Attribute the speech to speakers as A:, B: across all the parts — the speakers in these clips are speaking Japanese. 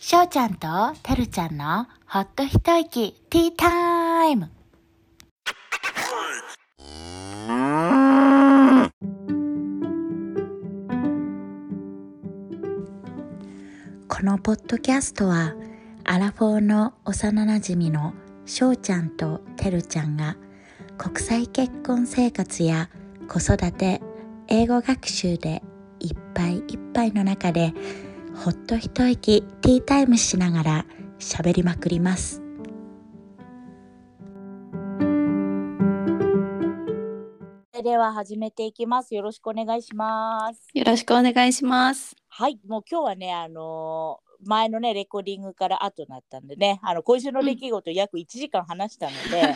A: しょうちゃんとてるちゃんのほっと一息ティータイムこのポッドキャストはアラフォーの幼なじみのしょうちゃんとてるちゃんが国際結婚生活や子育て英語学習でいっぱいいっぱいの中でほっと一息ティータイムしながら喋りまくりますそれでは始めていきますよろしくお願いします
B: よろしくお願い します。
A: はい、もう今日はね、あのー前のね、レコーディングから後だったんでね、あの今週の出来事約1時間話したの で、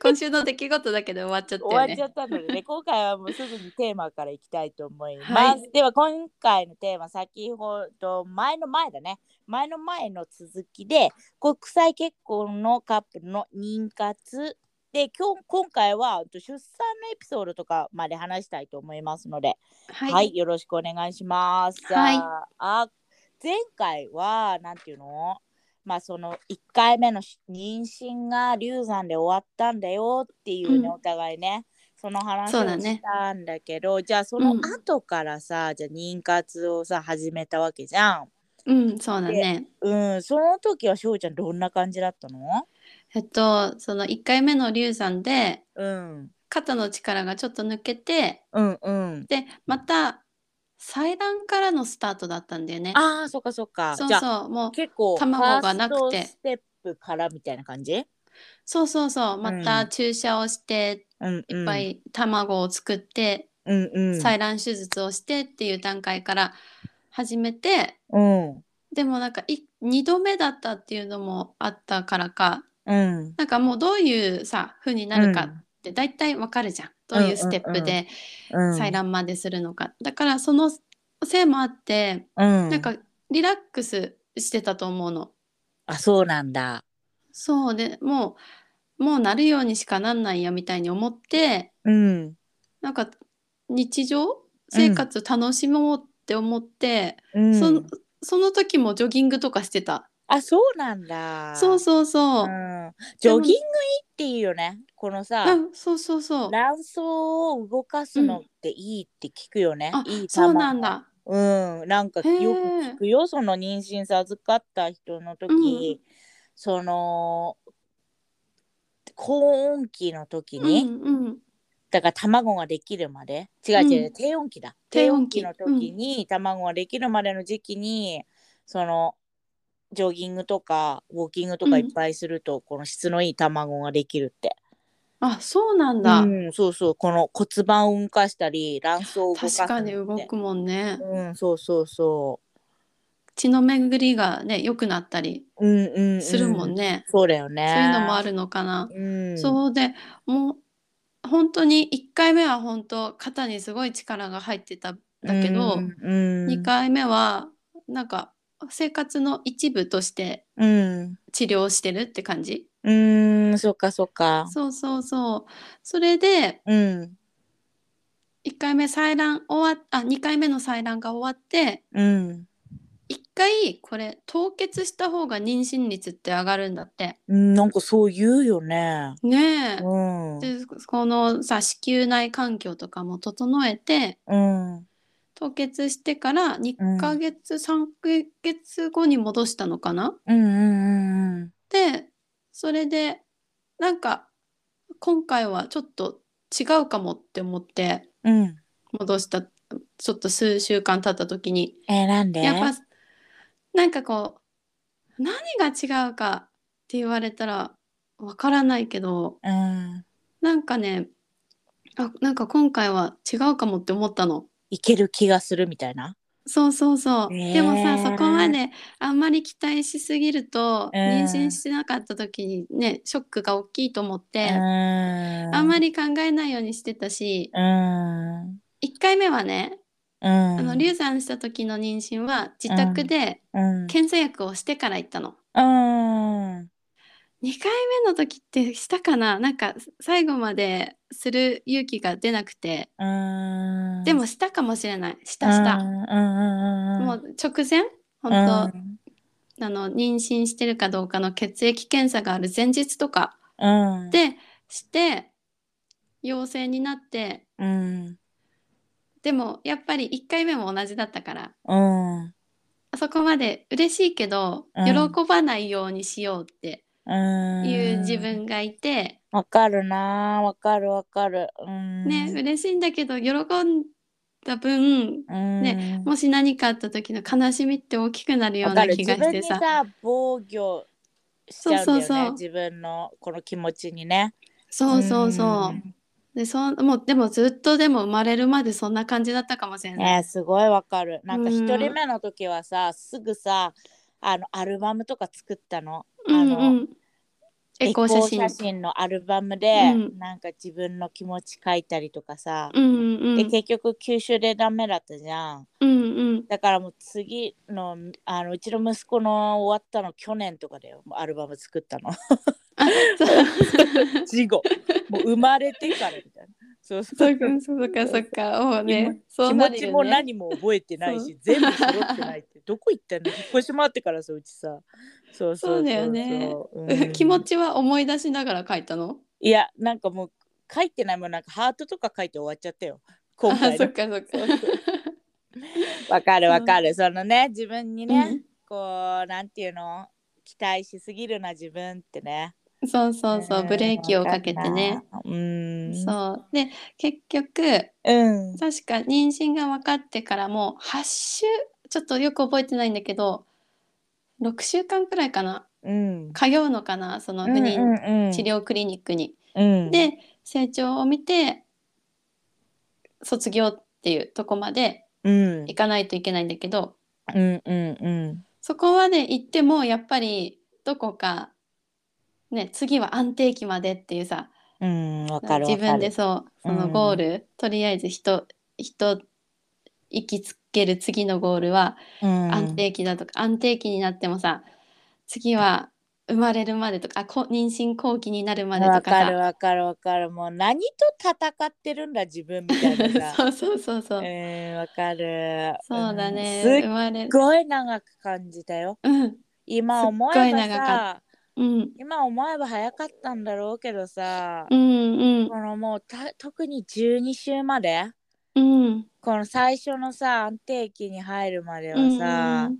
B: 今週の出来事だけで終わっちゃった
A: 終
B: よ
A: わっちゃ
B: ね。
A: ったので、 ね、今回はもうすぐにテーマからいきたいと思います。
B: はい
A: では今回のテーマ、先ほど前の前だね、前の前の続きで、国際結婚のカップルの妊活で今日今回は出産のエピソードとかまで話したいと思いますので、
B: はい、
A: はい、よろしくお願いします。
B: はい
A: じゃああ前回はなんていうのまあその1回目のし妊娠が流産で終わったんだよっていうね、
B: うん
A: お互いねその話
B: そう
A: を
B: だね
A: したんだけどじゃあその
B: うん
A: 後からさ、じゃあ妊活をさ始めたわけじゃん。
B: うん、そうだね。
A: うん、その時はしょうちゃんどんな感じだったの
B: えっと、その1回目の流産で
A: うん
B: 肩の力がちょっと抜けて、
A: うんうん。
B: で、また祭壇からのスタートだったんだよね。
A: ああそっかそっか。
B: そう
A: じゃあ
B: そう、もう、
A: 結構
B: 卵がなく
A: フ
B: て
A: ァーストステップからみたいな感じ
B: そうそうそう、ま
A: う
B: た
A: ん
B: 注射をして、
A: うんうん。
B: いっぱい卵を作って、
A: うんうん。
B: 採卵手術をしてっていう段階から始めて、
A: うん。
B: でもなんかい2度目だったっていうのもあったからか
A: うん。
B: なんかもうどういうさ風になるかって大体わかるじゃん、どういうステップで
A: うん。
B: 採卵までするのか、だからそのせいもあって、
A: うん。
B: なんかリラックスしてたと思うの
A: あ、そうなんだ。
B: そうでもうもうなるようにしかなんないやみたいに思って
A: うん。
B: なんか日常生活楽しもうって思って、
A: うん
B: そのその時もジョギングとかしてた
A: あ、そうなんだ。
B: そうそうそう、
A: うん。ジョギングいいっていうよね。このさ、
B: うん、そうそうそう
A: 卵巣を動かすのっていいって聞くよね。
B: あ
A: いい
B: そうなん。だ
A: うん。なんか
B: へえ
A: よく聞くよ。その妊娠授かった人の時、その、高温期の時に、
B: うんうん、
A: だから卵ができるまで違う
B: うん
A: 違う、低温期だ低
B: 低
A: 温
B: 温
A: 期
B: 期
A: の時に、卵ができるまでの時期にそのジョギングとかウォーキングとか
B: うん
A: いっぱいすると、この質のいい卵ができるって、
B: あそうなんだ、
A: うん、そうそうこの骨盤を動かしたり卵巣を動かす
B: 確かに
A: のって
B: 動くもんね、
A: うんそうそうそ
B: 血の巡りがね良くなったり
A: ううんうん、うん、
B: するもんね、
A: そうだよね
B: そういうのもあ
A: る、
B: るのかな、
A: うん、
B: そうでもう本当に1回目は本当肩にすごい力が入ってたんだけど、
A: うんうん、
B: 2回目はなんか生活の一部として
A: うん
B: 治療してるって感じ
A: うんそっかそっか
B: そうそうそうそれで
A: うん
B: 1回目採卵終わっあ2回目の採卵が終わって
A: うん
B: 一回これ凍結した方が妊娠率って上がるんだって
A: うんなんかそう言うよね。
B: ねえ、
A: うん。
B: でこのさ子宮内環境とかも整えて
A: うん。
B: 凍結してから2ヶ月、3ヶ月後に戻したのかな
A: うんうんうん
B: でそれでなんか今回はちょっと違うかもって思って
A: うん。うん。
B: 戻したちょっと数週間経った時に
A: えー、なんで
B: やっぱなんかこう何が違うかって言われたらわからないけど
A: うん。
B: なんかねあなんか今回は違うかもって思ったの
A: いける気がするみたいな。
B: そうそうそう、
A: ねえ
B: でもさそこまであんまり期待しすぎると、
A: うん
B: 妊娠してなかった時にねショックが大きいと思っ
A: う
B: て、
A: ん。
B: あんま。り考えないようにしてたし
A: うん。うん。
B: 1回目はね、
A: あ
B: あの流産した時の妊娠は自宅で
A: うん。
B: 検査薬をしてから行ったの。
A: うん。
B: 2回目の時ってしたかななんか最後までする勇気が出なくて
A: うん。
B: でもしたかもしれないし
A: うん、
B: たした
A: うんうんうんうん。
B: も
A: う
B: う直前
A: ん、
B: 本あの妊娠してるかどうかの血液検査がある前日とか
A: うん。
B: でして陽性になって
A: うん。
B: でもやっぱり1回目も同じだったから
A: うん。
B: あそこまで嬉しいけど
A: うん
B: 喜ばないようにしようって
A: うん。
B: いう自。分がいて、
A: わかるなーわかるわかる。うん。
B: ね。嬉しいんだけど喜んだ分
A: うん。
B: ねもし何かあった時の悲しみって大きくなるよ
A: わ
B: う
A: か
B: な
A: る
B: 気
A: 自
B: が
A: 分
B: して
A: に
B: さ
A: さ防御しちゃうんだよね
B: そうそうそう
A: 自分のこの気持ちにね
B: そうそうそううでそんもうでもずっとでも生まれるまでそんな感じだったかもしれ
A: ん
B: ない。
A: ねすごいわかるなんか
B: うん
A: 一人目の時はさすぐさあのアルバムとか作ったの
B: うん
A: あ
B: うん、エコー写真
A: エコーのアルバムで、
B: うん
A: なんか自分の気持ち書いたりとかさ、
B: うんうんう
A: で
B: ん
A: 結局吸収でダメだったじゃん
B: うんうん
A: だからもう次のあのうちの息子の終わったの去年とかだよもうアルバム作ったの
B: あそう
A: 事後もう生まれてからみたいなそうそう
B: そうかそうかそうかもうねそう
A: 気
B: な
A: 持
B: る
A: ち
B: よ
A: も
B: ね
A: 何も覚えてないし、
B: そう
A: 全部揃ってないって どこ行ったの引っ越し回ってからさうちさそうそう
B: そうだよね
A: そう
B: 気持
A: うん
B: ちは思い出しながら書いたの
A: いやなんかもう書いてないもんなんかハートとか書いて終わっちゃったよ今
B: あ
A: 回
B: そ
A: の
B: っかそっか
A: そうわかるわかるそのね自分にね、こうなんていうの期待しすぎるな自分ってね
B: うんそうそうそうブレーキをかけてね
A: うん
B: そうで結局
A: うん
B: 確か妊娠が分かってからもう8週ちょっとよく覚えてないんだけど6週間くらいかな
A: うん
B: 通うのかなその不妊治療クリニックに。
A: 療、
B: で成長を見て卒業っていうとこまで
A: うん、
B: 行かないといけないんだけど
A: うんうんうん
B: そこまで行ってもやっぱりどこか、ね、次は安定期までっていうさ
A: うんわかるわかる
B: 自分でそうそのゴール、とりあえず人人行きつける次のゴールは
A: うん
B: 安定期だとか、安定期になってもさ次は生まれるまでとかあこ妊娠後期になるまでと
A: わ
B: か
A: かる
B: さ
A: わかるわかるもう何と戦ってるんだ自分みたいなさ
B: そうそうそうそう、
A: うんわかる
B: そうだね、
A: うんす
B: 生
A: っ
B: まれる
A: ごい長く感じたよ
B: うん
A: 今思え
B: すっごい
A: ば
B: 長か
A: さ
B: うん
A: 今思えば早かったんだろうけどさ、
B: うん
A: このもうた特に12週まで
B: うんうん
A: この最初のさ安定期に入るまで
B: う
A: は
B: ん
A: さ、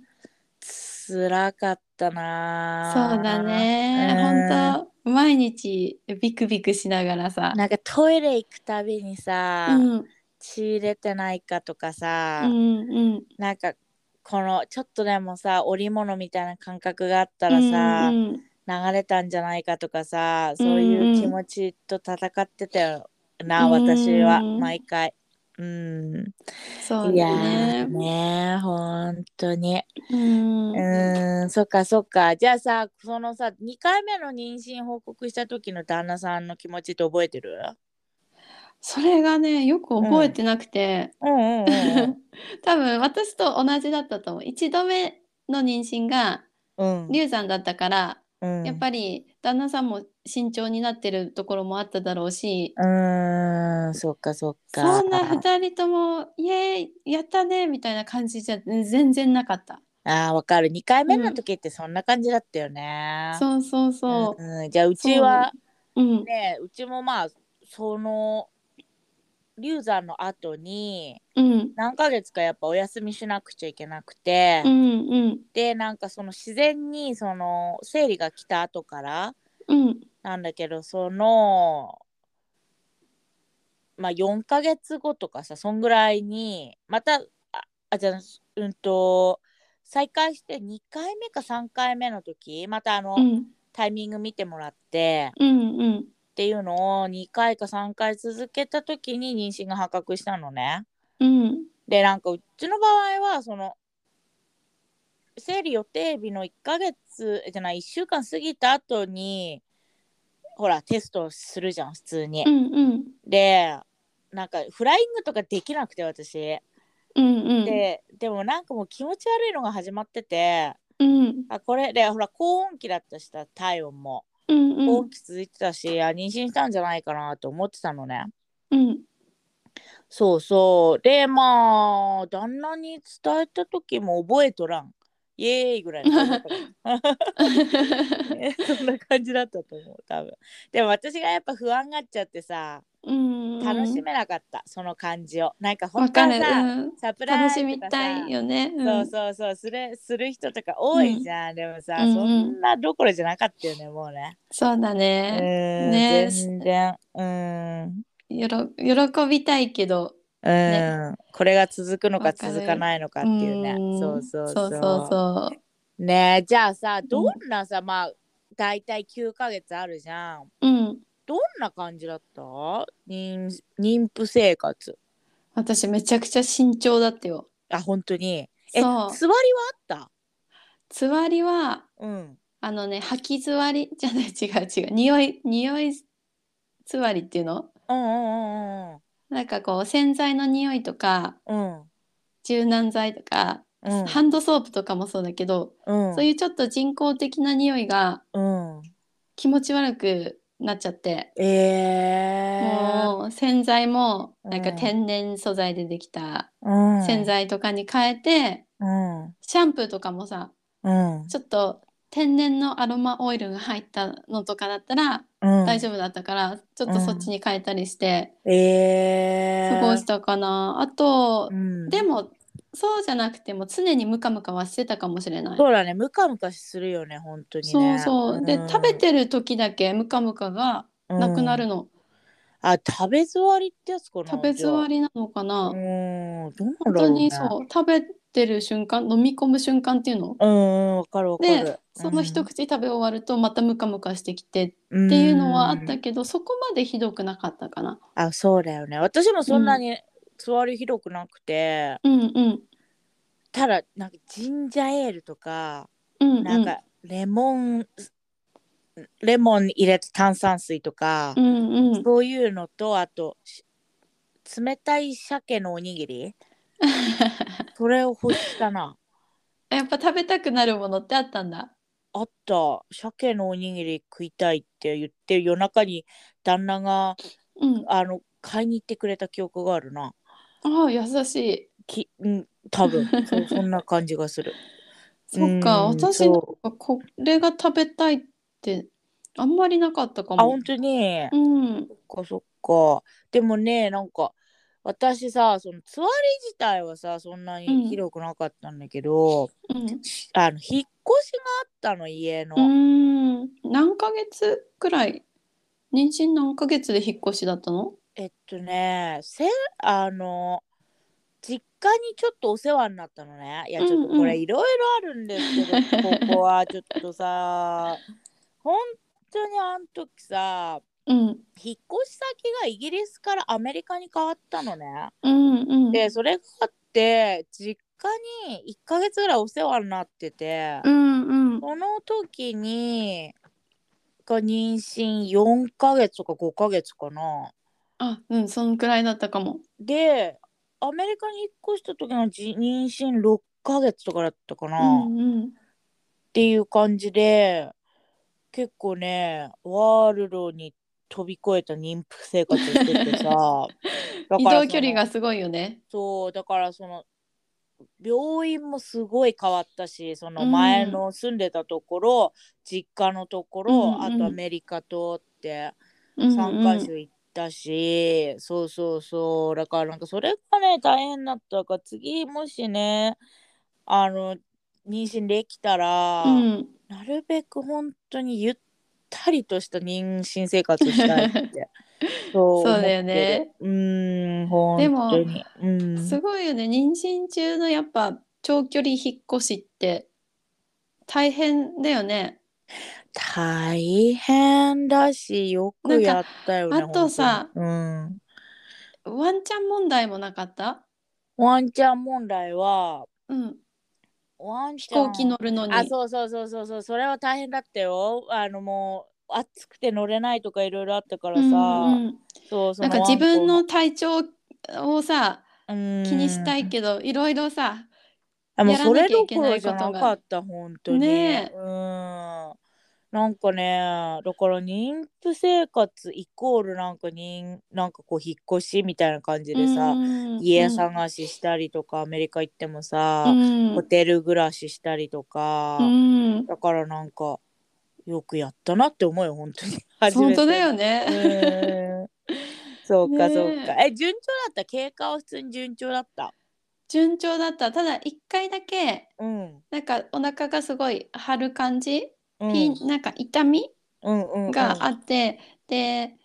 A: 辛かったなあ
B: そうだね
A: うん
B: 本当毎日ビクビクしながらさ
A: なんかトイレ行くたびにさ、
B: うん
A: 血出てないかとかさ、
B: うんうん
A: なんかこのちょっとでもさ織物みたいな感覚があったらさ、
B: うんうん
A: 流れたんじゃないかとかさそういう気持ちと戦ってたよな、
B: うん
A: 私は
B: うん
A: 毎回。うん、
B: そう
A: い
B: だ
A: やー
B: ね
A: ね本当に
B: うん
A: うーんそっかそっかじゃあさそのさ2回目の妊娠報告した時の旦那さんの気持ちって覚えて る
B: それがねよく覚えてなくて、
A: うんうんうん
B: 多分私と同じだったと思う1度目の妊娠が
A: うん
B: 流産だったから
A: うん
B: やっぱり旦那さんも慎重になってるところもあっただろうし、
A: うーんそっかそっか
B: そんな2人とも「イエーイやったね」みたいな感じじゃ全然なかった。
A: あーわかる2回目の時ってそんな感じだったよね、
B: そうそうそ
A: うんじゃあうちは
B: う。うん。
A: ねうちもまあその流産の後に
B: うん。
A: 何ヶ月かやっぱお休みしなくちゃいけなくて、
B: うんうん
A: でなんかその自然にその生理が来た後から
B: うん
A: なんだけどそのまあ4ヶ月後とかさそんぐらいにまたああじゃあうんと再開して2回目か3回目の時またあの、
B: うん
A: タイミング見てもらって
B: うんうん。
A: っていうのを2回か3回続けた時に妊娠が発覚したのね。
B: うん
A: でなんかうちの場合はその生理予定日の1ヶ月えじゃない1週間過ぎた後にほらテストするじゃん普通に
B: う。んうん
A: でなんかフライングとかできなくて私。
B: うんうん
A: ででもなんかもう気持ち悪いのが始まってて
B: うん
A: あこれでほら高温期だったしさ体温も
B: うん
A: 高
B: う
A: 温期続いてたし、あ妊娠したんじゃないかなと思ってたのね。
B: ん
A: そうそうでまあ旦那に伝えた時も覚えとらんイエーイぐらいの感じだったかなね そんな感じだったと思う多分でも私がやっぱ不安がっちゃってさ
B: うんうん
A: 楽しめなかった、その感じをなんか
B: わ
A: 本当
B: か
A: は
B: る、
A: さ、
B: うん、
A: サプライ
B: 楽
A: ズ
B: し
A: と
B: み
A: かさ
B: たいよね、うん、
A: そうそうそうするする人とか多いじゃん、でもさ、
B: うんうん
A: そんなどころじゃなかったよねもうね。
B: そうだ
A: う
B: ね、
A: ん
B: ね
A: 全然うんうん、
B: よろ喜びたいけど
A: これが続くのか
B: わかる
A: 続かないのかっていうね
B: ん
A: そうそう
B: そ
A: そうう
B: そうそう
A: ねえじゃあさどんなさ、まあ大体9ヶ月あるじゃん
B: うん
A: どんな感じだった妊妊婦生活
B: 私めちゃくちゃ慎重だったよ
A: あ本当にえ座り
B: そ
A: は
B: う
A: あった
B: つわりは
A: うん
B: あのね吐きつわりじゃない 違う違う匂い匂いつわりっていうの
A: うんうん
B: なんかこう洗剤の匂いとか
A: うんうん
B: 柔軟剤とか、
A: うん
B: ハンドソープとかもそうだけど、
A: うん
B: そういうちょっと人工的な匂いが
A: うん
B: 気持ち悪くなっちゃって、
A: ええー
B: もう洗剤もなんか
A: うん
B: 天然素材でできた
A: うん
B: 洗剤とかに変えて、
A: うん
B: シャンプーとかもさ
A: うん
B: ちょっと天然のアロマオイルが入ったのとかだったら大
A: 大
B: 丈夫だったから、ちょっとそっちに変えたりして
A: 夫え
B: 過
A: ー、
B: ごしたかな、あと、
A: うん、
B: でもそうじゃなくても常にムカムカはしてたかもしれない
A: そうだねムカムカするよね本当に
B: そう
A: ね
B: そうで、
A: ん
B: 食べてる時だけムカムカがなくなる
A: うん
B: の、
A: あ食べ座りってやつかな
B: 食べ
A: じゃあ
B: 座りなのかな、
A: うんどうなん
B: 本
A: だろ
B: 当
A: う、ね、
B: にそう食べてる瞬間飲み込む瞬間っていうの
A: ううんわかるわかる
B: でその一
A: っ
B: 口食べ終わるとまたムカムカしてきてって
A: て
B: いうのはあったけど、そこまでひどくなかったかな
A: あそうだよね私もそんなに座りひどくなくて、
B: うんうん
A: ただなんかジンジャーエールとか
B: うんうん
A: なんかレモン、レモン入れた炭酸水とか
B: う、んうん
A: そういうのとあとし冷たい鮭のおにぎりそれを欲したな
B: やっぱ食べたくなるものってあったんだ。
A: あった鮭のおにぎり食いたいって言って夜中に旦那が
B: うん。
A: あの買いに行ってくれた記憶があるな
B: ああ、優しい。
A: きうん多分 そうそんな感じがする
B: そっか、
A: うん
B: 私なん
A: そう
B: かこれが食べたいってあんまりなかったか
A: あ
B: も
A: 本。当に
B: うん。
A: そっかそっかでもねなんか私さその座り自体はさそんなにひどくなかったんだけど、
B: うん。
A: あの引っ越しがあったの家の、
B: うん。何ヶ月くらい妊娠何ヶ月で引っ越しだったの
A: えっとねせあの実家にちょっとお世話になったのねいやちょっ
B: うんう
A: と
B: ん
A: これいろいろあるんですけど、ここはちょっと さ本当にあの時さ
B: うん。
A: 引っ越し先がイギリスからアメリカに変わったのね。
B: うんうん。
A: でそれがあって実家に1ヶ月ぐらいお世話になってて、
B: うんうん。
A: その時にが妊娠4ヶ月とか5ヶ月かな。
B: あ、うん、そのくらいだったかも。
A: でアメリカに引っ越した時のじ妊娠6ヶ月とかだったかな、
B: う
A: っ
B: んうん。
A: ていう感じで結構ねワールドに飛び越えた妊婦生活してて さだからそ
B: 移
A: の
B: 動距離がすごいよね。
A: そうだからその病院もすごい変わったしその前の住んでたところ、実家のところ、
B: うんうん
A: あとアメリカとって
B: うん
A: 3
B: う
A: か
B: ん
A: 所行ったし、そうそうそうだからなんかそれがね大変だったから次もしねあの妊娠できたら、
B: うん。
A: なるべく本当にゆったりとした妊娠生活したいって そう
B: そうだよね
A: 思ってるうん本
B: でも
A: 当にうん
B: すごいよね妊娠中のやっぱ長距離引っ越しって大変だよね。
A: 大変だしよくやったよね
B: なんかあとさ
A: 本当にうん、
B: ワンちゃん問題もなかった、
A: ワンちゃん問題は
B: うん、
A: ワンち
B: 飛
A: ゃん
B: 行機乗るのに。
A: あそうそうそうそうそうそれは大変だったよあのもう暑くて乗れないとかいろいろあったからさ、
B: うんうん
A: そうそ
B: な
A: の
B: んか自分
A: ワ
B: の
A: ン
B: 体調をさ
A: コうん
B: 気にしたいけどいろいろさ
A: あもう
B: やら
A: そ
B: な
A: れ
B: きゃい
A: ど
B: け
A: こ
B: な
A: ろ
B: いこと
A: じ
B: が
A: ゃなかった本当に
B: ねえ
A: うんなんかねだから妊婦生活イコールなんかになんかこう引っ越しみたいな感じでさ、家探ししたりとかアメリカ行ってもさ、
B: うん
A: ホテル暮らししたりとか、
B: うん、
A: だからなんかよくやったなって思うよ本 当に初め
B: 本
A: て
B: 当だよね。
A: うんそうか
B: ねえ
A: そうかえ順調だった経過は普通に順調だった
B: 順調だった。ただ一回だけ
A: うん
B: なんかお腹がすごい張る感
A: う
B: じ、
A: ん
B: ピンなんか痛み
A: うんうんうん
B: があって、で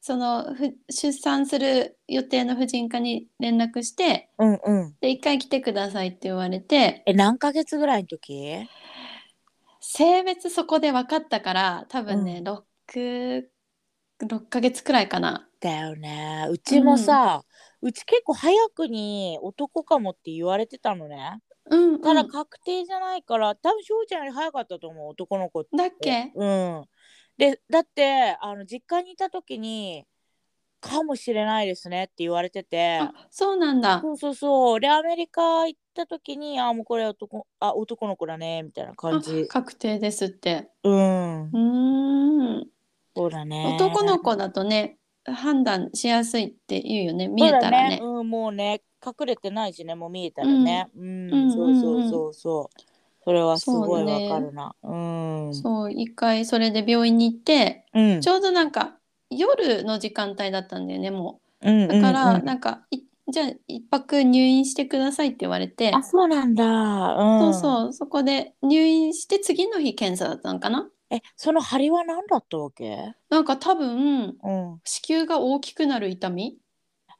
B: そのふ出産する予定の婦人科に連絡して
A: うんうん
B: で一回来てくださいって言われて
A: え何ヶ月ぐらいの時
B: 性別そこで分かったから多分ね、
A: う
B: 六六ヶ月くらいかな。
A: だよねうちもさ、うち結構早くに男かもって言われてたのね
B: うん、うん、
A: ただ確定じゃないから、多分しょうちゃんより早かったと思う男の子って
B: だっけ
A: うんでだってあの実家にいた時に「かもしれないですね」って言われてて
B: あそうなんだ。
A: そうそうそうでアメリカ行った時に「あもうこれ男あ男の子だね」みたいな感じ
B: あ確定ですって。
A: うん
B: うーん。
A: そうだね
B: 男の子だとね、判断しやすいって言うよね。見え
A: そうだ
B: たらね。
A: うん、もうね隠れてないしねもう見えたらねうん、
B: うん
A: そうそうそうそうそれはすごい
B: そうね
A: わかるなうん
B: そう一回それで病院に行って、
A: うん
B: ちょうどなんか夜の時間帯だったんだよね。も
A: うん
B: うだか
A: うんう
B: ら
A: ん
B: なんか、いじゃあ一泊入院してくださいって言われて、
A: あそうなんだ、う
B: そ
A: ん、
B: うそうそこで入院して次の日検査だったのかな。
A: えその針は何だったわけ、
B: なんか多分
A: うん、
B: 子宮が大きくなる痛み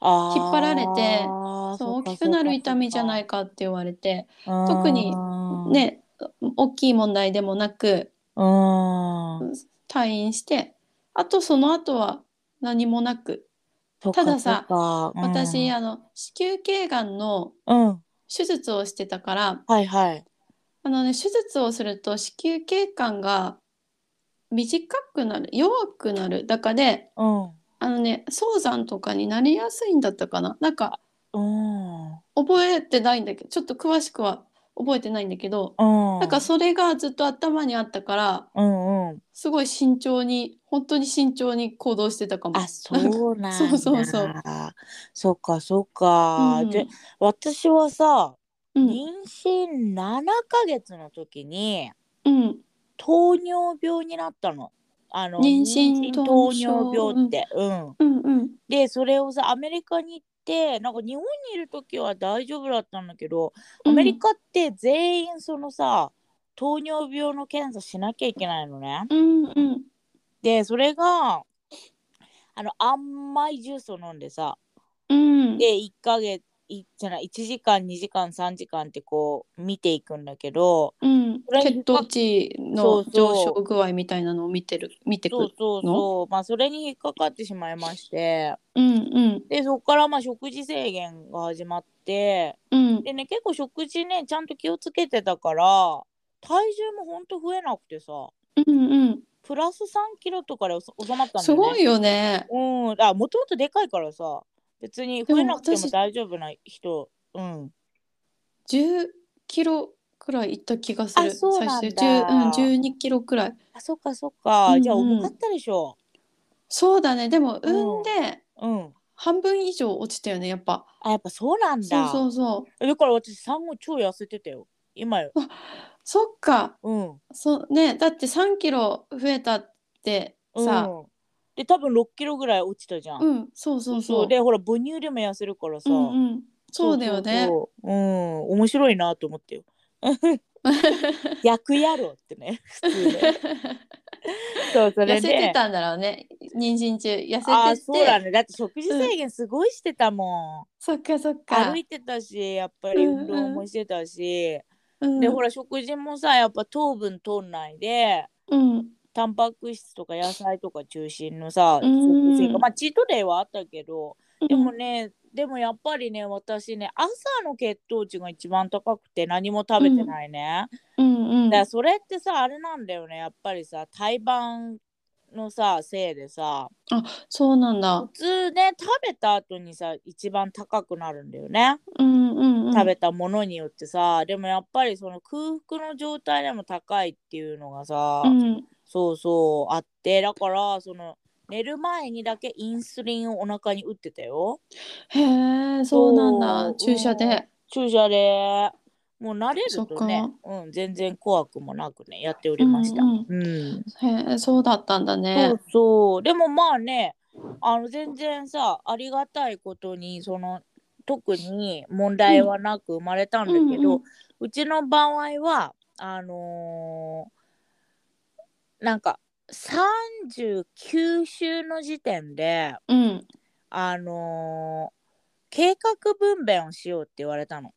A: あー
B: 引っ張られて
A: そう
B: そう大
A: か
B: きくなる痛みじゃないかって言われて特にね大きい問題でもなく
A: うんうん
B: 退院してあとその後は何もなく、
A: そっか
B: たださ
A: そっかうん
B: 私あの子宮頸がんの
A: うん
B: 手術をしてたから
A: はいはい
B: あの、ね、手術をすると子宮頸管が短くなる弱くなるだからで
A: うん
B: あのね早産とかになりやすいんだったかななんか
A: うん
B: 覚えてないんだけどちょっと詳しくは覚えてないんだけど
A: うん
B: なんかそれがずっと頭にあったから
A: うんうん
B: すごい慎重に本当に慎重に行動してたかも。
A: あそうなんだ
B: そうそうそう
A: そっかそっか、
B: うん
A: で私はさ
B: うん
A: 妊娠7ヶ月の時に
B: うん
A: 糖尿病になったのあの
B: 妊
A: 妊
B: 娠
A: 糖尿病ってうん
B: うんうん
A: でそれをさアメリカに行ってなんか日本にいる時は大丈夫だったんだけどアメリカって全員そのさ、糖尿病の検査しなきゃいけないのね。
B: うんうん
A: でそれがあの甘いジュースを飲んでさ
B: うん
A: で1ヶ月いじゃない1時間2時間3時間ってこう見ていくんだけど
B: うん
A: これ
B: 血糖値
A: そう
B: の
A: そう
B: 上昇具合みたいなのを見てる見てく
A: そう
B: る
A: そうそうまあそれに引っかかってしまいまして
B: うん
A: でそこからまあ食事制限が始まって
B: うんうん
A: でね結構食事ねちゃんと気をつけてたから体重もほんと増えなくてさ
B: うんうん
A: プラス3キロとかでおさ収まったんだ
B: す
A: よね。
B: ごいよね
A: うん、あもともとでかいからさ別に増えなくても大丈夫な人うん
B: 10キロくらいいった気がする
A: あそうなんだ
B: 最初10、うん、12キロくらい
A: あそっかそっか、
B: うんうん
A: じゃあ重かったでしょ
B: そうだねでも
A: うん
B: 産んで
A: うん
B: 半分以上落ちたよねやっぱ
A: あやっぱそうなんだ
B: そうそうそう
A: だから私産後超痩せてたよ今よ
B: そっか
A: うん
B: そうねだって3キロ増えたってさ
A: うん、で多分6キロぐらい落ちたじゃん、
B: うん、そうそうそう
A: でほら母乳でも痩せるからさ、
B: うんうん、そうだよね
A: そうそううん面白いなと思って よ役やろうってね 普通 ねそうそれで
B: 痩せてたんだろうね妊娠中痩
A: あ
B: せ
A: ー
B: てて
A: そうだねだって食事制限すごいしてたも
B: そっかそっ
A: ん、
B: か
A: 歩いてたしやっぱり
B: うんうん
A: 運動もしてたし、
B: うん、
A: でほら食事もさやっぱ糖分取んないで
B: うん
A: タンパク質とか野菜とか中心のさ
B: うん
A: 食事がまあチートデイはあったけど
B: うん、
A: でもねでもやっぱりね私ね朝の血糖値が一番高くて何も食べてないね、
B: うんうん
A: だからそれってさあれなんだよねやっぱりさ胎盤のさせいでさ
B: そうなん
A: 普
B: だ。
A: 通ね食べた後にさ一番高くなるんだよね、
B: うんうんうん。
A: 食べたものによってさでもやっぱりその空腹の状態でも高いっていうのがさ、
B: うん。
A: そうそうあってだからその寝る前にだけインスリンをお腹に打ってたよ
B: へえ、そうなん
A: そ
B: だ。
A: う
B: 注射で。
A: 注射でもう慣れるとね
B: そ、
A: うん、全然怖くもなくねやっておりました、
B: うん
A: うん
B: へえ、そうだったんだね
A: そう。そうでもまあねあの全然さありがたいことにその特に問題はなく生まれたんだけど、う
B: うんうん
A: ちの場合はあのーなんか39週の時点で
B: うん。
A: あのー計画分娩をしようって言われたの。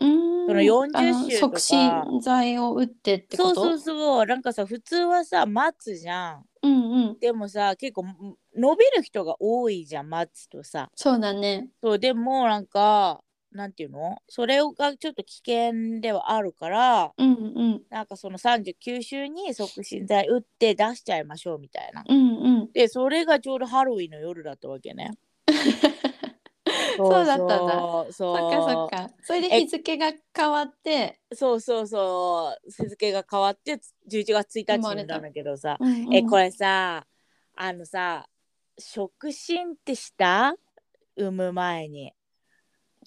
B: うーん
A: その40
B: あの
A: 週とか
B: 促進剤を打ってって
A: そ
B: こ
A: う
B: と
A: そうそうなんかさ普通はさ待つじゃん。
B: うんうん
A: でもさ結構ん伸びる人が多いじゃん待つとさ。
B: そうだね
A: そうでもなんかなんていうのそれがちょっと危険ではあるから
B: うんうん
A: なんかその39週に促進剤打って出しちゃいましょうみたいな。
B: うんうん
A: でそれがちょうどハロウィンの夜だったわけね。
B: そうだったんだ
A: そうそ
B: そっ
A: う
B: かそっかそれで
A: え
B: 日付が変わって
A: そうそうそう日付が変わって11月1日になったんだけどさ、えこ
B: れ
A: れさあのさ触診ってした産む前に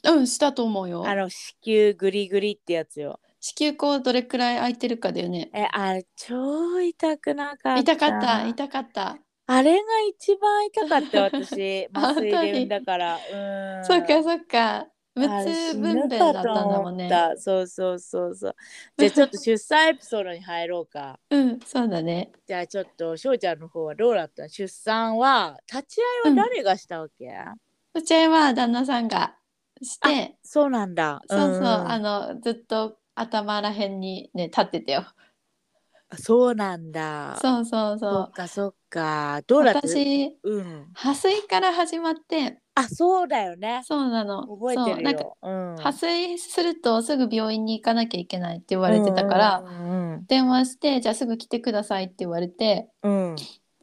B: うんしたと思うよ
A: あの子宮グリグリってやつよ
B: 子宮口どれくらい空いてるかだよね
A: えあれ超痛くなかった
B: 痛かった痛かった
A: あれが一番痛かったよ私
B: あ
A: 麻酔
B: 本当
A: で
B: に
A: 産んだからうん
B: そっかそっか無
A: あれ
B: 痛
A: 死
B: 分
A: ぬ
B: 娩
A: か
B: だったん
A: と
B: だ
A: 思
B: もんね
A: ったそうそうそうそうじゃあ ちょっと出産エピソードに入ろうか
B: うんそうだね
A: じゃあちょっと翔ちゃんの方はどうだったの出産は立ち会いは誰がしたわけ、
B: うちは旦那さんがして
A: そうなんだ
B: そうそう、
A: んん
B: あのずっと頭らへんにね立っててよ
A: あそうなんだ
B: そうそうそう
A: そっかそっかどうだった
B: 私
A: うん
B: 破水から始まって
A: あそうだよね
B: そうなの
A: 覚えて
B: そう
A: る
B: なんか
A: ようん
B: 破水するとすぐ病院に行かなきゃいけないって言われてたから、
A: うんうん
B: 電話してじゃあすぐ来てくださいって言われて
A: うん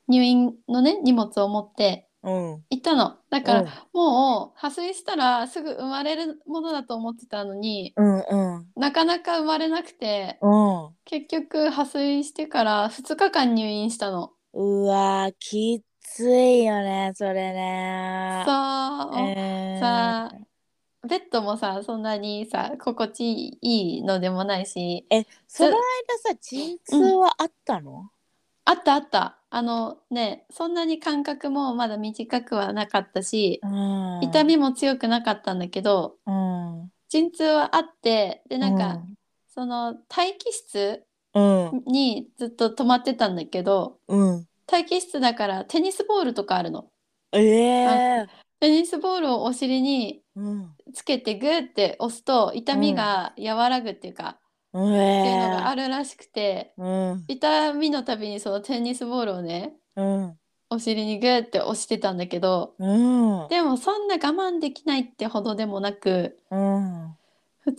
B: 入院のね荷物を持って
A: うんうん
B: 行ったのだから、
A: うん
B: もう破水したらすぐ生まれるものだと思ってたのに
A: うんうん
B: なかなか生まれなくて
A: うん
B: 結局破水してから2日間入院したの。
A: うわーきついよねそれね
B: そう、
A: えー
B: さベッドもさそんなにさ心地いいのでもないし
A: えその間さ鎮痛はあったの、
B: あったあったあのねそんなに間隔もまだ短くはなかったし
A: うん
B: 痛みも強くなかったんだけど
A: うんう
B: 陣痛はあってでなんか、
A: うん
B: その待機室
A: うん
B: にずっと泊まってたんだけど
A: うん
B: 待機室だからテニスボールとかあるの。
A: ええ
B: テニスボールをお尻に
A: うん
B: つけてグーって押すと痛みが和らぐっていうか、
A: うん
B: っていうのがあ
A: え
B: るらしくて
A: うん
B: 痛みのたびにそのテニスボールをね
A: うん
B: お尻にグーって押してたんだけど
A: うん
B: でもそんな我慢できないってほどでもなく
A: うん
B: 2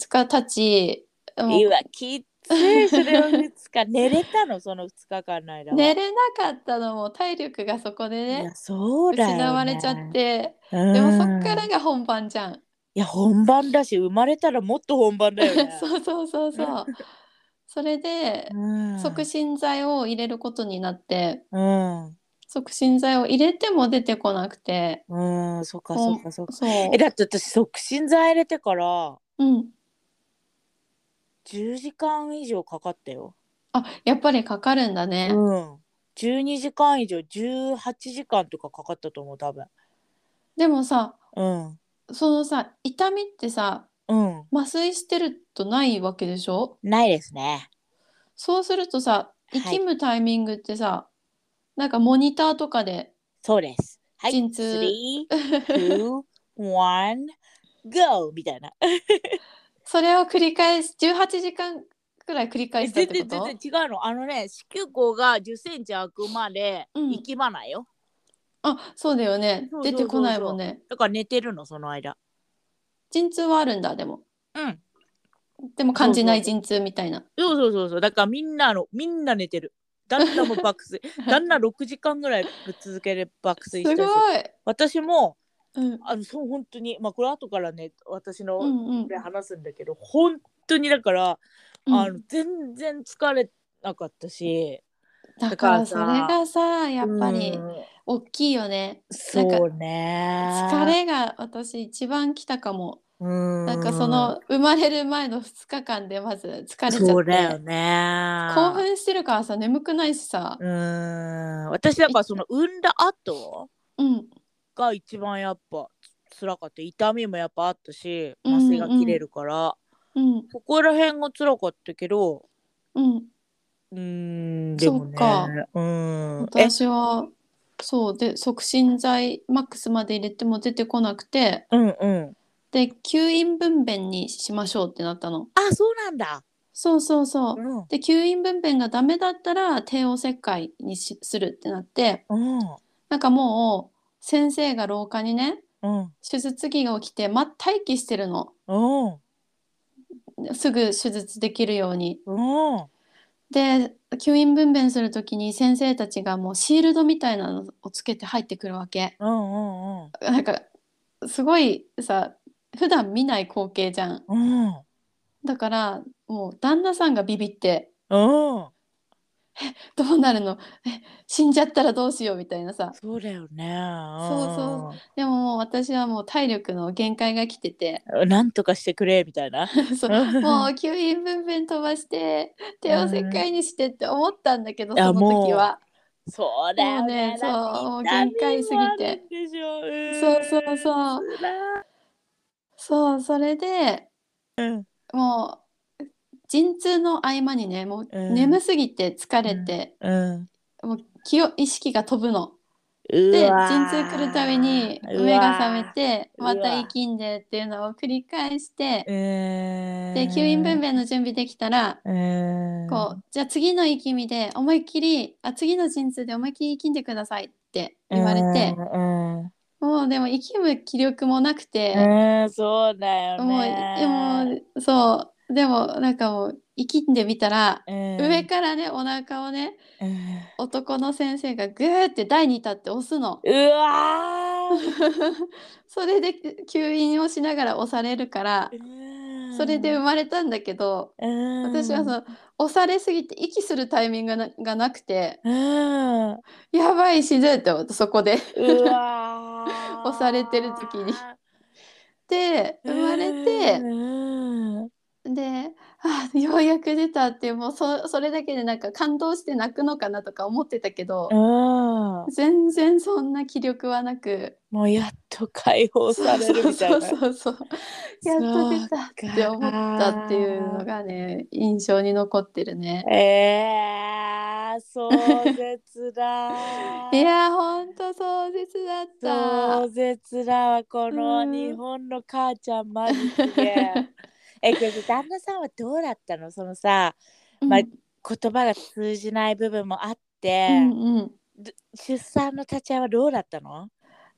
B: 日経ちも
A: いういわきついそれを2日寝れたのその2日間の間は
B: 寝れなかったのも体力がそこで
A: い
B: ね
A: やそうだよ、ね、
B: 失われちゃって
A: うん
B: でもそっからが本番じゃん。
A: いや本番だし生まれたらもっと本番だよね
B: そうそうそ うそう。それで
A: うん
B: 促進剤を入れることになって
A: うん
B: 促進剤を入れても出てこなくて
A: うんそっかそっかそっか
B: そう。
A: えだって私促進剤入れてから
B: うん
A: 10時間以上かかったよ、
B: あ、やっぱりかかるんだね。
A: うん12時間以上18時間とかかかったと思う多分
B: でもさ、
A: うん
B: そのさ、痛みってさ、
A: うん
B: 麻酔してるとないわけでしょ
A: ないですね
B: そうするとさ、
A: はい
B: 息むタイミングってさ、なんかモニターとかで、
A: そうですはい
B: 鎮痛
A: 3 2 1 GO! みたいな
B: それを繰り返し、18時間くらい繰り返
A: え
B: したっ
A: 全
B: てこ
A: 然
B: と
A: 全然違うのあのね子宮口が1 0センチ開くまで
B: うん
A: 行き場ないよ、
B: あ、そうだよね
A: そう。そうそう
B: 出
A: そう
B: てこないもんね。
A: だから寝てるのその間
B: 陣痛はあるんだ、でも。
A: うん
B: でも感じない陣痛みたいな。
A: そうそうそうそうだからみんなのみんな寝てる旦那も爆 睡旦那6時間ぐらいぶっ続けて爆
B: す
A: 睡し
B: ごい
A: たし。私も
B: うん
A: あのそう本当にまあこれ後からね私の
B: うんうん
A: で話すんだけど、本当にだから、あ
B: う
A: の
B: ん
A: 全然疲れなかったし
B: だから
A: だから
B: そ
A: さ
B: れがさやっぱり
A: うん
B: 大きいよね
A: そうね
B: 疲れが私一番来たかも
A: な
B: なんかその生まれる前の2日間でまず疲れちゃ
A: そうだ
B: っ
A: よ
B: て
A: ね
B: 興奮してるからさ眠くないしさ
A: うん私だからその産んだ後
B: うん
A: が一番やっぱ辛かった痛みもやっぱあったし麻酔が切れるから、
B: うん
A: ここら辺が辛かったけど
B: うん
A: うんでもね
B: そっか
A: うんえ
B: 私はそうで促進剤マックスまで入れても出てこなくて
A: うんうん
B: で吸引分娩にしましょうってなったの
A: あそうなんだ
B: そうそうそううんで吸引分娩がダメだったら帝王切開にしするってなって
A: うん
B: なんかもう先生が廊下にね
A: うん
B: 手術着が起きて、ま、待機してるの
A: うん
B: すぐ手術できるように
A: うん
B: で吸引分娩する時に先生たちがもうシールドみたいなのをつけて入ってくるわけ
A: うんうんうん
B: なんかすごいさ普段見ない光景じゃん
A: うん
B: だからもう旦那さんがビビって
A: うん
B: どうなるのえ死んじゃったらどうしようみたいなさ
A: そうだよね
B: そうそうでももう私はもう体力の限界が来てて
A: うんなんとかしてくれみたいな
B: そうもう吸引分娩飛ばして帝王切開にしてって思ったんだけど、
A: んいや
B: その時は
A: そうだよね。
B: もうねそうもう
A: だって
B: 限界すぎて
A: 痛みもあるんでしょ。うん
B: そうそうそうそうそれで
A: うん
B: もう陣痛の合間にねもう
A: うん
B: 眠すぎて疲れて、
A: うん。
B: もう気を意識が飛ぶの。
A: で
B: で陣痛来るたびに目が覚め。て
A: うわ
B: また生きんでっていうのを繰り返して
A: で
B: で吸引分娩の準備できたら
A: 娩
B: こうじゃあ次の生き身で思いっきりあ次の陣痛で思いっきり生きんでくださいって言われて
A: うんうん
B: もうでも生きむ気力もなくて。
A: うんそうだよ
B: もうで
A: ね。
B: もそうでもなんかもう生きんでみたら、
A: うん
B: 上からねお腹をね
A: うん
B: 男の先生がグーって台に立って押 すの
A: うわー。
B: それで吸引をしながら押されるから
A: うん
B: それで生まれたんだけど、
A: うん
B: 私はその押されすぎて息するタイミングがながなくて
A: うん
B: やばい死ぬって思ったそこで。
A: うわー
B: 押されてる時にで生まれて
A: うん
B: で、あようやく出たってもうそそれだけでなんか感動して泣くのかなとか思ってたけど、
A: うん
B: 全然そんな気力はなく
A: もうやっと解放されるみたいな。
B: そうそうそうそうやっと出たって思ったっていうのがね印象に残ってるね。
A: えー、壮絶だ。
B: いやーほんと壮絶だった
A: 壮。絶だわ、こ
B: う
A: の
B: ん
A: 日本の母ちゃん、マジすげ え。え、けど旦那さんはどうだったのそのさ、まあ言葉が通じない部分もあっ
B: う
A: て
B: ん、うんうん
A: 出産の立ち会いはどうだったの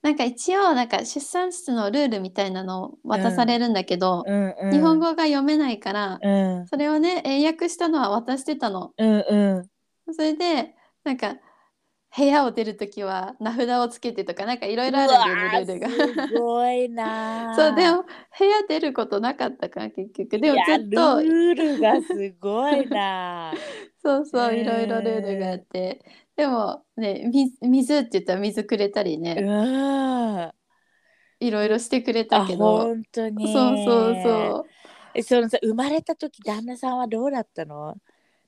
B: なんか一応なんか出産室のルールみたいなのを渡されるんだけど、
A: うんうん
B: 日本語が読めないから、
A: うん
B: それをね英訳したのは渡してたの。
A: うんうん。
B: それでなんか部屋を出るときは名札をつけてとかなんかいろいろあるんだよねルールが。
A: すごいなあ。
B: そうでも部屋出ることなかったから結局で
A: い
B: も
A: や
B: ずっと
A: ルールがすごいなあ。
B: そうそう
A: へー
B: いろいろルールがあってでもねみ水って言ったら水くれたり
A: う
B: ね
A: ん。
B: いろいろしてくれた
A: あ
B: けど
A: 本当に。
B: そうそうそう
A: えそのさ生まれた時旦那さんはどうだったの？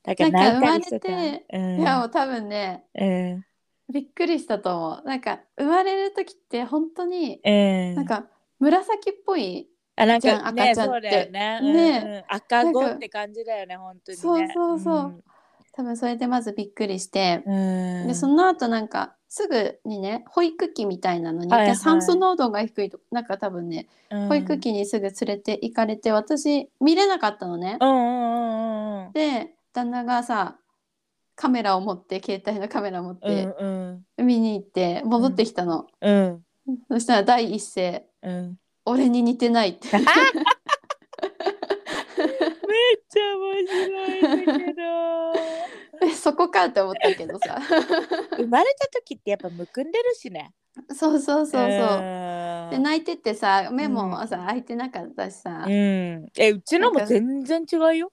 A: なんか
B: なんか
A: 泣いたりしてた
B: 生まれて
A: うん
B: いやもう多分ね
A: うん
B: びっくりしたと思うなんか生まれる時って本当に
A: うん。
B: なんか紫っぽい
A: あなん
B: じゃん
A: かね
B: 赤ちゃん
A: そ
B: っ
A: う
B: て
A: だよね。うん
B: ね
A: うん赤子
B: なんか
A: って感じだよね本当にね。
B: そうそうそう多分それでまずびっくりして
A: うん。うん。
B: でその後なんかすぐにね保育器みたいなのに、
A: はいはい
B: 酸素濃度が低いとなんか多分ね
A: うん
B: 保育。器にすぐ連れて行かれて私見れなかったのね
A: う。んうんうんうん
B: で旦那がさカメラを持って携帯のカメラを持っ
A: うん
B: て
A: うん
B: 見に行って戻ってきたの、
A: うん
B: そしたら第一声
A: うん。
B: 「俺に似てない」って
A: めっちゃ面白いんだけど。
B: そこかって思ったけどさ
A: 生まれた時ってやっぱむくんでるしね
B: そうそうそうそう、
A: ーん
B: で泣いてってさ目も
A: うん
B: さ開いてなかったしさ、
A: う
B: 違
A: んえうちのも全然違うよ、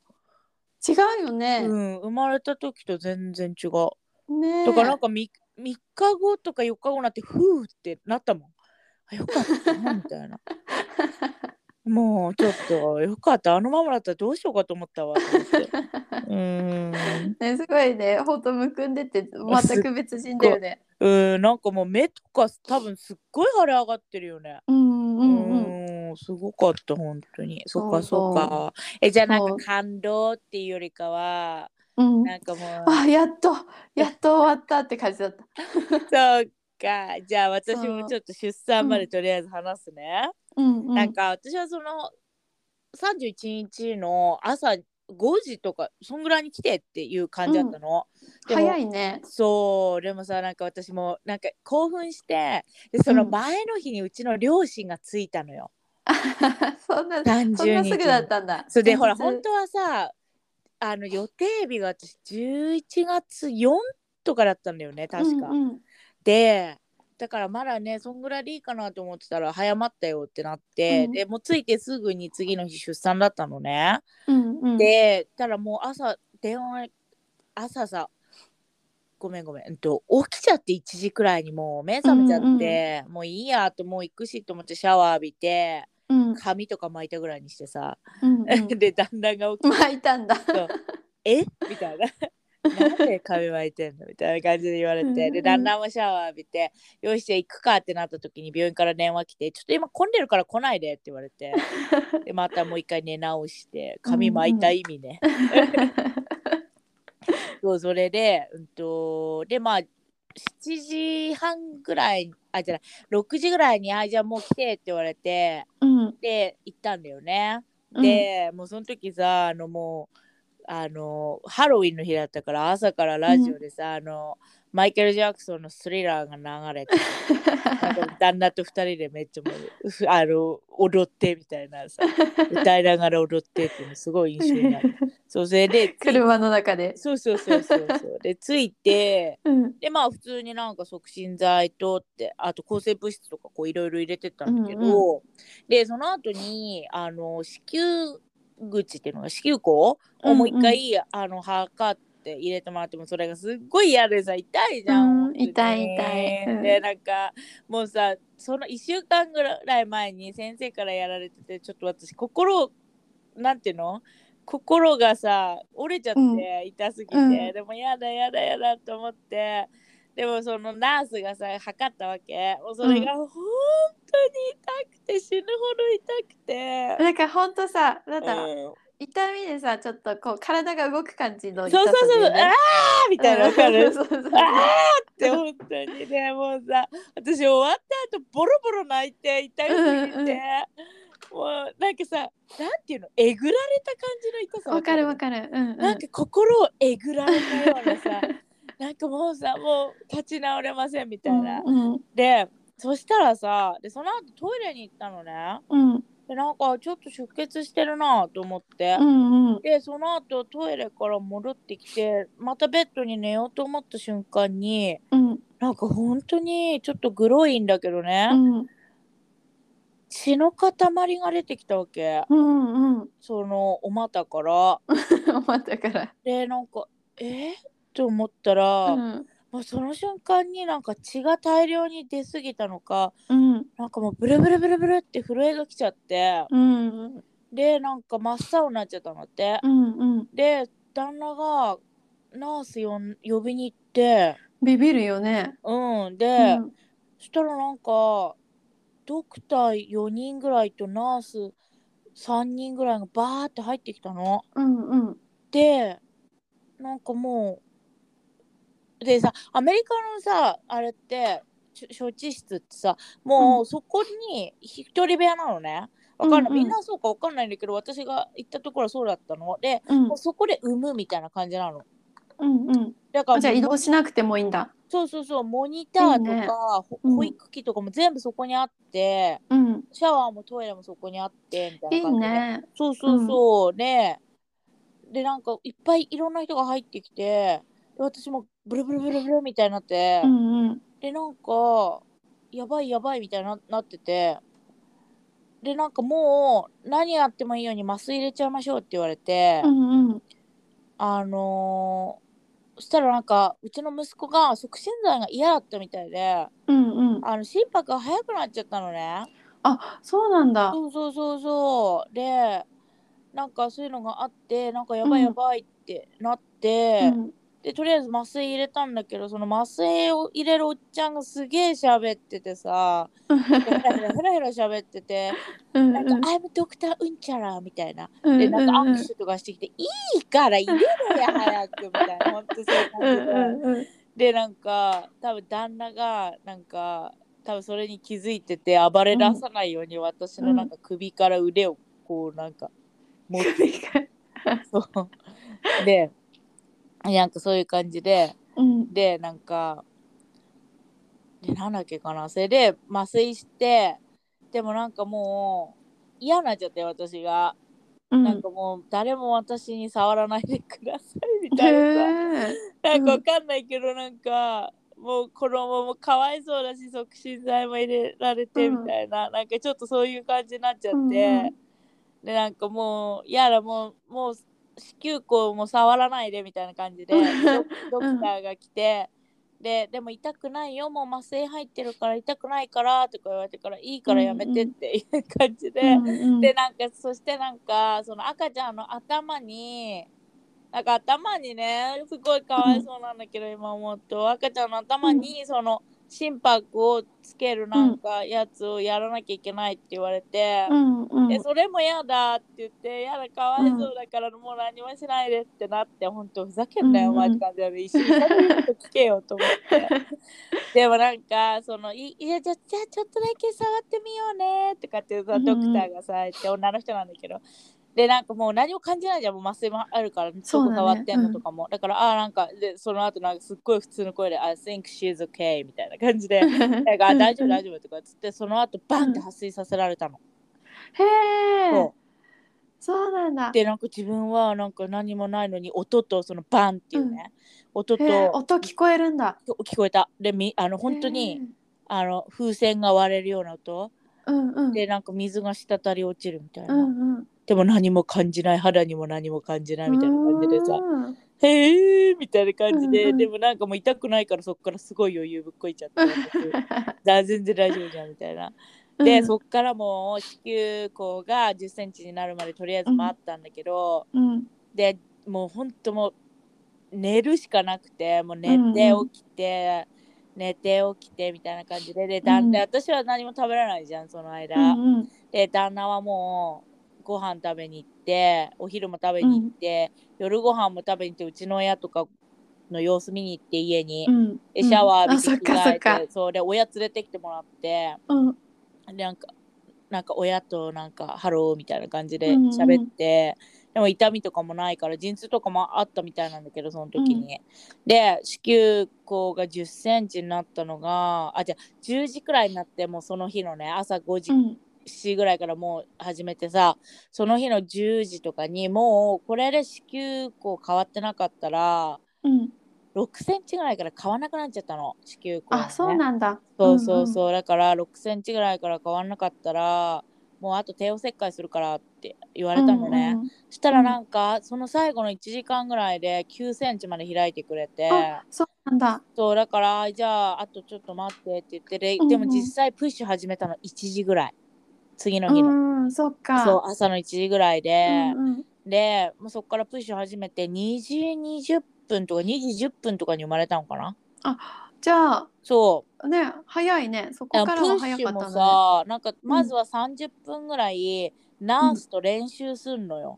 B: うよね、
A: うん、生まれた時と全然違う
B: ねえ
A: だからなんか 3, 三日後とか4日後になってふーってなったもんあよかったなみたいなもうちょっとよかったあのままだったらどうしようかと思ったわと思ってうーん
B: ねすごいねほんとむくんでて全く別人だよね
A: うーんなんかもう目とか多分すっごい腫れ上がってるよね
B: うん
A: う
B: う
A: ん
B: うん
A: ーんすごかった本当にそっか
B: そ
A: そうっ
B: そう
A: かえじゃあなん
B: そう
A: か感動っていうよりかは
B: うん
A: なんかもう
B: あやっとやっと終わったって感じだった
A: そうかじゃあ私
B: そう
A: もちょっと出産ま
B: う
A: でとりあえず話すね、
B: うんうん
A: なんか私はその31日の朝5時とかそんぐらいに来てっていう感じだったの。でも
B: 早いね
A: そうでもさなんか私もなんか興奮してでその前の日にうちの両親が着いたのよ。
B: そんな
A: 30
B: そんなすぐだったんだ
A: それでほら
B: 前日
A: 本当はさあの予定日が私11月4とかだったんだよね確か。
B: うんうん
A: でだからまだねそんぐらいでいいかなと思ってたら早まったよってなって、
B: うん
A: でもう着いてすぐに次の日出産だったのね。
B: うんうん、
A: でたらもう朝電話朝さごめんごめん、うんと、起きちゃって1時くらいにもう目覚めちゃって、もういいやともう行くしと思ってシャワー浴びて
B: うんうん
A: 髪とか巻いたぐらいにしてさ、
B: うん、
A: で旦那が起きて
B: 巻いたんだ
A: そう「えみたいな。 なんで髪巻いてんのみたいな感じで言われ
B: うんう
A: て
B: ん
A: で旦那もシャワー浴びて「よしじゃあ行くか」ってなった時に病院から電話来て「ちょっと今混んでるから来ないで」って言われてでまたもう一回寝直して髪巻いた意味ね、 そうそれでうんとでまあ7時半ぐらいあじゃない6時ぐらいに「あじゃあもう来て」って言われて
B: うん
A: で行ったんだよね。
B: うん
A: で、もうその時さあのもうあのハロウィンの日だったから朝からラジオでさ、あのマイケル・ジャクソンの「スリラー」が流 れてなんか旦那と2人でめっちゃもうふあの踊ってみたいな さ歌いながら踊ってっていうのすごい印象になる。そうそれ で
B: 車の中で
A: そうそうそうそうそうで着いて
B: うん
A: でまあ普通になんか促進剤とってあと抗生物質とかこういろいろ入れてたんだけど、
B: う
A: でその後にあの子宮口っていうのが子宮口をもう一回、あの測って入れてもらってもそれがすっごい嫌でさ痛いじゃん
B: う
A: 本
B: ん、
A: 当に
B: 痛い痛いうん
A: でなんかもうさその1週間ぐらい前に先生からやられててちょっと私心をなんていうの心がさ折れちゃって、
B: うん
A: 痛すぎて、
B: うん
A: でもやだやだやだと思ってでもそのナースがさ測ったわけもうそれが本当に痛くて死ぬほど痛くて、
B: なんかほんとさなんだろう、
A: うん
B: 痛みでさちょっとこう体が動く感じの痛
A: そう
B: さ
A: そうそう、あ
B: あ
A: ーみたいなわかる
B: そうそうそう
A: あーって本当にねもうさ私終わった後ボロボロ泣いて痛いすぎて、
B: うんうん
A: もうなんかさなんていうのえぐられた感じの痛さ
B: わかるわ
A: る
B: かるうんうん
A: なんか心をえぐられたようなさなんかもうさもう立ち直れませんみたいな、
B: うん
A: でそしたらさでその後トイレに行ったのね
B: うん
A: でなんかちょっと出血してるなと思って、
B: うんうん
A: でその後トイレから戻ってきてまたベッドに寝ようと思った瞬間に
B: うん
A: なんか本当にちょっとグロいんだけどね、
B: うん
A: 血の塊が出てきたわけ
B: うんうん
A: そのお股から
B: 思ったから
A: でなんかえっと思ったら、
B: うん
A: もうその瞬間になんか血が大量に出過ぎたのか
B: うん
A: なんかもうブルブルブルブルって震えが来ちゃって
B: うん
A: でなんか真っ青になっちゃったんだって
B: うんうん
A: で旦那がナースよん呼びに行って
B: ビビるよね
A: うん
B: う
A: で、
B: ん
A: そしたらなんかドクター4人ぐらいとナース3人ぐらいがバーって入ってきたの。
B: うんうん
A: でなんかもうでさアメリカのさあれってし処置室ってさもうそこに一人部屋なのね。わかんない、
B: うんうん
A: みんなそうかわかんないんだけど私が行ったところはそうだったので
B: うん
A: もうそこで産むみたいな感じなの。
B: うんうん
A: だから
B: じゃあ移動しなくてもいいんだ
A: そうそうそうモニターとか
B: いいね
A: ほ
B: うん
A: 保育器とかも全部そこにあって、
B: うん
A: シャワーもトイレもそこにあってみた
B: い
A: いない感じで
B: ね
A: そうそうそう、ねでなんかいっぱいいろんな人が入ってきて私もブルブルブルブルみたいになって、
B: うんうん
A: でなんかやばいやばいみたいにななっててでなんかもう何やってもいいように麻酔入れちゃいましょうって言われて、
B: うんうん
A: あのーそしたらなんかうちの息子が促進剤が嫌だったみたいで
B: うんうん
A: あの心拍が速くなっちゃったのね。
B: あそうなんだ
A: そうそうそうそうでなんかそういうのがあってなんかやばいやばいってなって。
B: うん
A: でとりあえず麻酔入れたんだけどその麻酔を入れるおっちゃんがすげえ喋っててさふらふらふらふら喋ってて
B: うん
A: なん
B: うん
A: か「I'm Dr. うんちゃら」みたいな
B: うん
A: でなんか
B: うん
A: 握手とかしてきて「いいから入れろや早く」みたいなほんとそういう
B: う
A: 感
B: ん
A: じ
B: うんうん
A: ででなんか多分旦那がなんか多分それに気づいてて暴れ出さないように私のなんか首から腕をこうなんか持ってそうでなんかそういう感じで。
B: うん
A: でなんかでなんだっけかなそれで麻酔してでもなんかもう嫌になっちゃって私が、
B: うん
A: なんかもう誰も私に触らないでくださいみ
B: へ
A: たいなさ
B: え
A: なんかわかんないけどなんかもう子供もかわいそうだし促進剤も入れられてみ
B: うん
A: たいな、なんかちょっとそういう感じになっちゃって、
B: うんうん
A: でなんかもう嫌だもうもう子宮口も触らないでみたいな感じで
B: うん
A: ドドクターが来て、ででも痛くないよもう麻酔入ってるから痛くないからとか言われてからいいからやめてっていう感じで、
B: うんうん
A: でなんかそしてなんかその赤ちゃんの頭になんか頭にねすごいかわいそうなんだけど、今思うと赤ちゃんの頭にその心拍をつけるなんかやつをやらなきゃいけないって言われて
B: う、んうん
A: でそれも嫌だって言って嫌だかわいそうだからもう何もしないでってなって本当ふざけんなよ
B: うんう
A: マ
B: ん
A: ジ感じで一緒にそういうこと聞けよと思って。 でもなんかそのいいやじゃじゃあちょっとだけ触ってみようねとかってさ
B: うん
A: ドクターがさ、言って女の人なんだけどでなんかもう何も感じないじゃんもう麻酔もあるからそ
B: そ
A: うこ
B: だね
A: 変わってんのとかもだ,、からああーなんかでその後なんかすっごい普通の声で「I think she's okay」みたいな感じでなんかあ大丈夫大丈夫とかっつってその後バンって発酔させられたの。
B: へ
A: そう
B: えそうなんだ
A: でなんか自分はなんか何もないのに音とそのバンっていうね、音と
B: へえ音聞こえるんだ
A: 聞こえたでみあの本当に、あの風船が割れるような音
B: へえうんうん
A: でなんか水が滴り落ちるみたいな、
B: うんうん
A: でも何も感じない肌にも何も感じないみたいな感じでさ
B: うん
A: 「へーみたいな感じで、
B: うんうん
A: でもなんかもう痛くないからそっからすごい余裕ぶっこい ちゃってだ全然大丈夫じゃんみたいな。で、
B: うん
A: そっからもう子宮口が1 0センチになるまでとりあえず待ったんだけど、
B: うん
A: でもうほんともう寝るしかなくてもう寝て
B: うんうん
A: 起きて、寝て起きてみたいな感じででだんで
B: うん
A: 私は何も食べられないじゃんその間、
B: うんうん
A: で旦那はもうご飯食べに行ってお昼も食べに行って、夜ご飯も食べに行ってうちの親とかの様子見に行って家に、
B: うん
A: でシャワー浴び
B: うん
A: て
B: あそっかそ
A: 着
B: っか
A: 替えてそうで親連れてきてもらって
B: うん
A: でなんかなんか親となんかハローみたいな感じで
B: うんうん
A: 喋って、でも痛みとかもないから陣痛とかもあったみたいなんだけどその時に、で子宮口が1 0センチになったのがあじゃあ10時くらいになってもうその日のね朝5時、
B: うん
A: 4ぐらいからもう始めてさその日の10時とかにもうこれで子宮口変わってなかったら
B: うん
A: 6センチぐらいから変わんなくなっちゃったの子宮口がね、
B: あそうなんだ
A: そうそうそうう、だから6センチぐらいから変わんなかったらもうあと帝王切開するからって言わ
B: あ
A: れたのね、したらなんか、その最後の1時間ぐらいで9センチまで開いてくれて
B: あそうなんだ
A: そうだからじゃああとちょっと待ってって言ってで
B: うんうん
A: でも実際プッシュ始めたの1時ぐらい次の日の、
B: うんそっか
A: そう朝の1時ぐらいで、
B: うんうん
A: でもうそこからプッシュ始めて2時20分とか2時10分とかに生まれたのかな
B: じゃあ
A: そう
B: ね早いねそ
A: い
B: こ
A: や
B: からは早かっ
A: プッ
B: た
A: シュも
B: のね
A: さなんかまずは30分ぐらい、ナースと練習すんのよ、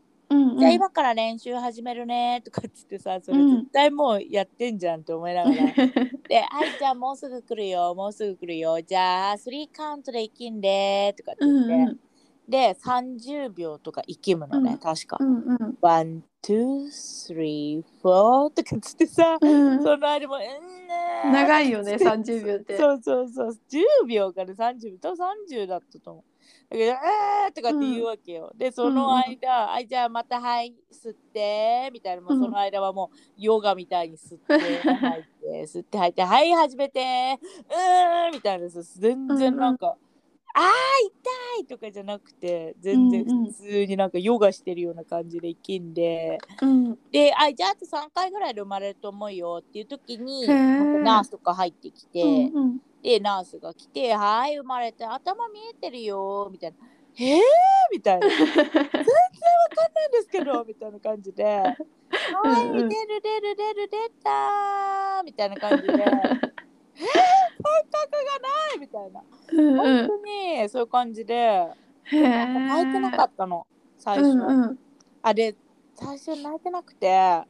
B: うんうん
A: じゃあ今から練習始めるねとかっつってさそれ絶対もうやってんじゃんって思いなが ら、で「はいじゃあもうすぐ来るよもうすぐ来るよじゃあ3カウントで生きんで」とかって
B: う
A: 言っ
B: ん
A: て、
B: うん
A: で30秒とか生きむのね、
B: うん
A: 確か
B: う。んうん
A: ワン、ツー、スリー、フォーとかっつってさ、
B: うん
A: そのあれも、うんねー
B: 長いよね30秒って
A: そうそうそう10秒から30秒多分30だったと思うだけど「あー」とかって言うわけよ、でその間「あじゃあまたはい吸って」みたいなもうその間はもうヨガみたいに吸って吐いて吸って吐いて「はい始めて」うーんみたいなさ全然なんか「あー痛い!」とかじゃなくて全然
B: うんうん
A: 普通になんかヨガしてるような感じできんで、
B: うん
A: で「あじゃああと3回ぐらいで生まれると思うよ」っていう時に
B: へー
A: なんかナースとか入ってきて。
B: うん
A: で、ナースが来て、はい、生まれて、頭見えてるよ、みたいな。えー、みたい な。なんですけど、みたいな感じで。はい、出
B: う
A: る
B: ん
A: 出る出る出たーみたいな感 じで。えー、感覚がないみたいな。
B: うんうん
A: 本当に、そういう感じで、
B: へえ
A: 泣いてなかったの、最
B: う
A: 初。
B: んうん
A: あれ最初泣いてなくて「え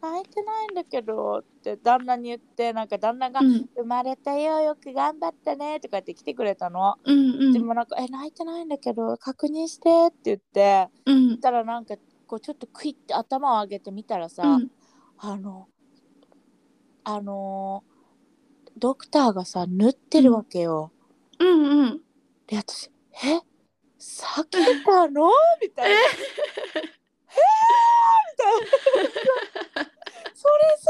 A: 泣いてないんだけど」って旦那に言ってなんか旦那が
B: う
A: 「
B: ん
A: 生まれたよよく頑張ったね」とかって来てくれたの、
B: うん
A: でもなんか「え泣いてないんだけど確認して」って言って
B: うん
A: たらなんかこうちょっとクイッて頭を上げてみたらさ、
B: うん
A: あのあのドクターがさ縫ってるわけよ。
B: うんうん
A: で私「え避けたの?」みたいな「えー!」みたいな それす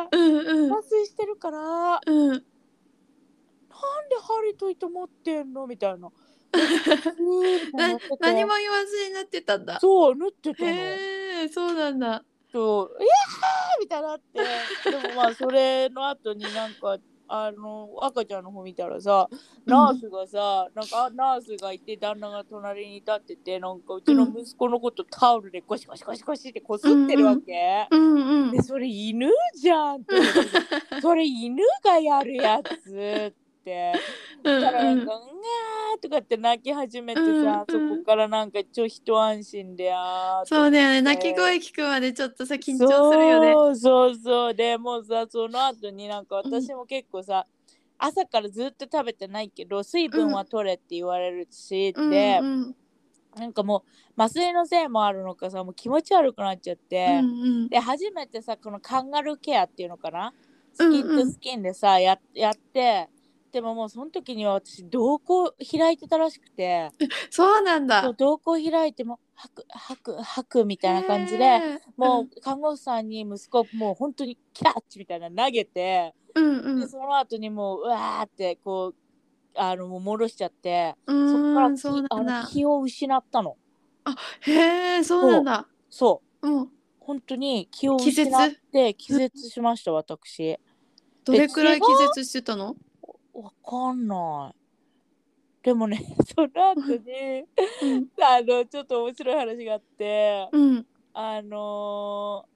A: らも分かんなくて
B: うんうん
A: 麻酔してるからなん
B: うん
A: で針と糸持ってんのみ たいな。うん
B: な何も言わずになってたんだ
A: そう縫ってたの。
B: へえそうなんだ
A: そう「いやー!」みたいにな ってでもまあそれの後になんかあの赤ちゃんの方見たらさナースがさ、なんかあナースがいて旦那が隣に立っててなんかうちの息子のことタオルでゴシゴシゴシゴシってこすってるわけ。
B: うんうん
A: でそれ犬じゃんって思ってそれ犬がやるやつって。
B: う
A: だからなんん
B: うん
A: か「うわー」とかって泣き始めて
B: うん
A: さ、
B: うん
A: そこからなんかちょ一安心であーって
B: そうだよね
A: ね
B: 泣き声聞くまでちょっとさ緊張するよね
A: そうそうそうでもうさその後になんか私も結構さ、朝からずっと食べてないけど水分は取れって言われるし、
B: うん
A: で、
B: うん
A: なんかもう麻酔のせいもあるのかさもう気持ち悪くなっちゃっ
B: う
A: て、
B: ん
A: で初めてさこのカンガルーケアっていうのかな
B: う
A: ス
B: ん
A: キ
B: うん
A: ンとスキンでさ、ややってでももうその時には私瞳孔開いてたらしくて
B: そうなんだ
A: そう瞳孔開いても吐く吐く吐くみ
B: み
A: たいな感じで。もう看護師さんに息子もう本当にキャッチみたいなの投げて、
B: うんうん
A: でその後にもううわーってこうあのもう戻しちゃって、
B: う
A: そこか
B: ー
A: ら
B: ん
A: 気
B: そうなん
A: あ
B: だ
A: の気を失ったの
B: へえそうなんだ
A: そ
B: もう
A: う本当に気を失って気絶しました私
B: どれくらい気絶してたの
A: わかんないでもね その後に
B: うん
A: あのちょっと面白い話があって
B: うん
A: あの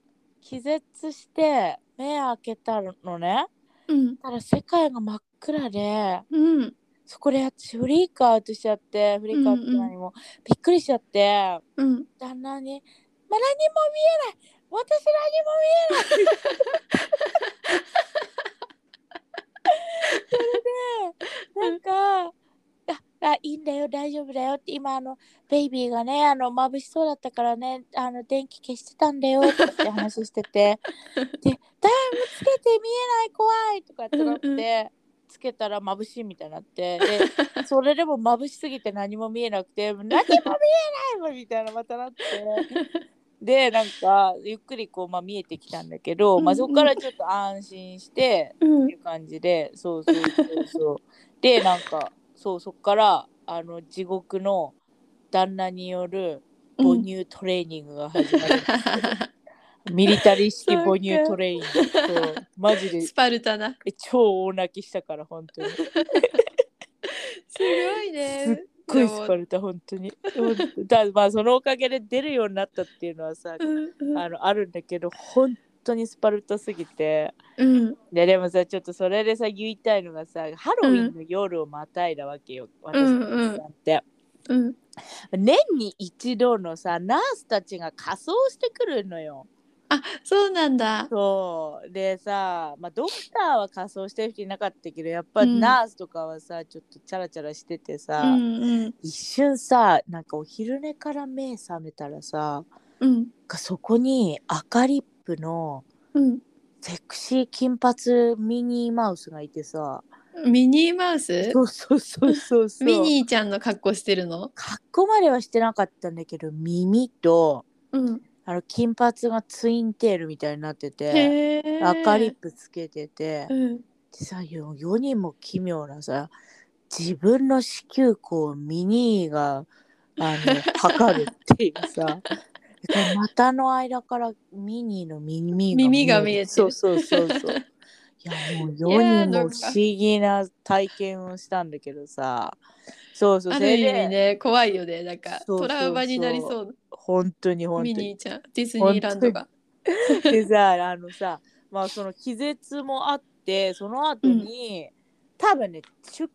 A: ー気絶して目開けたのね
B: うん
A: ただ世界が真っ暗で
B: うん
A: そこで私フリークアウトしちゃってフリークアウトって何も、びっくりしちゃって
B: うん
A: 旦那に「まあ、何も見えない私何も 見えない」それでなんか「ああいいんだよ大丈夫だよ」って今あのベイビーがねあの眩しそうだったからねあの電気消してたんだよって話して てで「だいぶつけて見えない怖い」とかってなって。
B: うんう
A: つけたら眩しいみたいになってでそれでも眩しすぎて何も見えなくて何も見えないわみたいなまたなってでなんかゆっくりこう、まあ、見えてきたんだけど、まあ、
B: うんうん
A: そこからちょっと安心して
B: う
A: って
B: ん
A: いう感じでそうそうそうそうでなんかそうそこからあの地獄の旦那による母乳トレーニングが始まる、ミリタリー式母乳トレーニングそうマジで
B: スパルタな
A: 超大泣きしたから本当に。
B: すごいね
A: すっごいスパルタ本当に本当だまあそのおかげで出るようになったっていうのはさ
B: うん
A: あのあるんだけど本当にスパルタすぎて
B: うん
A: ででもさちょっとそれでさ言いたいのがさハロウィンの夜をまたいだわけよ、私たちなんて、
B: うん
A: 年に一度のさナースたちが仮装してくるのよ
B: そうなんだ
A: そうでさ、まあ、ドクターは仮装してる人いなかったけどやっぱ
B: うん
A: ナースとかはさちょっとチャラチャラしててさ、
B: うんうん
A: 一瞬さなんかお昼寝から目覚めたらさ
B: うん
A: なんかそこに赤リップの
B: うん
A: セクシー金髪ミニーマウスがいてさ
B: ミニーマウス
A: そうそうそうそうそう
B: ミニーちゃんの格好してるの
A: 格好まではしてなかったんだけど耳と
B: うん。
A: あの金髪がツインテールみたいになってて
B: へえ。
A: 赤リップつけてて
B: うん。
A: でさよ世にも奇妙なさ自分の子宮口をミニーがあの測るっていうさで股の間からミニーの耳が
B: 耳が見えてる
A: そうそうそうそうい やもう世にも不思議な体験をしたんだけどさそうそう
B: あ
A: そ
B: る
A: れ
B: 意味
A: で
B: ね怖いよねなんか
A: そうそうそう
B: トラウマになりそう
A: 本当に本当
B: ミ
A: に
B: ニーちゃんディズニーランドが。
A: でさあのさまあその気絶もあってその後に、多分ね出血が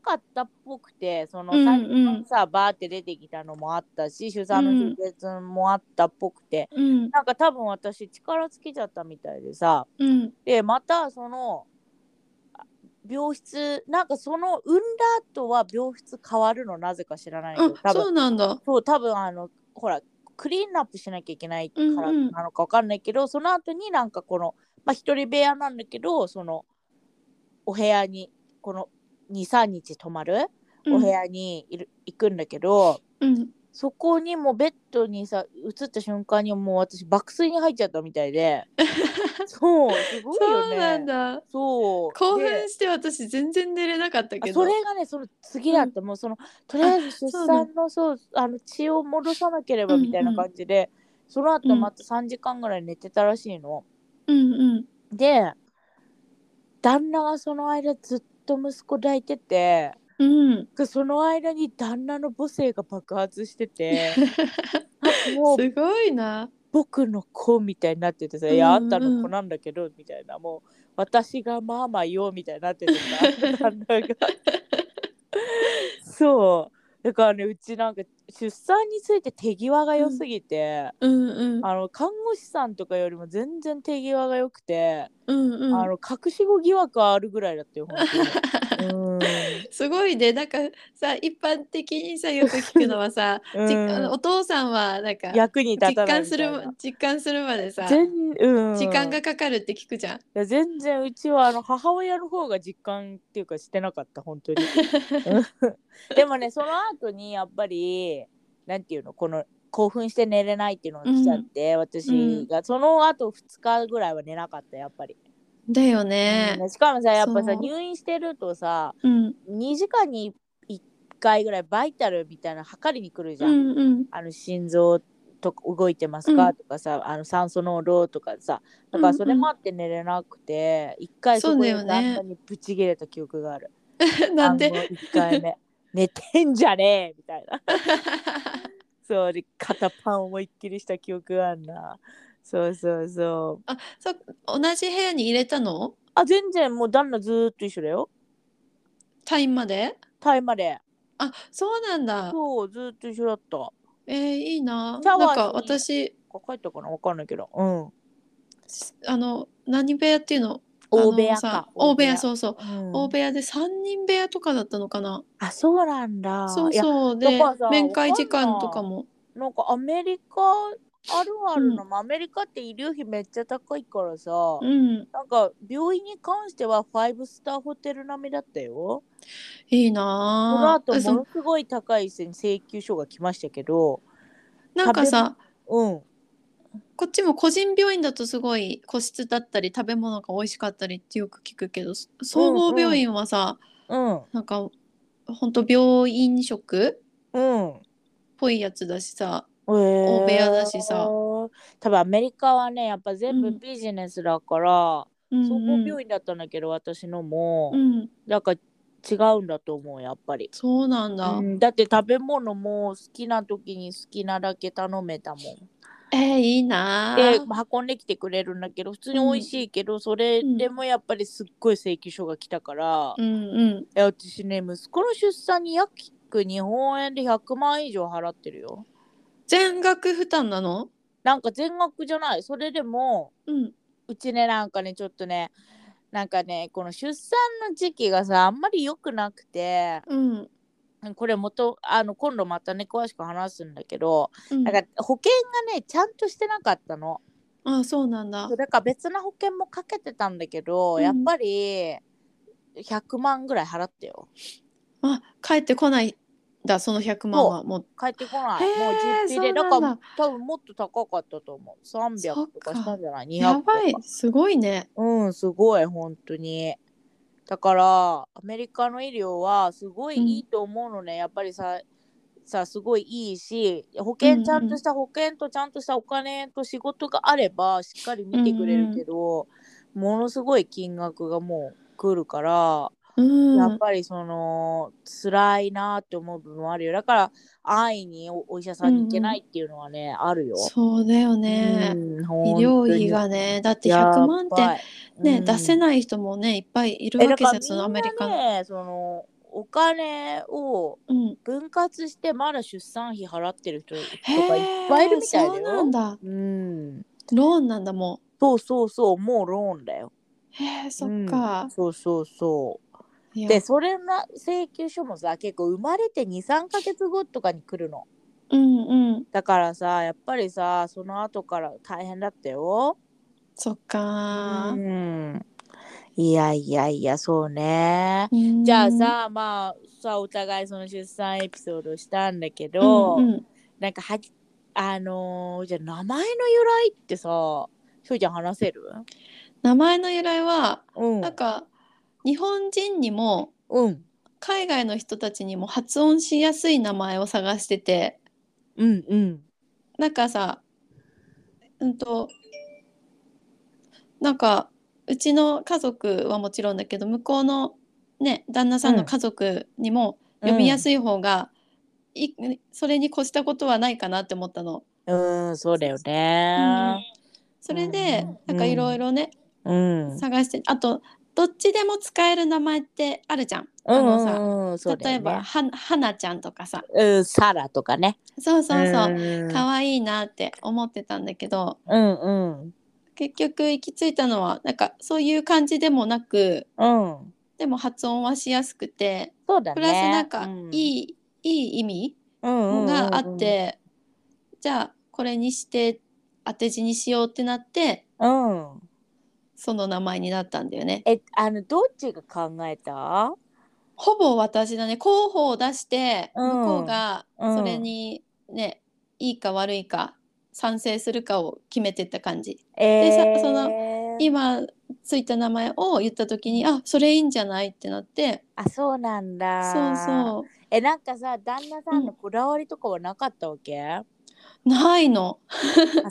A: 多かったっぽくてその
B: うんうん
A: 産婦がさバーって出てきたのもあったし出産の出血もあったっぽくて、
B: うん
A: なんか多分私力尽きちゃったみたいでさ
B: うん
A: でまたそのあ病室なんかその産んだ後は病室変わるのなぜか知らないけど多
B: あ
A: 分
B: そうなんだ。
A: そう多分あのほらクリーンアップしなきゃいけないか
B: うん
A: ら
B: うん
A: なのかわかんないけど、その後になんかこの、まあ、一人部屋なんだけどそのお部屋にこの23日泊まるお部屋にいる、行くんだけど
B: うん
A: そこにもうベッドにさ移った瞬間にもう私爆睡に入っちゃったみたい でそうすごいよね
B: そうなんだ。
A: そう
B: 興
A: で
B: 奮して私全然寝れなかったけど。
A: それがねその次だった、もうそのとりあえず出
B: そうな
A: 産のそうあの血を戻さなければ
B: うんうん
A: みたいな感じで、その後また3時間ぐらい寝てたらしいの。
B: うんうん。
A: で旦那がその間ずっと息子抱いてて
B: うん、
A: でその間に旦那の母性が爆発して てあもう
B: すごいな。
A: 僕の子みたいになっててさ「いやあんたの子なんだけど」みたいなもう私がママよみたいになっててさ旦那が。そうだからねうちなんか出産について手際が良すぎて、
B: うんうん
A: あの看護師さんとかよりも全然手際が良くて、
B: うんう
A: あ
B: ん。
A: の隠し子疑惑あるぐらいだったよ本 当に。うん
B: すごいねなんかさ一般的にさよく聞くのはさ、
A: うん
B: じあのお父さんはなんか
A: 役に立
B: 実
A: たない
B: 感
A: みた
B: す
A: い
B: る
A: な
B: 実感するまでさ
A: 全うん
B: 時間がかかるって聞くじゃん。
A: いや全然うちはあの母親の方が実感っていうかしてなかった本当にうんでもねその後にやっぱりなんていうのこの興奮して寝れないっていうのが来ちゃって、私が、その後2日ぐらいは寝なかったやっぱり、
B: だよね
A: う。んしかもさやっぱ
B: そ
A: さ
B: う
A: 入院してるとさ
B: うん
A: 2時間に1回ぐらいバイタルみたいなの測りに来るじ
B: う
A: ゃん、
B: んうん
A: あの心臓とか動いてますか、
B: うん
A: とかさあの酸素濃度とかさだからそれもあって寝れなくて一、回そこで
B: そうだよ
A: 旦
B: ね
A: 那にぶち切れた記憶がある。
B: なん
A: あ
B: で
A: の一回 目寝てんじゃねえみたいな。そうで肩パン思いっきりした記憶があるな。そうそうそう。
B: あそ同じ部屋に入れたの
A: あ全然もう旦那ずーっと一緒だよ。
B: 退院まで
A: タイまで。
B: あそうなんだ。
A: そうずーっと一緒だった。
B: えー、いいな。
A: シャ
B: な
A: ワ
B: ん
A: ーに
B: か私
A: 帰ったかなわかんないけど。うん。
B: あの何部屋っていうの
A: 大部屋
B: あのさ
A: か。
B: 大部屋そうそう。
A: うん
B: 大部屋で3人部屋とかだったのかな。
A: あそうなんだ。
B: そう
A: いや
B: そう
A: だ
B: で
A: からさ
B: 面会時間とかも。
A: なんかアメリカあるあるの、まあアメリカって医療費めっちゃ高いからさ、
B: うん
A: なんか病院に関してはファイブスターホテル並みだったよ。
B: いい
A: その
B: なあ。
A: 後も
B: そ
A: のすごい高い請求書が来ましたけど、
B: なんかさ
A: うん、
B: こっちも個人病院だとすごい個室だったり食べ物が美味しかったりってよく聞くけどそ総合病院はさ、
A: うん、
B: なんかほんと病院食
A: うん。
B: っぽいやつだしさ
A: 大
B: 部屋だしさ
A: 多分アメリカはねやっぱ全
B: う
A: 部
B: ん
A: ビジネスだから、
B: うん
A: 総
B: う
A: 合
B: ん
A: 病院だったんだけど私のも、
B: うん、
A: なんか違うんだと思うやっぱり、
B: そうなんだ、
A: うん、だって食べ物も好きな時に好きなだけ頼めたもん
B: えー、いいなあ
A: で運んできてくれるんだけど普通に美味しいけど、それでもやっぱりすっごい請求書が来たから、
B: うんうん
A: え私ね息子の出産に約日本円で100万以上払ってるよ
B: 全額負担なの
A: なんか全額じゃないそれでも
B: うん
A: うちねなんかねちょっとねなんかねこの出産の時期がさあんまり良くなくて
B: うん
A: これ元あの今度またね詳しく話すんだけど、
B: うん
A: なんか保険がねちゃんとしてなかったの
B: あそうなんだ
A: そうだから別な保険もかけてたんだけど、
B: うん
A: やっぱり100万ぐらい払ったよ
B: あ帰ってこないんだその100万はもう
A: 帰ってこな
B: へ
A: い
B: ー
A: もう実費
B: そ
A: で
B: うな
A: だ
B: ん
A: か
B: だ
A: ら多分もっと高かったと思う300とかしたんじゃない200
B: や
A: とか
B: ばいすごいね
A: うんすごい本当にだからアメリカの医療はすごいいいと思うのね、やっぱりささすごいいいし保
B: うんう
A: 険
B: ん
A: ちゃんとした保険とちゃんとしたお金と仕事があればしっかり見てくれるけど、ものすごい金額がもう来るから、
B: うん
A: やっぱりその辛いなって思う部分もあるよだから安易におお医者さんに行けないっていうのはね、あるよ。
B: そうだよね、
A: うん
B: 医療費がねだって100万って
A: て
B: ね、出せない人もねいっぱいいる
A: え
B: わ
A: だ
B: け
A: から
B: じゃんそのアメリカ
A: みん
B: の。
A: なねそのお金を
B: うん、
A: 分割してまだ出産費払ってる人と
B: へ
A: かいっぱいいるみたいだ
B: そ
A: よ。
B: うなんだ
A: うん
B: ローンなんだも
A: そうそうそうもうローンだよ。
B: うへえそっか
A: うん、そうそうそう。
B: いや
A: でそれな請求書もさ結構生まれて23ヶ月後とかに来るの。
B: うんうん
A: だからさやっぱりさその後から大変だったよ。
B: そっ
A: う
B: か
A: ん。いやいやいやそうね。
B: うん
A: じゃあさ、まあさお互いその出産エピソードしたんだけ
B: う
A: ど、
B: んうん
A: なんかはきあのーじゃあ名前の由来ってさしょうちゃん話せる
B: 名前の由来は
A: うん
B: なんか日本人にも
A: うん
B: 海外の人たちにも発音しやすい名前を探してて
A: うんうん
B: なんかさうんとなんかうちの家族はもちろんだけど向こうのね旦那さんの家族にも読みやすい方が、いそれに越したことはないかなって思ったの。
A: うんそうだよね
B: それで
A: うん
B: なんかいろいろね、
A: うんうん
B: 探してあとどっちでも使える名前ってあるじゃん。あのさ、
A: うんうんそうだ
B: 例え
A: よね
B: ばははなちゃんとかさ
A: うんサラとかね
B: そうそうそう、
A: うん
B: 可愛いなって思ってたんだけど
A: うんうん
B: 結局行き着いたのはなんかそういう感じでもなく
A: うん
B: でも発音はしやすくて
A: そうだね
B: プラスなんか
A: い
B: いい、いい意味が
A: が
B: あって、じゃあこれにして当て字にしようってなって
A: うん
B: その名前になったんだよね。
A: えあのどっちが考えた
B: ほぼ私だね候補を出して
A: う
B: 向
A: ん
B: こうが
A: うん
B: それにね、いいか悪いか賛成するかを決めてった感じ。
A: え
B: さそ今ついた名前を言った時にあそれいいんじゃないってなって
A: あそうなんだ
B: そうそ
A: えなんかさ旦那さんの
B: うん
A: こだわりとかはなかったわ け、あ
B: うないの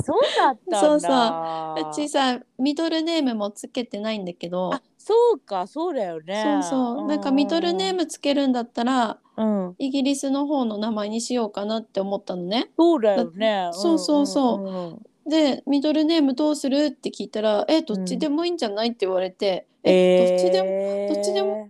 A: そうだったんだ
B: そうそううちさミドルネームもつけてないんだけど
A: あそうかそうだよね
B: そうそうなんかミドルネームつけるんだったら
A: ムうん
B: イギリスの方の名前にしようかなって思ったのね
A: そうだよね
B: だそうそうそうん
A: んん
B: でミドルネームどうするって聞いたらえどっちでもいいんじゃないって言われて、えどっちでも
A: えー
B: どっちでも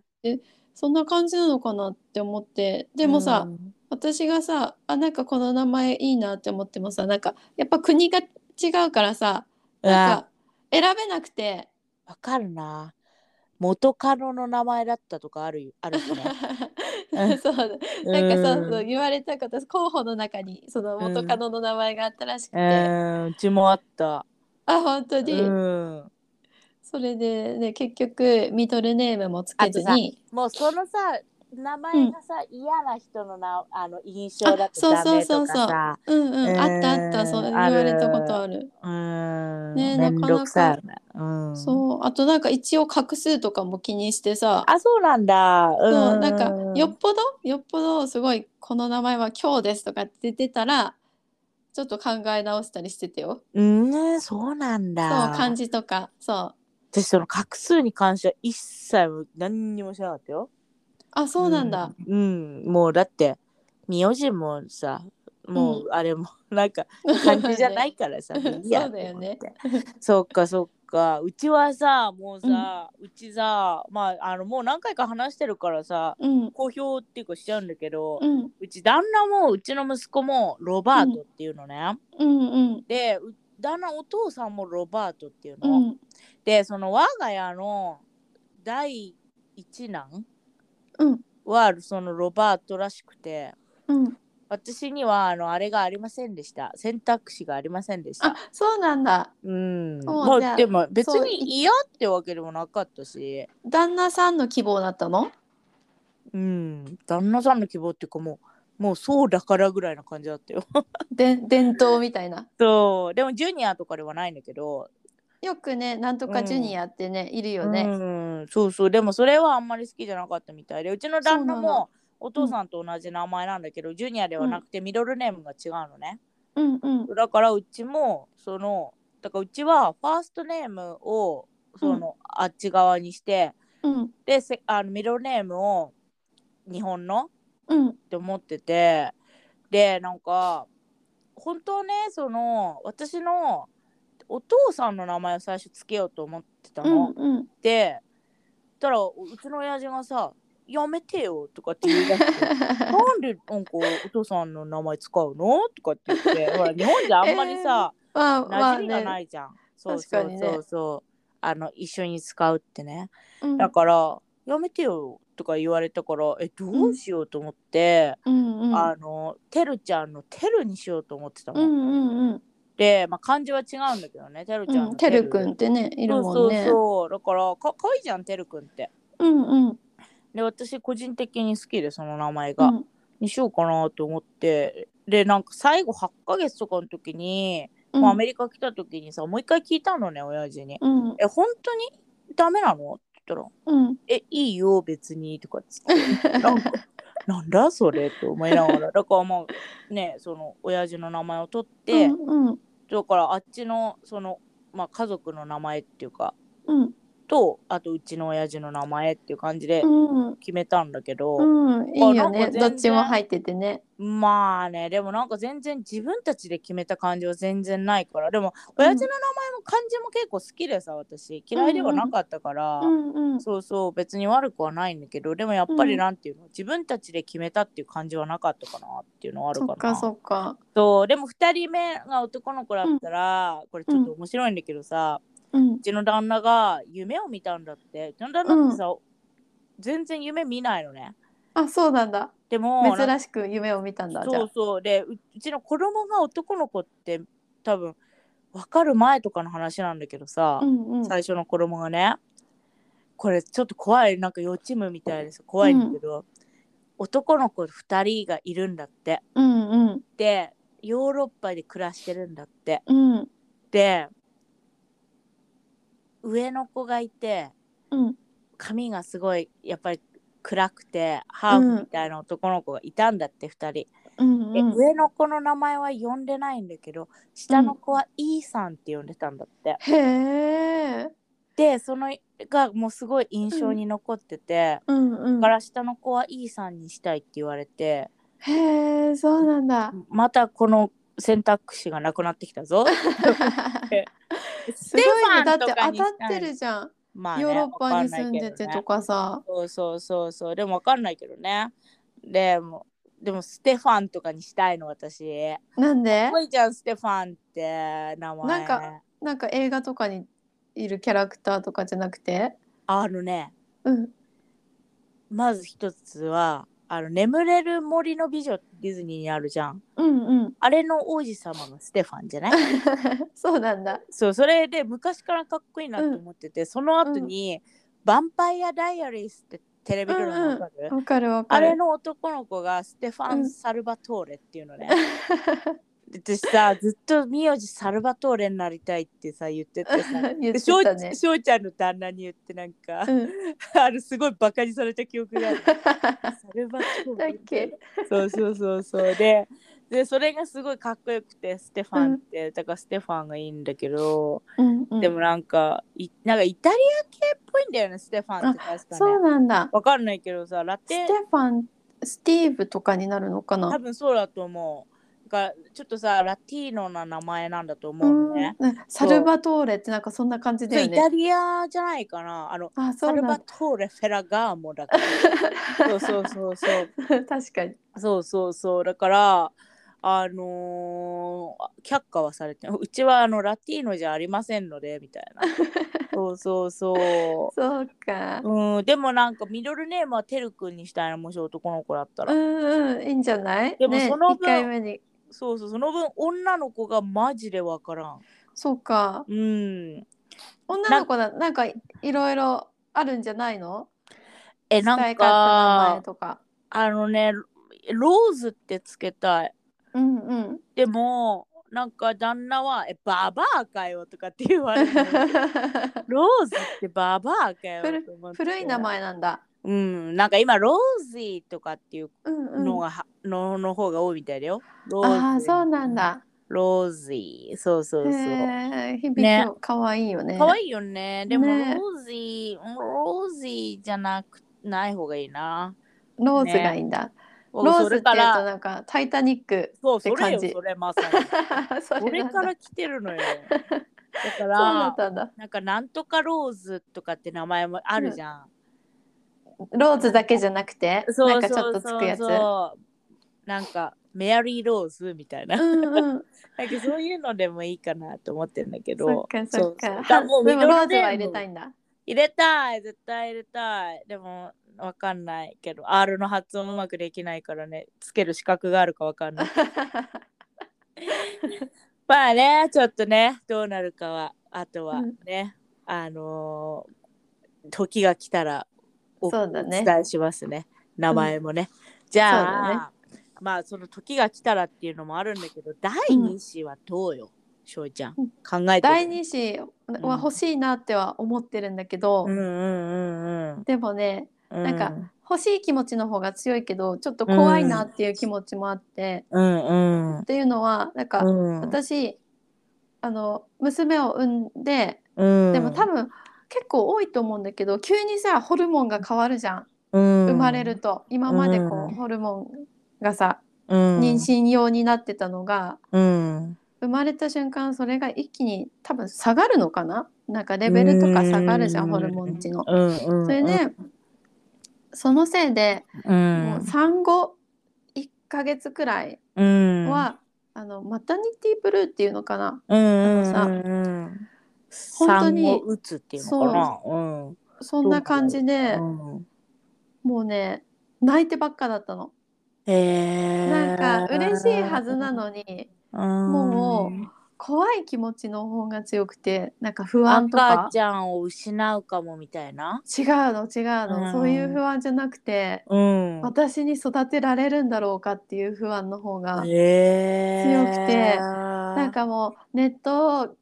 B: そんな感じなのかなって思ってでもさ、
A: うん
B: 私がさあなんかこの名前いいなって思ってもさなんかやっぱ国が違うからさなん
A: わ
B: か選べなくて
A: わかるな元カノの名前だったとかあるあるしねうん
B: そう なんかそうそうう言われたこと候補の中にその元カノの名前があったらしくて、
A: うんうちもあった
B: あ本当
A: う
B: に、
A: ん
B: それで、ね、結局ミドルネームもつけずに
A: もうそのさ名前がさ、嫌な人のなあの印象だ
B: あ
A: と
B: そう
A: ダ
B: そう
A: メ
B: そ
A: と
B: う
A: か
B: そう
A: さ
B: うんうん、
A: うん
B: あったあったそう言
A: あ
B: わ
A: る
B: れたことある、
A: うーん
B: ね
A: めんどくさいよねうん
B: そうあとなんか一応画数とかも気にしてさ
A: あそうなんだう
B: そう
A: ーん
B: なんかよっぽどよっぽどすごいこの名前は今日ですとかって出てたらちょっと考え直したりしててよ
A: うーんそうなん
B: そう
A: だ
B: 漢字とかそう
A: 私その画数に関しては一切何にもしなかったよ
B: あそうなんだ、
A: うん、うんもうだって名字もさもうあれもなんか漢字じゃないからさ、
B: ね
A: いいや
B: そうだよね
A: と思ってそっかそっかうちはさもうさ、うちさまああのもう何回か話してるからさ
B: うん
A: 好評っていうかしちゃうんだけど、
B: うん
A: うち旦那もうちの息子もロバートっていうのね、
B: うんうん
A: でう旦那お父さんもロバートっていう
B: う
A: の、
B: ん
A: でその我が家の第一男
B: うん
A: はそのロバートらしくて
B: うん
A: 私にはあのあれがありませんでした選択肢がありませんでし
B: あ
A: た
B: そうなんだ
A: うん
B: そう
A: ま
B: じゃ
A: あ
B: あ
A: でも別
B: そう
A: に嫌ってわけでもなかったし
B: 旦那さんの希望だったの
A: うん旦那さんの希望っていうかもうもうそうだからぐらいな感じだったよ
B: で伝統みたいな
A: そうでもジュニアとかではないんだけど
B: よくねなんとかジュニアってね、いるよ
A: う
B: ね、
A: んそうそうでもそれはあんまり好きじゃなかったみたいでうちの旦那
B: そうな
A: もお父さんと同じ名前なんだけど、ジュニアではなくてミドルネームが違うのね、
B: うん、うん
A: だからうちもそのだからうちはファーストネームをその、あっち側にして
B: うん
A: でせあのミドルネームを日本の
B: うん
A: って思っててでなんか本当はねその私のお父さんの名前を最初つけようと思ってた
B: う
A: の。
B: んうん
A: ってたらうちの親父がさ「やめてよ」とかって言い出して なんでなんかお父さんの名前使うのとかって言ってほら日本じゃあ んまりさ、
B: まあま
A: 馴
B: あ
A: 染みが
B: ね
A: ないじゃん、そう
B: 確
A: そ
B: かに
A: う
B: ね
A: そうそう、あの一緒に使うってね
B: うん
A: だから「やめてよ」とか言われたからえどうしようと思って、
B: うんうん
A: あのてるちゃんの「てる」にしようと思ってた
B: う
A: もん、
B: んうんうん
A: で、まあ、漢字は違うんだけどねてるちゃん
B: うん
A: の
B: て
A: テル
B: るくんってねいる
A: そ
B: もん
A: うそう
B: ね
A: そうだからかかわいいじゃんてるくんって。
B: うんうん
A: で私個人的に好きでその名前
B: う
A: が、
B: ん
A: にしようかなと思ってでなんか最後8ヶ月とかの時に、
B: うん
A: もうアメリカ来た時にさもう一回聞いたのね親父に
B: うん
A: 「え本当にダメなの?」って言ったら「
B: うん
A: えいいよ別に」とかっつって なんかなんだそれと思いながらだからまあねその親父の名前を取って、
B: うんうん
A: だからあっちのその、まあ、家族の名前っていうか
B: うん
A: とあとうちの親父の名前っていう感じで
B: うん
A: 決めたんだけど。
B: うん、いいよ
A: なん
B: ね
A: か全
B: ど
A: 然
B: っちも入っててね
A: まあねでもなんか全然自分たちで決めた感じは全然ないからでも親父の名前も漢字も結構好きでさ私嫌いではなかったから、
B: うんうん
A: そうそう別に悪くはないんだけどでもやっぱ
B: うん
A: りなんていうの、自分たちで決めたっていう感じはなかったかなっていうのはある
B: そ
A: か
B: っ
A: な
B: かそっか
A: そうでも2人目が男の子だったら、これちょっと面白いんだけどさ、
B: うん
A: うちの旦那が夢を見たんだってうちの旦那ってさ、全然夢見ないのね
B: あそうなんだ
A: でもなんか
B: 珍しく夢を見たんだじゃ
A: そうそうでううちの子供が男の子って多分分かる前とかの話なんだけどさ
B: あ、うんうん
A: 最初の子供がねこれちょっと怖いなんか幼稚夢みたいです怖いんだけど、男の子2人がいるんだって
B: うんうん
A: でヨーロッパで暮らしてるんだって
B: うん
A: で上の子がいて
B: うん
A: 髪がすごいやっぱり暗くてハーフみたいな男の子がいたんだって2人。
B: うん
A: で
B: うん
A: 上の子の名前は呼んでないんだけど下の子は E さんって呼んでたんだって、
B: へえ
A: でそのがもうすごい印象に残ってて、
B: うんうん
A: だから下の子は E さんにしたいって言われて
B: へえそうな んだ
A: またこの選択肢がなくなってきた ぞ
B: すごいね
A: ステフ
B: だ
A: ァ
B: っ
A: ンと
B: て
A: か
B: 当
A: に
B: た
A: し
B: ってるじゃん
A: まあね
B: ヨーロッパに
A: わか
B: 住
A: なんいけど
B: でて
A: ね
B: とかさ
A: そうそうそうそうでもわかんないけどねでもでもステファンとかにしたいの私
B: なんで
A: こいちゃんステファンって名前
B: なんかなんか映画とかにいるキャラクターとかじゃなくて
A: あのね
B: うん
A: まず一つはあの「眠れる森の美女」ってディズニーにあるじゃん
B: うんうん
A: あれの王子様がステファンじゃない
B: そうなんだ
A: そうそれで昔からかっこいいなと思ってて、その後に「ヴァンパイア・ダイアリース」ってテレビドラマわかる、
B: わかるわか
A: あ
B: る
A: れの男の子がステファ
B: うん
A: ン・サルバトーレっていうのね、で私 さずっと名字サルバトーレになりたいってさ言っててさ
B: 言っ
A: で
B: て
A: しょう
B: たね
A: しょうちゃんの旦那に言ってなんか、
B: うん
A: あのすごいバカにされた記憶があ るサルバトー
B: だっ
A: レ
B: け
A: そうそうそうそうででそれがすごいかっこよくてステファンって、だからステファンがいいんだけど、
B: うんうん
A: でもなんかいなんかイタリア系っぽいんだよねステファンって確か
B: そう
A: ね
B: なんだ
A: わかんないけどさラ
B: ステ
A: テン
B: ファンスティーブとかになるのか
A: 多
B: な
A: 分そうだと思うだからちょっとさラティーノな名前なんだと
B: う
A: 思うの
B: ん
A: ね、
B: サルバトーレってなんかそんな感じだ
A: そう
B: よ
A: イタ
B: ね
A: リアじゃないかなあの
B: あそ
A: サ
B: う
A: ル
B: な
A: バ
B: ん
A: トーレ・フェラガーモ だからそうそうそうそう
B: だ 確かに
A: そうそうそうだからあのー却下はされてうちはあのラティーノじゃありませんのでみたい なそうそうそ
B: そうか
A: う、うん、でもなんかミドルネームはてるくんにしたいなもし男の子だった
B: う
A: ら、
B: んうんいいんじゃない
A: でも
B: ね
A: その分
B: 一回目に
A: そうそうその分女の子がマジでわからん
B: そうか
A: うん
B: 女の子だなんかいろいろあるんじゃないの
A: えな
B: 使
A: ん
B: い勝手な名前
A: か
B: とか
A: あのねローズってつけたい
B: うん うん
A: でもなんか旦那は「えババアかよ」とかって言われる ローズってババアかよと思って
B: 古い名前なんだ
A: うんなんか今ローズィーとかっていう
B: うんうん
A: のがは、のの方が多いみたいだよローズ
B: ああそうなんだ
A: ローズィーそうそうそう
B: へえ日
A: ね
B: 々かわいいよね
A: 可愛いよねでもロ
B: ね
A: ーズィーローズィーじゃなくない方がいいな
B: ローズがいいんだロ
A: そ
B: ーズっ
A: れ
B: て言
A: か
B: うと
A: ら
B: なんかタイタニック
A: そう
B: て
A: それ
B: 感
A: よ
B: じ
A: それまさに
B: そ
A: それ
B: なんだ
A: から来てる のよだか
B: そうだ
A: ら
B: ったんだ
A: なんかなんとかローズとかって名前もあるじゃん。
B: ローズだけじゃなくて
A: そう
B: なんかちょっとつくやつ
A: そうそうそうなんかメアリーローズみたいな。
B: うんうん
A: なんかそういうのでもいいかなと思ってんだけど。
B: そっかそ っ
A: うう
B: か
A: だらもう
B: でも
A: ミド
B: ロー
A: ル
B: ズ
A: ネーム
B: は入れたいんだ
A: 入れたい絶対入れたい。でもわかんないけど R の発音うまくできないからねつける資格があるかわかんない。 まあねちょっとねどうなるかはあとはね、あのー時が来たらお
B: そうだね
A: お伝えしますね名前もね、じゃあ、まあその時が来たらっていうのもあるんだけど第2子はどうよ翔ちゃん
B: うん
A: 考えて
B: 第二子は欲しいなっては思ってるんだけど、
A: うんうんうん
B: でもね
A: うん
B: なんか欲しい気持ちの方が強いけどちょっと怖いなっていう気持ちもあって、
A: うんうん
B: っていうのはなんか、
A: うん
B: 私あの娘を産んで
A: うん
B: でも多分結構多いと思うんだけど急にさホルモンが変わるじゃん
A: 生
B: 生まれると今までこ
A: う
B: うんホルモンがさ
A: 妊
B: 妊娠用になってたのが
A: うん
B: 生まれた瞬間それが一気に多分下がるのかななんかレベルとか下がるじゃんホルモン値の。
A: うんうんうん
B: それでそのせいで
A: うん
B: もう産後1ヶ月くらい
A: うん
B: は、あのマタニティブルーっていうのかな
A: うんうん
B: あ
A: うんうん
B: 本当に
A: 産後打つっていうのかなうん
B: そんな感じで、
A: うん
B: もうね泣いてばっかだったの。
A: へ
B: な
A: ー
B: んか嬉しいはずなのにも怖い気持ちの方が強くてなんか不
A: う
B: 安とか
A: 赤ちゃんを失うかもみたいな
B: 違うの違う
A: う
B: の、
A: ん
B: そういう不安じゃなくて
A: うん
B: 私に育てられるんだろうかっていう不安の方が、
A: へー
B: 強くてなんかもうネットを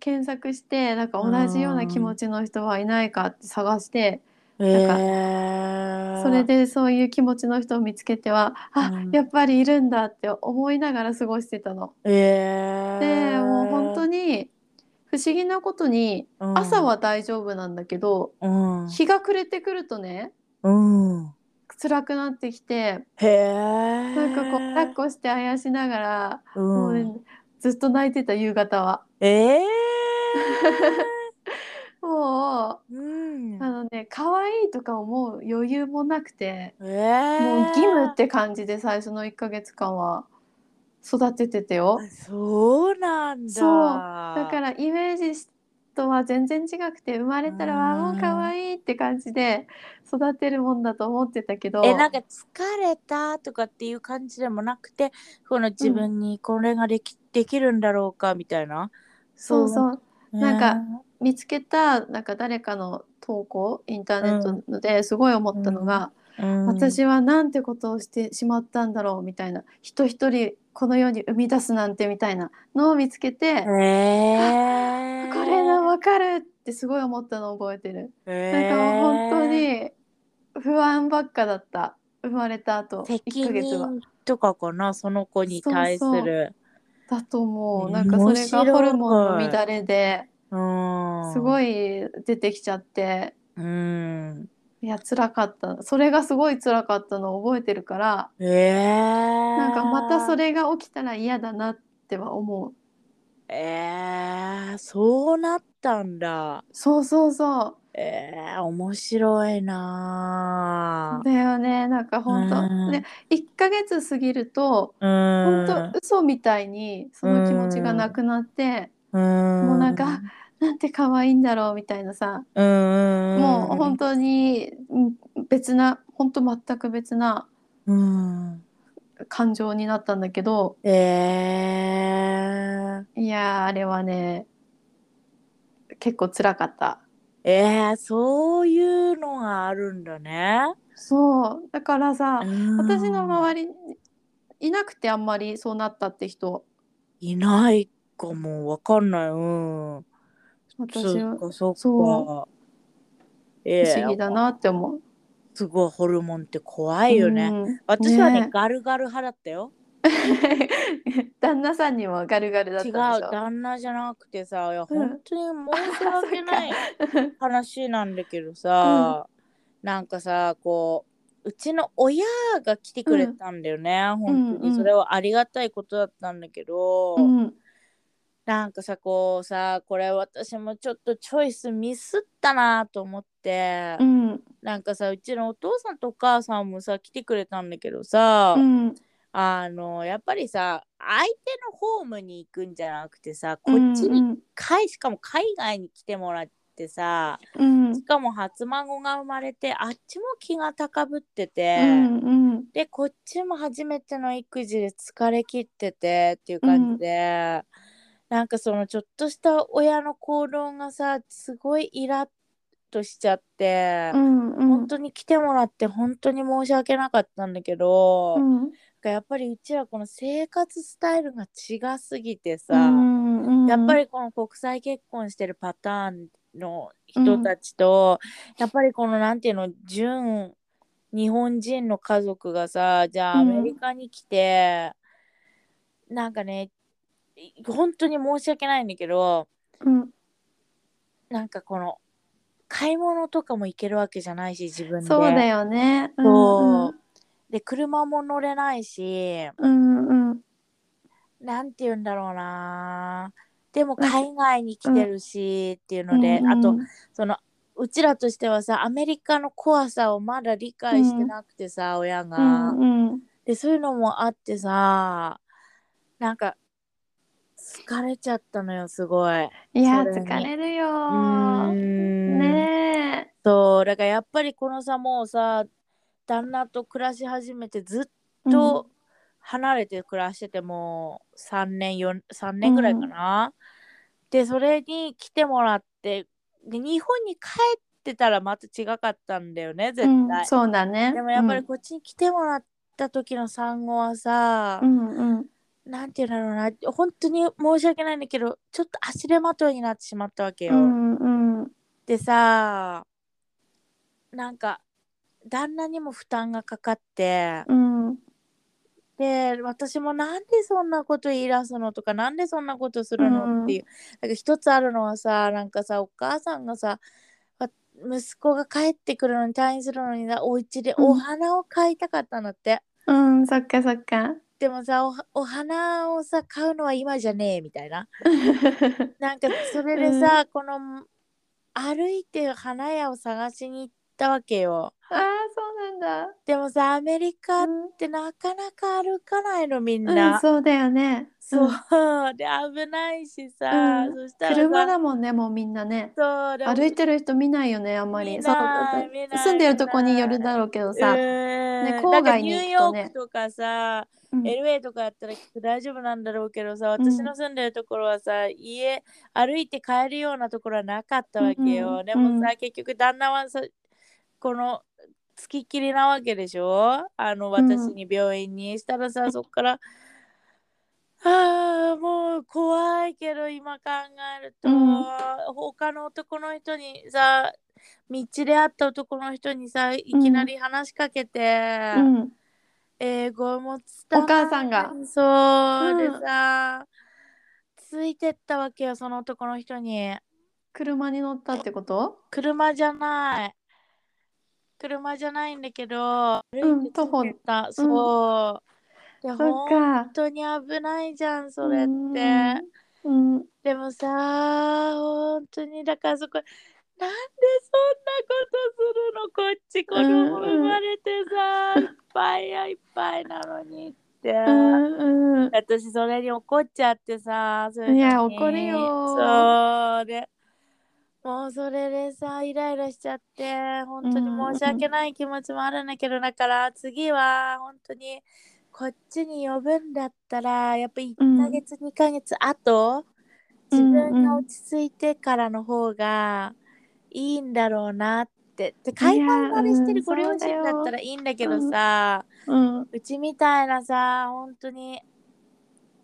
B: 検索してなんか同じような気持ちの人はいないかって探して、
A: へー
B: それでそういう気持ちの人を見つけては、
A: う
B: あ
A: ん
B: やっぱりいるんだって思いながら過ごしてたの。
A: へ
B: でもう本当
A: に
B: に不思議なことに朝は大丈夫なんだけど、
A: うん
B: 日が暮れてくるとね
A: うん
B: 辛くなってきて
A: へえ
B: なんかこう抱っこしてあやしながら、もうねずっと泣いてた夕方は。
A: ええ
B: も
A: ーうん
B: うあのね可愛いとか思う余裕もなくて
A: えー
B: もう義務って感じで最初の1ヶ月間は育てててよ。
A: そうなんだ
B: そうだからイメージとは全然違くて生まれたらわあもう可愛いって感じで育てるもんだと思ってたけど
A: えなんか疲れたとかっていう感じでもなくてこの自分にこれができ,、できるんだろうかみたいな
B: そうそう
A: ね
B: なんか見つけたなんか誰かの投稿インターネットですごい思ったのが、
A: うん
B: 私はなんてことをしてしまったんだろうみたいな人一人この世に生み出すなんてみたいなのを見つけて、
A: へえ
B: これがわかるってすごい思ったのを覚えてる。なんかもう本当に不安ばっかだった生まれた後1
A: 責
B: ヶ月は
A: 任とかかなその子に対する
B: だと思う
A: ね
B: なんかそれがホルモン
A: 面白
B: の
A: い
B: 乱れで
A: うん
B: すごい出てきちゃって
A: うん
B: いや辛かったそれがすごい辛かったのを覚えてるから
A: えー、
B: なんかまたそれが起きたら嫌だなっては思う
A: えー、そうなっったんだ。
B: そうそうそう
A: えー、面白いな
B: だよねなんか本
A: うん
B: 当ね1ヶ月過ぎると
A: ぁ。うん。
B: 本当嘘みたいにその気持ちがなくなって
A: うん。も
B: もうなんか、なんて可愛いんだろうみたいなさ
A: うん。
B: もう本当にうん別な本当全く別な
A: うん。
B: 感情になったんだけど
A: えー、
B: いやーあれはね結構辛かった
A: えー、そういうのがあるんだね。
B: そうだからさ私
A: 私
B: の周りにいなくてあんまりそうなったって人
A: りいないかもわかんない。うん。
B: 私
A: そ
B: は
A: っかそっか。
B: そ
A: え
B: 不
A: ー
B: 思議だなって思う。
A: すごいホルモンって怖いよね。
B: うん
A: 私はね
B: ね
A: ガルガル派だったよ。
B: 旦那さんにもガルガルだっ
A: 違う
B: たんでしょ
A: 旦那じゃなくてさいや
B: うん
A: 本当に申し訳ない話なんだけどさ、なんかさこううちの親が来てくれたんだよね、本当
B: うんう
A: に
B: ん
A: それはありがたいことだったんだけど、
B: うん
A: なんかさこうさこれ私もちょっとチョイスミスったなと思って、
B: うん
A: なんかさうちのお父さんとお母さんもさ来てくれたんだけどさ、
B: うん
A: あのやっぱりさ相手のホームに行くんじゃなくてさこっちに海しかも海外に来てもらってさ
B: うん
A: しかも初孫が生まれてあっちも気が高ぶってて、
B: うんうん
A: でこっちも初めての育児で疲れ切っててっていう感じで、なんかそのちょっとした親の行動がさすごいイラッとしちゃって、
B: うんうん
A: 本当に来てもらって本当に申し訳なかったんだけど。
B: うん
A: かやっぱりうちらこの生活スタイルが違すぎてさ、
B: うんうん
A: やっぱりこの国際結婚してるパターンの人たちと、やっぱりこのなんていうの純日本人の家族がさじゃあア
B: うん
A: メリカに来て、なんかね本当に申し訳ないんだけど
B: うん
A: なんかこの買い物とかも行けるわけじゃないし自分で。
B: そうだよねうん
A: そうで車も乗れないし。
B: うんうんうん
A: なんて言うんだろうなでも
B: なんか
A: 海外に来てるしっていうので、
B: うん
A: あとそのうちらとしてはさアメリカの怖さをまだ理解してなくてさ、親が、
B: うんうん
A: でそういうのもあってさなんか疲れちゃったのよすごい。
B: いや
A: それに
B: 疲れる
A: う
B: よ
A: ーん
B: ねえ
A: そうだからやっぱりこのさもうさ旦那と暮らし始めてずっと離れて暮らしててもう3年4 3年ぐらいかな、でそれに来てもらってで日本に帰ってたらまた違かったんだよね絶
B: うんうん
A: 対、
B: そうだね
A: でもやっぱりこっちに来てもらった時の産後はさ、
B: うんうんうん
A: なんていうんだろうな本当に申し訳ないんだけどちょっと足手まといになってしまったわけよ、
B: うんうん
A: でさなんか旦那にも負担がかかって
B: うん
A: で私もなんでそんなこと言い出すのとかなんでそんなことする
B: うん
A: のっていう、なんか一つあるのはさなんかさお母さんがさわ息子が帰ってくるのに退院するのにさお家で
B: うん
A: お花を買いたかったんだって、
B: うんそっかそっか
A: でもさおお花をさ買うのは今じゃねえみたいななんかそれでさ、この歩いて花屋を探しに行ったわけよ
B: ああそうなんだ。
A: でもさアメリカっ
B: うん
A: てなかなか歩かないのみんな、
B: うん、そうだよね。
A: そう、
B: ん
A: で危ないしさ、
B: うん
A: そしたらさ
B: 車だもんね、もうみんなね。
A: そうでも
B: 歩いてる人見ないよね、あんまり。
A: 見
B: そう
A: ない見ない
B: 住んでるとこによるだろうけど
A: うー
B: さ。
A: ん
B: ね郊外に
A: なんかニュー
B: 行く
A: ヨ
B: とね
A: ークとかさ、
B: うん
A: LA とかやったらきっと大丈夫なんだろうけどさ
B: うん
A: 私の住んでるところはさ、家歩いて帰るようなところはなかったわけよ、
B: うん
A: でもさ、
B: う
A: 結局旦那はさこの付きっきりなわけでしょあの私に病院に、したら さそっからあーもう怖いけど今考えると、
B: うん
A: 他の男の人にさ道で会った男の人にさいきなり話しかけて、
B: うん、
A: 英語も伝わら
B: お母さんが
A: そう、
B: うん
A: でさついてったわけよその男の人に
B: 車に乗ったってこと
A: 車じゃない車じゃないんだけど
B: うん、徒歩。
A: ついてったそう、で
B: そっ
A: 本
B: か。
A: 当に危ないじゃんそれって、
B: うんううん
A: でもさ本当にだからそこなんでそんなことするのこっち子供生まれてさ、いっぱいやいっぱいなのにって、
B: うんうん
A: 私それに怒っちゃってさそれ
B: いや
A: なのに
B: 怒るよ
A: そうでもうそれでさイライラしちゃって本当に申し訳ない気持ちもあるんだけどだから次は本当にこっちに呼ぶんだったらやっぱ1ヶ月、2ヶ月後自分が落ち着いてからの方がいいんだろうなってで海外慣れしてるご両親だったらいいんだけどさ、
B: うん
A: うちみたいなさ本当に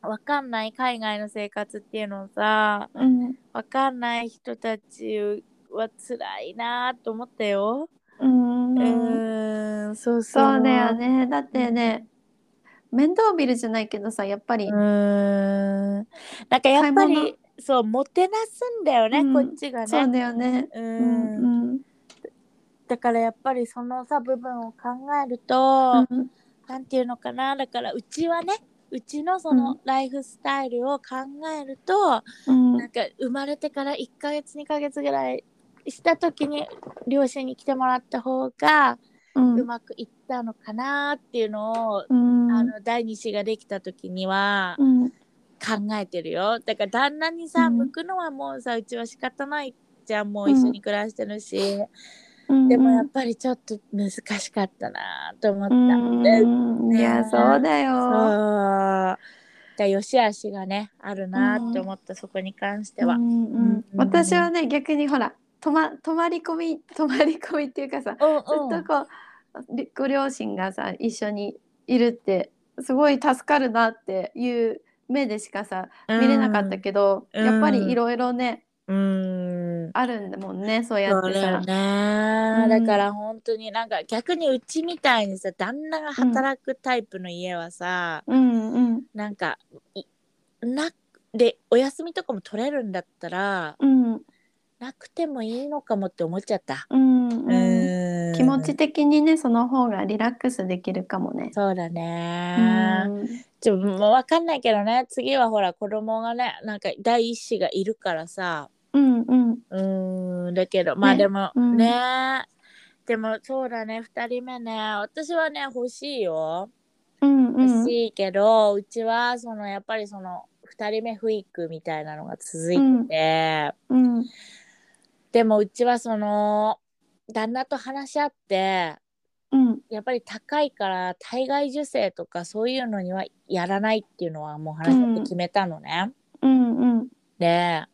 A: わかんない海外の生活っていうのをさ
B: うん
A: わかんない人たちは辛いなと思ったよ。
B: う
A: う
B: んう
A: ー
B: ん
A: ん、そうそう。
B: そうだよ。ねだってね面倒見るじゃないけどさやっぱり
A: うーん。なんかやっぱ
B: 買い物
A: りそうもてなすんだよね、
B: うん
A: こっちがね。
B: そうだよね
A: う。
B: うんん
A: だからやっぱりそのさ部分を考えると、
B: うん
A: なんていうのかなだからうちはねうちのそのライフスタイルを考えると、
B: うん
A: なんか生まれてから1ヶ月2ヶ月ぐらいした時に両親に来てもらった方が
B: うん
A: うまくいったのかなっていうのを、
B: うん
A: あの第二子ができた時には
B: うん
A: 考えてるよだから旦那にさ
B: うん
A: 向くのはもうさうちは仕方ないじゃんもう一緒に暮らしてるし、
B: うん
A: でもやっぱりちょっと難しかったなと思った。
B: うんいやそうだよ
A: そうだよし悪しがねあるなって思った、そこに関しては
B: う。んうん
A: うん
B: 私はね逆にほら泊ま泊まり込み泊まり込みっていうかさず
A: うんうん
B: っとこうりご両親がさ一緒にいるってすごい助かるなっていう目でしかさ見れなかったけど、
A: うん
B: やっぱりいろいろね
A: うん
B: あるんだもんねそうや
A: そ
B: っ
A: う
B: て
A: だよ
B: さ。
A: ね、
B: うん
A: だから本当になんか逆にうちみたいにさ旦那が働くタイプの家はさ、
B: うんうん
A: なんかいなでお休みとかも取れるんだったら
B: うん
A: なくてもいいのかもって思っちゃった。
B: うんうん
A: うん
B: 気持ち的にねその方がリラックスできるかもね。
A: そうだ
B: う
A: ね。
B: ん
A: ちょもうわかんないけどね次はほら子供がねなんか第一子がいるからさ
B: うんうん
A: うーんだけどまあ
B: ね
A: でも
B: う
A: ね,、
B: ん
A: でもそうだね2人目ね私はね欲しいよ
B: うんう
A: 欲
B: ん
A: しいけど、うちはそのやっぱりその2人目不育みたいなのが続いてて、
B: うん
A: でもうちはその旦那と話し合って
B: うん
A: やっぱり高いから体外受精とかそういうのにはやらないっていうのはもう話し合って決めたのね。
B: うんうん
A: で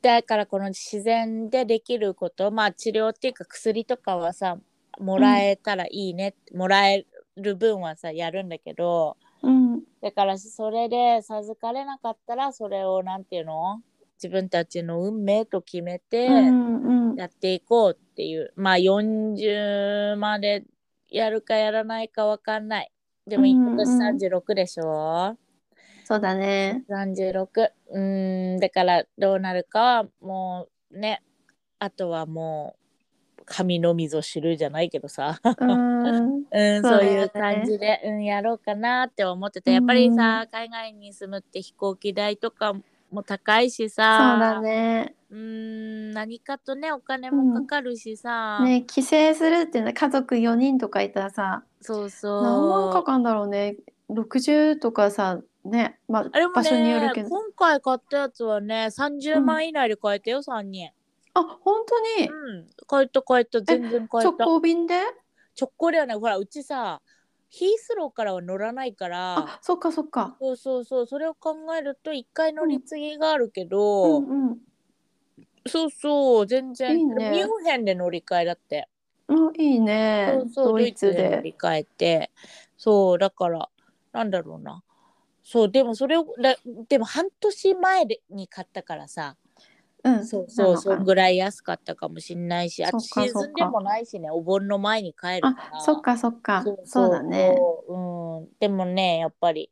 A: だからこの自然でできることまあ治療っていうか薬とかはさもらえたらいいね、もらえる分はさやるんだけど
B: うん
A: だからそれで授かれなかったらそれをなんていうの自分たちの運命と決めて
B: うんうん
A: やっていこうっていう、まあ40までやるかやらないかわかんないでも
B: うんう
A: 今
B: ん
A: 年36でしょ、
B: そう だね。
A: 36うーんだからどうなるかはもうねあとはもう神のみぞ知るじゃないけどさ、
B: うん。
A: うん、
B: そうだよね
A: そういう感じで、うん、やろうかなって思っててやっぱりさ、海外に住むって飛行機代とかも高いし
B: そう
A: さ
B: だね。
A: うーん何かとねお金もかかるしさ、
B: ね帰省するってね家族4人とかいたらさ
A: そう
B: 何万
A: そ
B: か
A: う。
B: かんだろうね60とかさね、ま
A: あれ
B: あ、
A: も
B: 場所によ
A: ね
B: るけど
A: 今回買ったやつはね30万以内で買えたよ3人。
B: あ本当に
A: うん、買えた買えた全然買え
B: 直
A: た。
B: 行便で
A: 直行ではないほらうちさヒースローからは乗らないから
B: あそっかそっか
A: そうそうそうそれを考えると一回乗り継ぎがあるけ
B: う
A: ど、
B: んうん
A: そうそう全然
B: いいね
A: ミュンヘンで乗り換えだって
B: あいいね
A: そうそう
B: ド
A: ド
B: イ
A: イ
B: ツ
A: ツで乗
B: で
A: り換えてそうだからなんだろうなそうでもそれをだでも半年前でに買ったからさ
B: うん
A: そうそうそ
B: な
A: う
B: のか
A: ぐらい安かったかもしんないしあとシ
B: そっかそ
A: ー
B: っか
A: ズンでもないしねお盆の前に帰るから
B: あそっかそっか
A: そう
B: そうだね
A: そううん、でもねやっぱり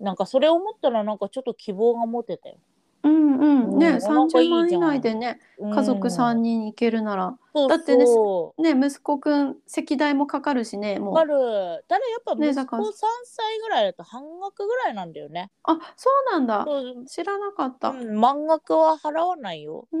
A: なんかそれを思ったらなんかちょっと希望が持てたよ。
B: うんうんね、
A: うんお腹い
B: 30
A: いじゃん
B: 万以内でね家族3
A: 人
B: 人行けるなら、
A: だ
B: だ
A: っ
B: ってて
A: ね
B: ね
A: そ
B: ね息子くん席代もかかるしね
A: う
B: もう
A: わかるただやっぱ
B: ね
A: 息
B: だから
A: 子3歳ぐらいだと半額ぐらいなんだよね
B: あそうなんだ
A: そう
B: 知らなかったう
A: うん満額は払わないよ
B: ー
A: う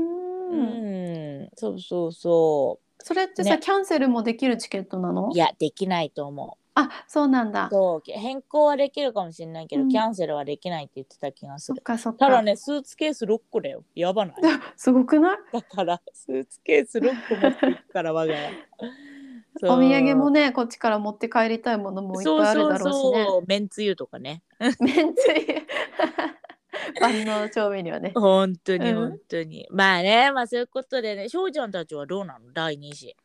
A: んんそうそうそ
B: それってさ、
A: ね
B: キャンセルもできるチケットなの
A: ういやできないと思う
B: あそうなんだ
A: そ
B: そ
A: う変更はできるかもしれないけど、
B: うん
A: キャンセルはできないって言ってた気がす
B: っ
A: る。
B: かそった
A: だ
B: か、
A: ね、スーツケース6個だよ。やばない。
B: すごくない
A: だから、スーツケース6個持っていくから、我が家。
B: お土産もねこっちから持って帰りたいものもいっぱいあるだろうし
A: そ
B: ね
A: うそうそう、めんつゆとかね。
B: めんつゆ 万能調味料ね
A: 本当に
B: うん
A: 本当に。まあね、まあそういうことでね、しょうちゃんたちはどうなの第2子。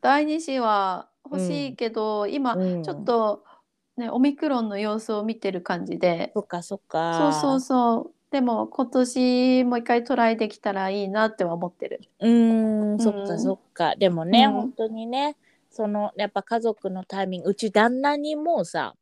B: 第二子は欲しいけど、今
A: うん
B: ちょっ。とねオミクロンの様子を見てる感じで
A: そっかそっ
B: そ
A: か。
B: うそうそうでも今年もう一回トライできたらいいなっては思ってる
A: うーん、そっ
B: う
A: か
B: ん
A: そっか。でもね、
B: うん
A: 本当にね、そのやっぱ家族のタイミング、うち旦那にもうさ、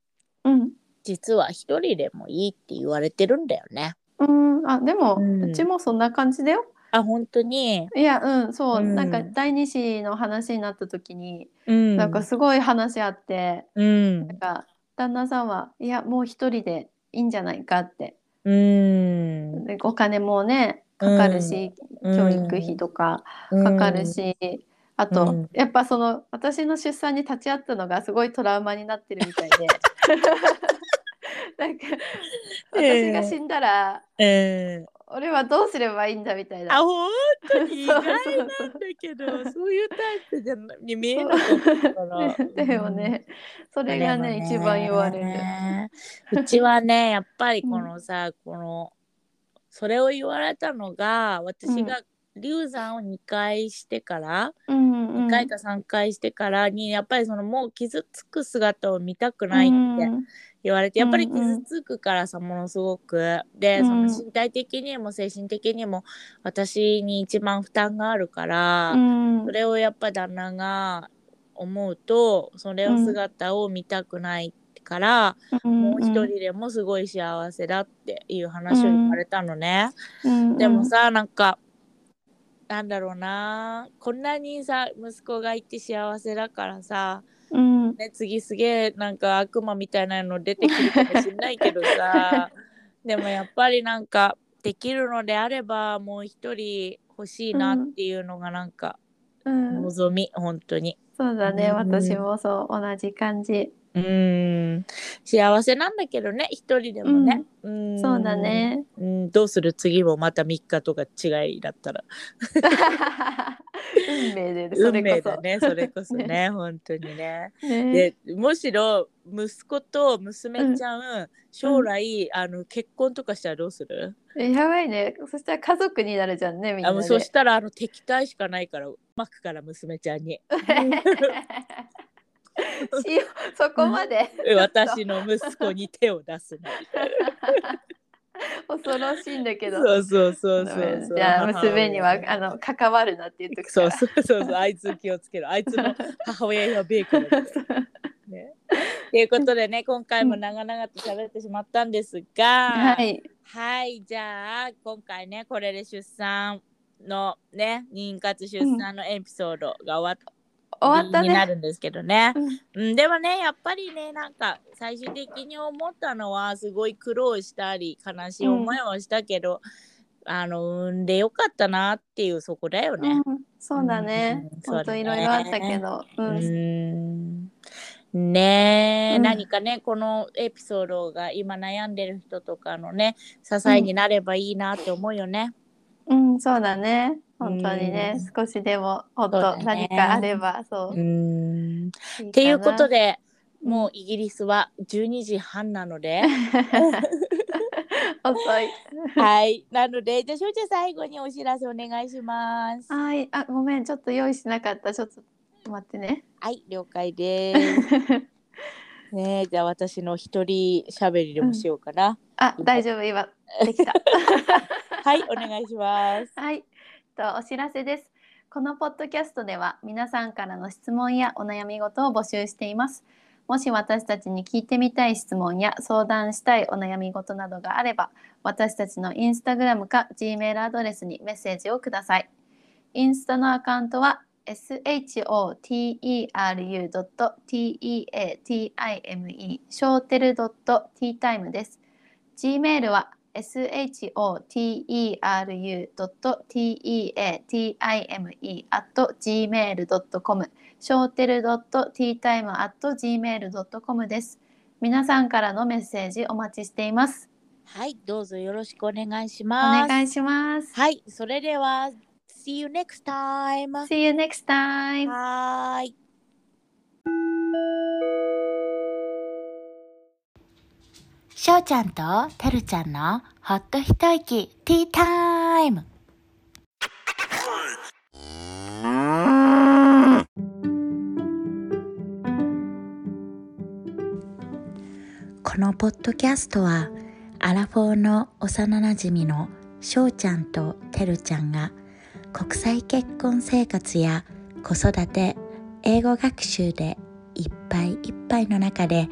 B: うん
A: 実は一人でもいいって言われてるんだよね。
B: うんあでも、
A: う
B: うんちもそんな感じだよ
A: あ、本当に。
B: いやうんそ
A: う
B: う、
A: ん
B: なんか第二子の話になった時に、
A: うん
B: なんかすごい話あって
A: うん
B: なん。か旦那さんはいやもう一人でいいんじゃないかって
A: うん。
B: でお金もねかかるし、教育費とかかかるし、あと、
A: うん
B: やっぱその私の出産に立ち会ったのがすごいトラウマになってるみたい でなんか
A: ええ
B: 私が死んだら、
A: うん。え
B: 俺はどうすればいいんだみた
A: ー
B: い
A: あ、
B: な。
A: 本当に意外なんだ
B: そうそうそう
A: けど、そういうタイプじゃなに見えなかったから。
B: ででもね、それがね一番言われる。
A: る。うちはね、やっぱりこのさ、この、それを言われたのが、私が流産を2回してから、
B: うんうん
A: 2回か3回してからに、やっぱりそのもう傷つく姿を見たくないって言われて、やっぱり
B: うんう
A: 傷
B: ん
A: つくからさ、ものすごく。で、
B: うん
A: その身体的にも精神的にも私に一番負担があるから、
B: うんうん
A: それをやっぱ旦那が思うとそれを姿を見たくないから、もう一人でもすごい幸せだっていう話を言われたのね、
B: うんうん
A: でもさなんかなんだろうなこんなにさ息子がいて幸せだからさ、
B: うん
A: ね、次すげえなんか悪魔みたいなの出てくるかもしんないけど さでもやっぱりなんかできるのであればもう一人欲しいなっていうのがなんか
B: うん
A: 望み、本当に。
B: そうだね
A: うん
B: 私もそう同じ感じ。
A: うーん。幸せなんだけどね、一人でもね。うーん
B: そうだ。ね。
A: うん、どうする次もまた3日とか違いだったら。
B: 運命でねそ
A: 運
B: れ
A: 命
B: こ
A: だ
B: そ。
A: ね、それこそね、 本当にね。
B: ね
A: で、むしろ息子と娘ちゃん、将来、あの結婚とかしたらどうする、
B: えやばいね。そしたら家族になるじゃんね、みんな
A: あ
B: で。
A: もうそ したらあの敵対しかないから、マックから娘ちゃん に。
B: しようそこまで
A: 私の息子に手を出すな。
B: 恐ろしいんだけど。
A: そうそうそうそうそう。
B: じゃあ
A: 母親
B: 娘にはあの関わるなって言っとくか
A: そう
B: ら。
A: そうそうそう、あいつ気をつけろ。あいつ の母親やべえから。ね。ということでね、今回も長々と喋ってしまったんですが、
B: はい。
A: はい、じゃあ、今回ね、これで出産のね、妊活出産のエピソードが終わっ
B: 終わった
A: にな
B: ね。
A: るんですけどね、
B: うん
A: うん、でもねやっぱりねなんか最終的に思ったのはすごい苦労したり悲しい思いをしたけど、あの産んでよかったなっていうそこだよね。
B: うんそうだね
A: うん。そ
B: 本
A: うだ
B: 当
A: ね
B: いろいろあったけど。う。
A: うんんねえ、
B: うん
A: 何かねこのエピソードが今悩んでる人とかのね支えになればいいなって思うよね。
B: うん、そうだね。本当に
A: う
B: ね
A: ん。
B: 少しでも、本
A: そうだ
B: 当
A: ね
B: 何かあれば、そうう。
A: んっ
B: って
A: いうこと
B: で。
A: でもうイギリスは12時半なので
B: 遅い。
A: はいなのでじゃあしょうちゃん最後にお知らせお願いします。
B: はい。あ、ごめん。ちょっと用意しなかった。ちょっと待ってね。
A: はい了解です。ねえじゃあ私の一人しゃべりでもしようかな。
B: あ、大丈夫。今、できた。
A: はいお願いします。
B: はい、えっとお知らせです。このポッドキャストでは皆さんからの質問やお悩み事を募集しています。もし私たちに聞いてみたい質問や相談したいお悩み事などがあれば、私たちのインスタグラムか Gmail アドレスにメッセージをください。インスタのアカウントは shoteru.teatime ショーテル .teatime です。Gmail は shoteru.teatime.gmail.com ショーテル .teatime.gmail.com です。皆さんからのメッセージお待ちしています。
A: はい、どうぞよろしくお願いし
B: お
A: ます。
B: 願いします。
A: はい、それでは、See you next time!
B: See you next time!
A: はーい。
C: しょうちゃんとてるちゃんのほっと一息ティータイムこのポッドキャストはアラフォーの幼なじみのしょうちゃんとてるちゃんが国際結婚生活や子育て英語学習でいっぱいいっぱいの中で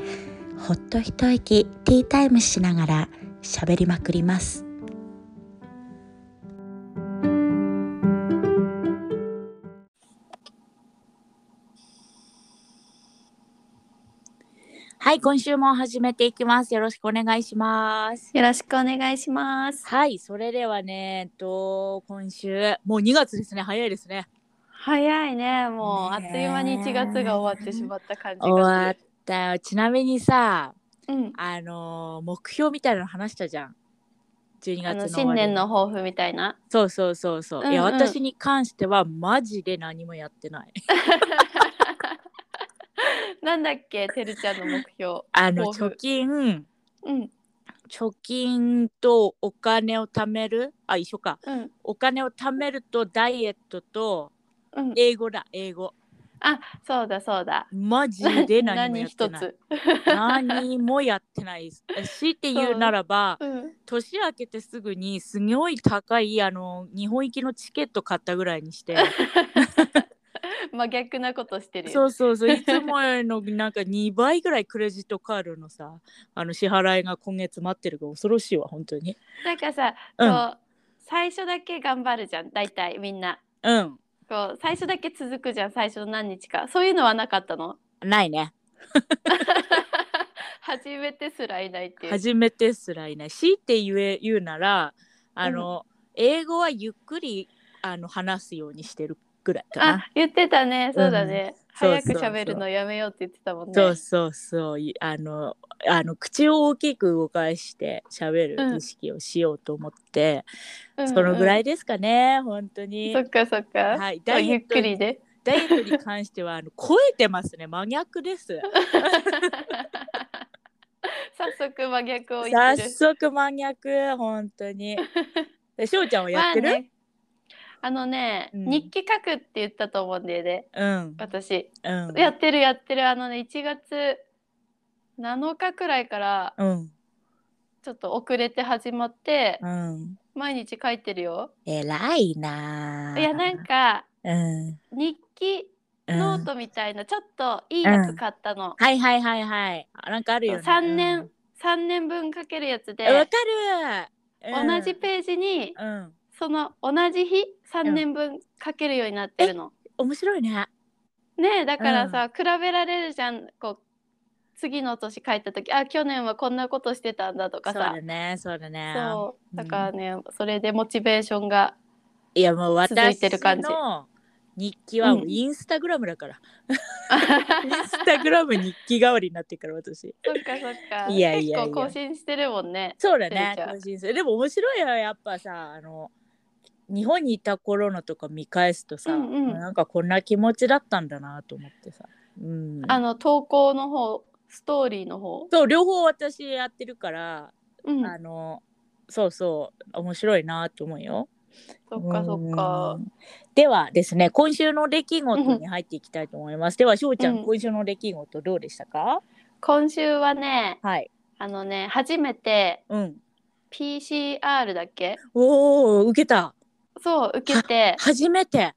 C: ほっと一息ティータイムしながら喋りまくります。
A: はい、今週も始めていきます。よろしくお願いします。
B: よろしくお願いします。
A: はい、それではね、えっと、今週、もう2月ですね、早いですね。
B: 早いね、もうあっ
A: ねえ
B: という間に1月が終わってしまった感じ
A: 終わ
B: が
A: っ
B: す
A: たよ。ちなみにさ、
B: る。うん。
A: あのー、目標みたいなの話したじゃん。12月の
B: あの
A: 終わ
B: 新
A: り
B: 年の抱負みたいな。
A: そうそうそうそう。いや、
B: うんうん
A: 私に関しては、マジで何もやってない。
B: なんだっけ、てるちゃんの目標。
A: あの、
B: 抱負
A: 貯金、
B: うん
A: 貯金とお金を貯める、あ、一緒か。
B: うん
A: お金を貯めるとダイエットと
B: うん。
A: 英語だ英語
B: あ、そうだそうだ。
A: マジで何もやって ない
B: つ。
A: 何もやってないですえ強いて言うならば
B: うん。
A: 年明けてすぐにすごい高いあの日本行きのチケット買ったぐらいにして
B: 真逆なことしてる
A: そ
B: よ。
A: うそうそういつものなんか2倍ぐらいクレジットカードのさあの支払いが今月待ってるが恐ろしいわ本当に
B: なんかさ、
A: うん
B: こう最初だけ頑張るじゃん。大体みんな。
A: うん
B: こう最初だけ続くじゃん。最初の何日か。そういうのはなかった の。
A: ないね
B: 初めてすらいないっていう。
A: 初めてすらいない強いて言え言うならあの、英語はゆっくりあの話すようにしてるぐらいかな
B: あ、言ってたね。そうだね。
A: うん
B: 早く
A: そうそうそう
B: 喋るのやめようって言ってたもんね。
A: そうそうそういあのあの口を大きく動かして喋
B: うん
A: る意識をしようと思って、
B: うんうん
A: そのぐらいですかね本当に
B: そっかそっか。
A: はい
B: まあ
A: ダイエ
B: ゆ
A: ッ
B: っ
A: ト
B: くりで。
A: ダイエットに関してはあの超えてますね真逆です
B: 早速真逆を言っ
A: 早
B: てる。
A: 速真逆本当 にでしょうちゃんはやってる、
B: まあねあのね、
A: うん
B: 日記書くって言ったと思うんだよね私、
A: うんうん
B: やってるやってるあのね1月7日くらいから
A: うん
B: ちょっと遅れて始まって、
A: うん
B: 毎日書いてるよ
A: 偉いなあ
B: いやなんか
A: うん
B: 日記
A: うん
B: ノートみたいな、ちょっといいやつ買ったの、
A: はいはいはいはい。あなんかあるよね。
B: 3
A: う
B: 年
A: ん、
B: 3年分書けるやつ
A: えわ
B: で
A: かる、うん
B: 同じページに
A: うん。
B: その同じ日3年分書けるようになってるの、
A: 面白いね。
B: ねえだからさ、比べられるじゃんこう次の年帰った時あ去年はこんなことしてたんだと
A: そ
B: か
A: う
B: さ
A: だね、そうだね。
B: そ
A: う
B: う
A: ん
B: だからね、それでモチベーショ ンが
A: いやもう私
B: 続いてる感じ
A: の日記はもううんインスタグラムだから。
B: そっか
A: インスタグラム日記代わりになってるから 私。
B: そっか
A: いやいやいや
B: 結構更新してるもんね
A: そうだ
B: て
A: ね
B: るちゃん
A: 更新する。でも面白いよやっぱさあの。日本にいた頃のとか見返すとさ、
B: うんうん
A: なんかこんな気持ちだったんだなと思ってさ、うん、
B: あの投稿の方ストーリーの方
A: そう両方私やってるから
B: うん
A: あのそうそう面白いなと思うよ。
B: そっかそっ
A: う
B: か
A: ん。ではですね今週の出来事に入っていきたいと思います。ではしょうちゃん、
B: うん
A: 今週の出来事どうでしたか
B: 今週はね
A: はい。
B: あのね初めて
A: うん、
B: PCR だっけ
A: おお受けた
B: そう受けて
A: 初めて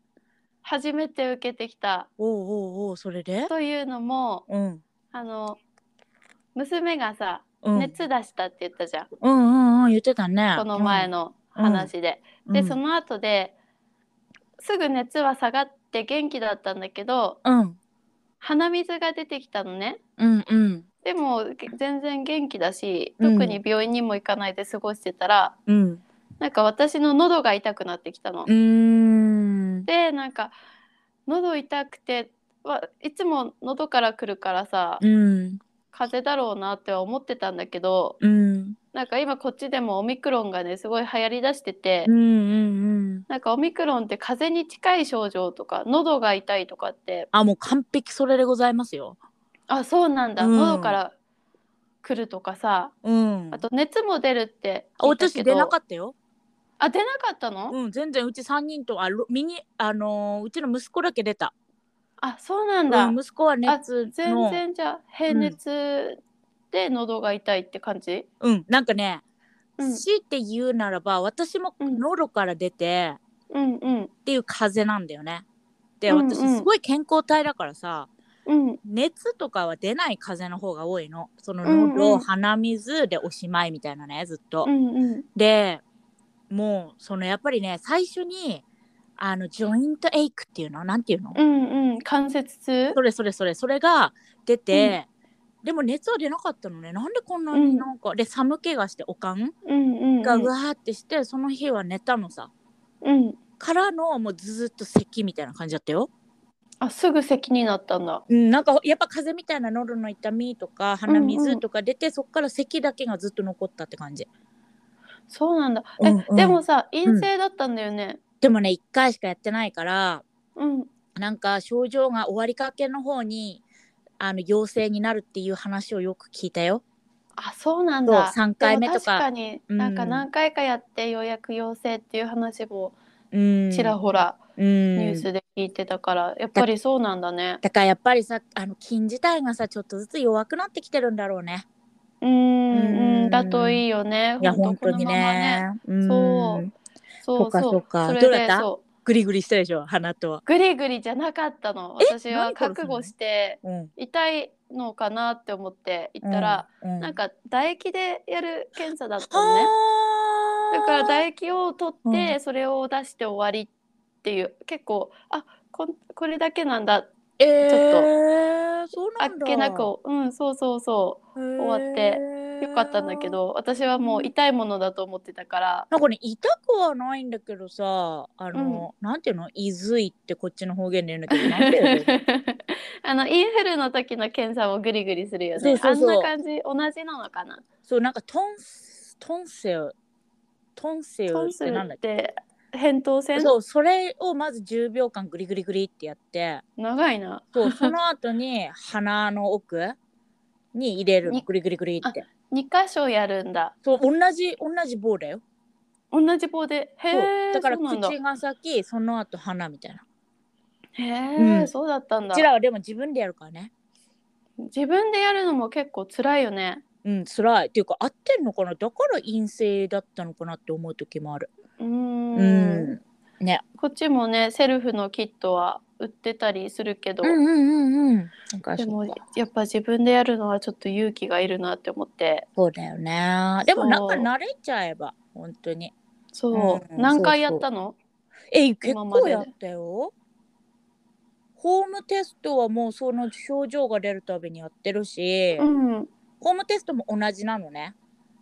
B: 初めて受けてきた
A: おーおーおーそれで
B: というのも
A: うん
B: あの娘がさ
A: うん
B: 熱出したって言ったじゃん、
A: うんうんうん言ってたね
B: この前
A: の、
B: の話で。
A: うん
B: でその後ですぐ熱は下がって元気だったんだけど
A: うん
B: 鼻水が出てきたのね。
A: うんうん
B: でもげ全然元気だし
A: うん
B: 特に病院にも行かないで過ごしてたら、
A: うん
B: なんか私の喉が痛くなってきたの。
A: うーん
B: でなんか喉痛くてはいつも喉から来るからさ
A: うん
B: 風邪だろうなっては思ってたんだけど
A: うん
B: なんか今こっちでもオミクロンがねすごい流行りだしてて、
A: うんうん
B: なんかオミクロンって風邪に近い症状とか喉が痛いとかって
A: あもう完璧それでございますよ
B: あそうなんだ、
A: うん
B: 喉から来るとかさ
A: うん
B: あと熱も出るって
A: あ私出なか
B: った
A: ったよ
B: あ出なかったの、
A: うん全然うち3人とあろミニあのーうちの息子だけ出た
B: あそうなんだ、
A: うん息子は熱の
B: 全然じゃあ平熱で喉が痛いって感じ、
A: うんなんかね、
B: うん
A: 強いて言うならば私も
B: うん
A: 喉から出て、
B: うんうん
A: っていう風邪なんだよね。で
B: うんうん
A: 私すごい健康体だからさ、
B: うん
A: 熱とかは出ない風邪の方が多いのその
B: うんうん
A: 喉、鼻水でおしまいみたいなねずっと。
B: うんうん
A: でもうそのやっぱりね最初にあのジョイントエイクっていうのなんていうの、
B: うんうん関節痛
A: それそれそれそれが出て、でも熱は出なかったのねなんでこんなになんか、で寒気がしておかん
B: うんうんうん
A: がうわーってして、その日は寝たのさ
B: うん
A: からのもうずーっと咳みたいな感じだったよ。
B: あすぐ咳になったんだ
A: うん、なんかやっぱ風邪みたいな喉の痛みとか鼻水とか出て、そっから咳だけがずっと残ったって感じ
B: そうなんだえ、
A: うんうん
B: でもさ陰性だったんだよね
A: でもね1回しかやってないから
B: うん
A: なんか症状が終わりかけの方にあの陽性になるっていう話をよく聞いたよ
B: あそうなんだ
A: そう3回目
B: でも
A: とか
B: 確かに、
A: うん
B: なんか何回かやってようやく陽性っていう話も
A: うん
B: ちらほら
A: うん
B: ニュースで聞いてたから、やっぱりそうなんだね
A: だからやっぱりさあの菌自体がさちょっとずつ弱くなってきてるんだろうね
B: うん
A: うん
B: うんだといいよね
A: いや本当に
B: このままね
A: ねうん
B: そうそ
A: そう
B: うそう
A: かそうか
B: それ
A: どうだっ
B: で
A: た
B: そう
A: グリグリしたでしょ鼻とは
B: グリグリじゃなかったの
A: え
B: 私は
A: 何殺すの
B: 覚悟して
A: うん
B: 痛いのかなって思って行ったら、、
A: うう
B: なんか唾液でやる検査だったのね
A: はー
B: だから唾液を取って、
A: う
B: それを出して終わりっていう結構あこんこれだけなんだ
A: え
B: ち
A: ょっとそう
B: あ
A: な
B: っ
A: んだ
B: けなくうんそうそうそ
A: 終
B: わってうよかったんだけど私はもう痛いものだと思ってたから
A: なんかね痛くはないんだけどさあの、なんていうの「いずい」ってこっちの方言で言うんだけどなんていうの
B: あのインフルの時の検査もグリグリするよね
A: そうそうそう
B: あんな感じ同じなのかな
A: そうなんかトンストンセルトンセル
B: トン
A: っ
B: ス
A: てなん
B: ル
A: だ
B: っ
A: っけ
B: て扁桃腺
A: そうそれをまず10秒間グリグリグリってやって
B: 長いな
A: そうその後に鼻の奥に入れるの
B: に
A: グリグリグリって
B: 2箇所やるんだ
A: そう同じ同じ棒だよ
B: 同じ棒でへ
A: そう
B: え
A: だから
B: そうなんだ
A: 口が先その後鼻みたいな
B: へえ、
A: うん
B: そうだったん
A: う
B: だ
A: ちらはでも自分でやるからね
B: 自分でやるのも結構辛いよね
A: うん辛いっていうか合ってんのかなだから陰性だったのかなって思う時もある
B: うーん
A: うん
B: こっちもねセルフのキットは売ってたりするけど、
A: うんうんうんなんか
B: で
A: そ
B: も
A: う
B: やっぱ自分でやるのはちょっと勇気がいるなって思って
A: そうだよねでもなんか
B: そう
A: 慣れちゃえば本当に
B: そう、
A: うん
B: 何回やったの
A: え結
B: 今まで
A: 構やったよホームテストはもうその症状が出るたびにやってるし、
B: うん
A: ホームテストも同じなのね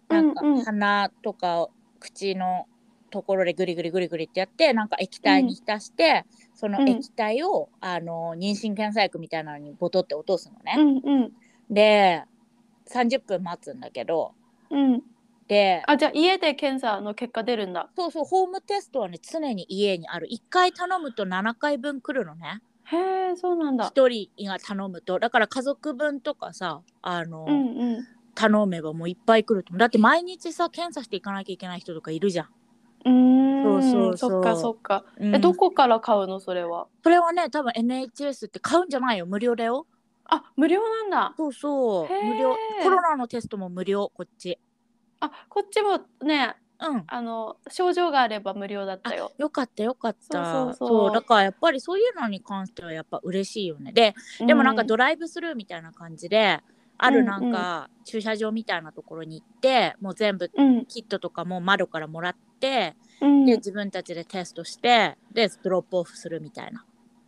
A: なんか
B: うんうん
A: 鼻とか口のところでグリグリグリグリってやってなんか液体に浸して、その液体を、あの妊娠検査薬みたいなのにボトって落とすの
B: う
A: ね。
B: んうん
A: で30分待つんだけど
B: うん
A: で
B: あじゃあ家で検査の結果出るんだ
A: そうそうホームテストはね常に家にある1回頼むと7回分来るのね
B: へえそうなんだ
A: 1人が頼むとだから家族分とかさあの、
B: うんうん
A: 頼めばもういっぱい来ると思うだって毎日さ検査していかなきゃいけない人とかいるじゃん。
B: うーん
A: そうそうそう
B: そっかそっか、
A: うん
B: えどこから買うのそれは
A: それはね多分 NHS って買うんじゃないよ無料だよ
B: あ無料なんだ
A: そうそう
B: へー
A: 無料コロナのテストも無料こっち
B: あこっちもね
A: うん
B: あの症状があれば無料だったよ。
A: よかったよかった
B: そうそうそう
A: だからやっぱりそういうのに関してはやっぱ嬉しいよねででもなんかドライブスルーみたいな感じで、あるなんか駐車場みたいなところに行ってもう全部
B: うん、
A: キットとかも窓からもらって、
B: うん、
A: で自分たちでテストしてでドロップオフするみたいな、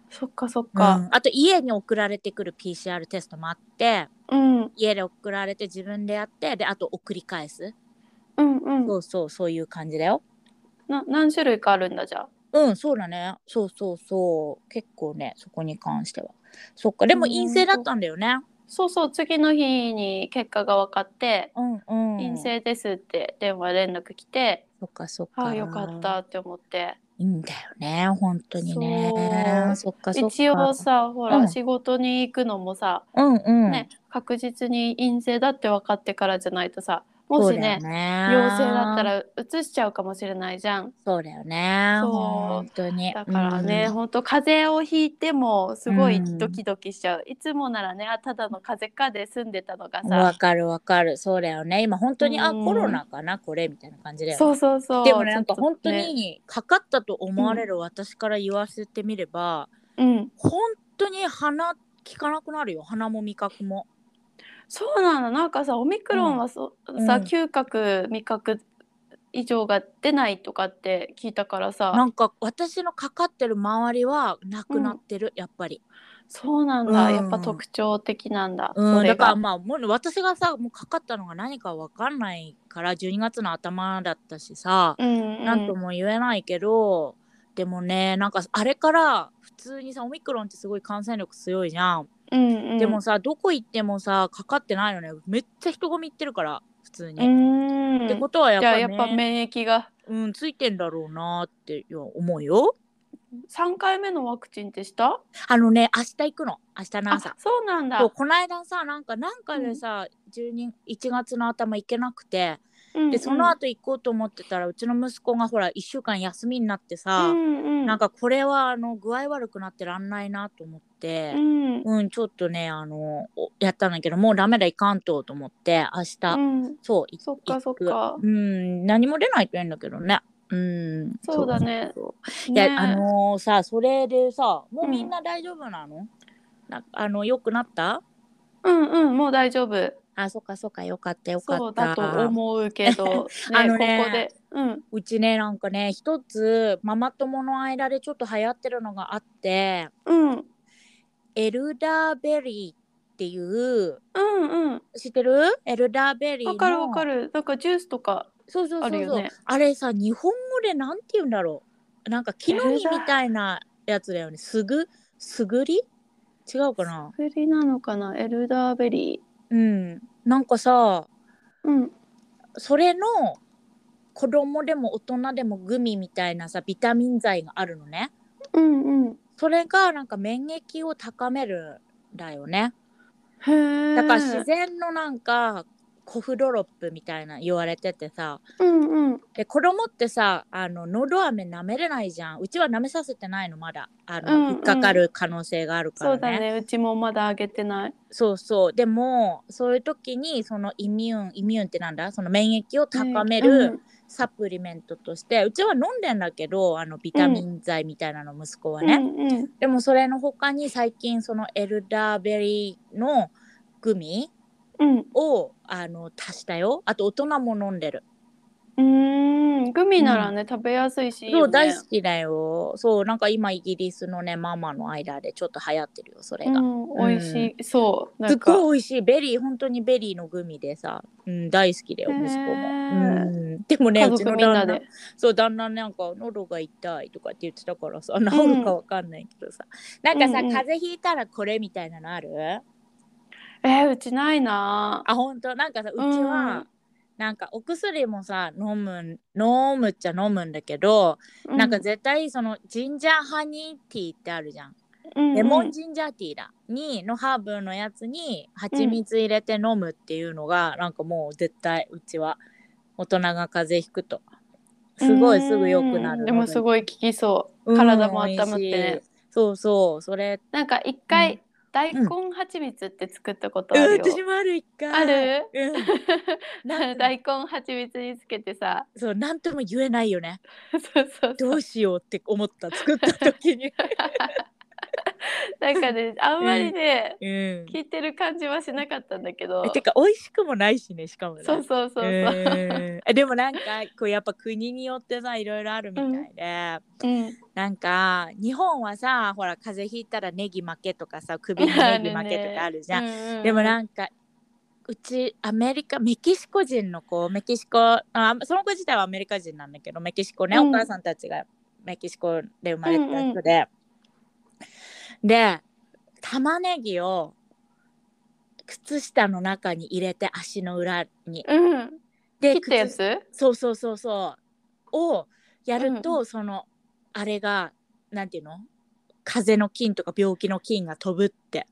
B: そっかそっ
A: う
B: か。
A: んあと家に送られてくる PCR テストもあって
B: うん、
A: 家で送られて自分でやってであと送り返す、
B: うん、うん、
A: そうそうそういう感じだよ
B: な何種類かあるんだじゃあ。
A: うんそうだねそうそうそう結構ねそこに関してはそっかでも
B: うん
A: 陰性だったんだよね
B: そうそう次の日に結果が分かって、
A: うんうん
B: 陰性ですって電話連絡来て、
A: そっかそっ
B: あ
A: か
B: あよかったって思って。
A: いいんだよね本当にねそっかそっか
B: 一応さほら、
A: うん
B: 仕事に行くのもさ、
A: うんうん、
B: ね確実に陰性だって分かってからじゃないとさもしね
A: そうだよね
B: 陽性だったら移しちゃうかもしれないじゃん。
A: そうだよね
B: そう
A: 本当に
B: だからね、
A: うん
B: ほんと風邪をひいてもすごい
A: うん
B: ドキドキしちゃう、いつもならねあただの風邪かで済んでたのが
A: わ
B: さ
A: かるわかるそうだよね今本当に、あ
B: うん
A: コロナかなこれみたいな感じだよね
B: そうそうそう
A: でもねなんか
B: ちょっ
A: 本
B: と
A: 当
B: ね
A: にかかったと思われる私から言わせてみれば、
B: うん
A: 本当に鼻効かなくなるよ鼻も味覚も
B: そうなのなんかさオミクロンはそ、
A: ん
B: さ
A: うん
B: 嗅覚味覚以上が出ないとかって聞いたから
A: な
B: さ
A: んか私のかかってる周りはなくなってる、やっぱり
B: そうなんだ、
A: うん
B: やっぱ特徴的なんだ、
A: う
B: そ
A: ん
B: れ
A: だから
B: が
A: まあもう私がさもうかかったのが何かわかんないから12月の頭だったしさ、
B: うん
A: なんとも言えないけどでもねなんかあれから普通にさオミクロンってすごい感染力強いじゃん、
B: うんうん
A: でもさどこ行ってもさかかってないのねめっちゃ人混み行ってるから普通
B: う
A: に、
B: ん
A: ってことはやっ
B: じゃ
A: ぱ,、
B: あ
A: ね、
B: やっぱ免疫が
A: うん、ついてんだろうなって思うよ
B: 3回目のワクチンってした
A: あのね明日行くの明日の
B: あ
A: 朝
B: そうなんだ
A: そうこの間さなんかなんかでさ、12 1月の頭行けなくて
B: うんう
A: で
B: ん
A: その後行こうと思ってたらうちの息子がほら1週間休みになってさ、
B: うんうん、
A: なんかこれはあの具合悪くなってらんないなと思って
B: う、ん、
A: うん、ちょっとねあのおやったんだけどもうダメだいかんとと思って明日、
B: うん、
A: そうい
B: そっか
A: 行く
B: そっか
A: うん何も出ないといいんだけどねうん
B: そうだね
A: そうそう
B: ね
A: いや、あのーさそれでさもうみんな大丈夫なの、なあのよくなった
B: うんうんもう大丈夫
A: あそっかそっかよかったよかった
B: そうだと思うけ ど、
A: あ
B: ね
A: のね
B: ここで、うん、
A: うちねなんかね一つママ友の間でちょっと流行ってるのがあって
B: うん、
A: エルダーベリーっていう
B: うん、うん、
A: 知ってるエルダーベリーの
B: わかるわかる、なんかジュースとか、
A: そうそうそうそう
B: あるよね
A: あれさ日本語でなんて言うんだろうなんか木の実みたいなやつだよねすぐすぐり違うかな
B: フリなのかな、エルダーベリ
A: うんなんかさ
B: ー。うん、
A: それの子供でも大人でもグミみたいなさビタミン剤があるのね
B: うん、うん。
A: それがなんか免疫を高めるんだよね
B: へえ。
A: だから自然のなんかコフドロップみたいな言われててさ
B: うん、うん、
A: で子供ってさあののど飴舐めれないじゃんうちは舐めさせてないのまだあの、
B: うんうん
A: 引っかかる可能性があるか
B: そ
A: ら
B: うだ
A: ね
B: ね、うちもまだあげてない。
A: そうそうでもそういう時にそのイミューンイミューンってなんだその免疫を高めるサプリメントとして、うちは飲んでんだけどあのビタミン剤みたいなの息子は
B: うん、
A: ね、
B: うん、うん、
A: でもそれの他に最近そのエルダーベリーのグミ
B: うん、
A: をあの足したよあと大人も飲んでる
B: うーん、グミならね、食べやすいしいい
A: そ
B: よ
A: う
B: ね。
A: 大好きだよそうなんか今イギリスのねママの間でちょっと流行ってるよそれが、
B: うん、美味しい、そう、な
A: す
B: んか。
A: ごい美味しいベリー本当にベリーのグミでさ、うん、大好きだよ
B: へー
A: 息子も、うん、でもね
B: 家
A: うち
B: 族
A: の
B: みんな
A: 旦那
B: で。
A: そう旦那なんか喉が痛いとかって言ってたからさ治るかわかんないけどさ、なんかさ、
B: うんうん
A: 風邪ひいたらこれみたいなのある
B: えー、うちないな。
A: あ本当なんかさうちは、
B: うん
A: なんかお薬もさ飲むん飲むっちゃ飲むんだけど、なんか絶対そのジンジャーハニーティーってあるじゃん、
B: うん、
A: レモン
B: うん
A: ジンジャーティーだにのハーブのやつに蜂蜜入れて飲むっていうのが、なんかもう絶対うちは大人が風邪ひくとすごいすぐ良くな
B: う
A: る
B: んでもす
A: い
B: ごい効きそう。体も温まって
A: 美味し
B: ね
A: い。そうそうそれ
B: なんか一回大根蜂蜜って作ったことあ
A: う
B: る
A: ん
B: よ。
A: 私もある一回
B: ある
A: うんなん
B: 大根蜂蜜につけてさ
A: そうなんとも言えないよ ね
B: そうそうそ
A: ど
B: う
A: うしようって思った作った時 に
B: なんかねあんまりね、
A: うん
B: 聞いてる感じはしなかったんだけど
A: えてか美味しくもないしねしかもね
B: そうそうそうそう、
A: うんえでもなんかこうやっぱ国によってさいろいろあるみたいで、
B: うん
A: なんか日本はさほら風邪ひいたらネギ負けとかさ首にネギ負けとかあるじゃん、
B: ん
A: でも
B: ん
A: なんかうちアメリカメキシコ人の子メキシコあその子自体はアメリカ人なんだけどメキシコね、
B: うん
A: お母さんたちがメキシコで生まれた人で、で玉ねぎを靴下の中に入れて足の裏に
B: うん
A: で
B: 切ったや
A: 靴
B: つ
A: そうそうそうそうをやると、
B: うん
A: そのあれがなんていうの風邪の菌とか病気の菌が飛ぶって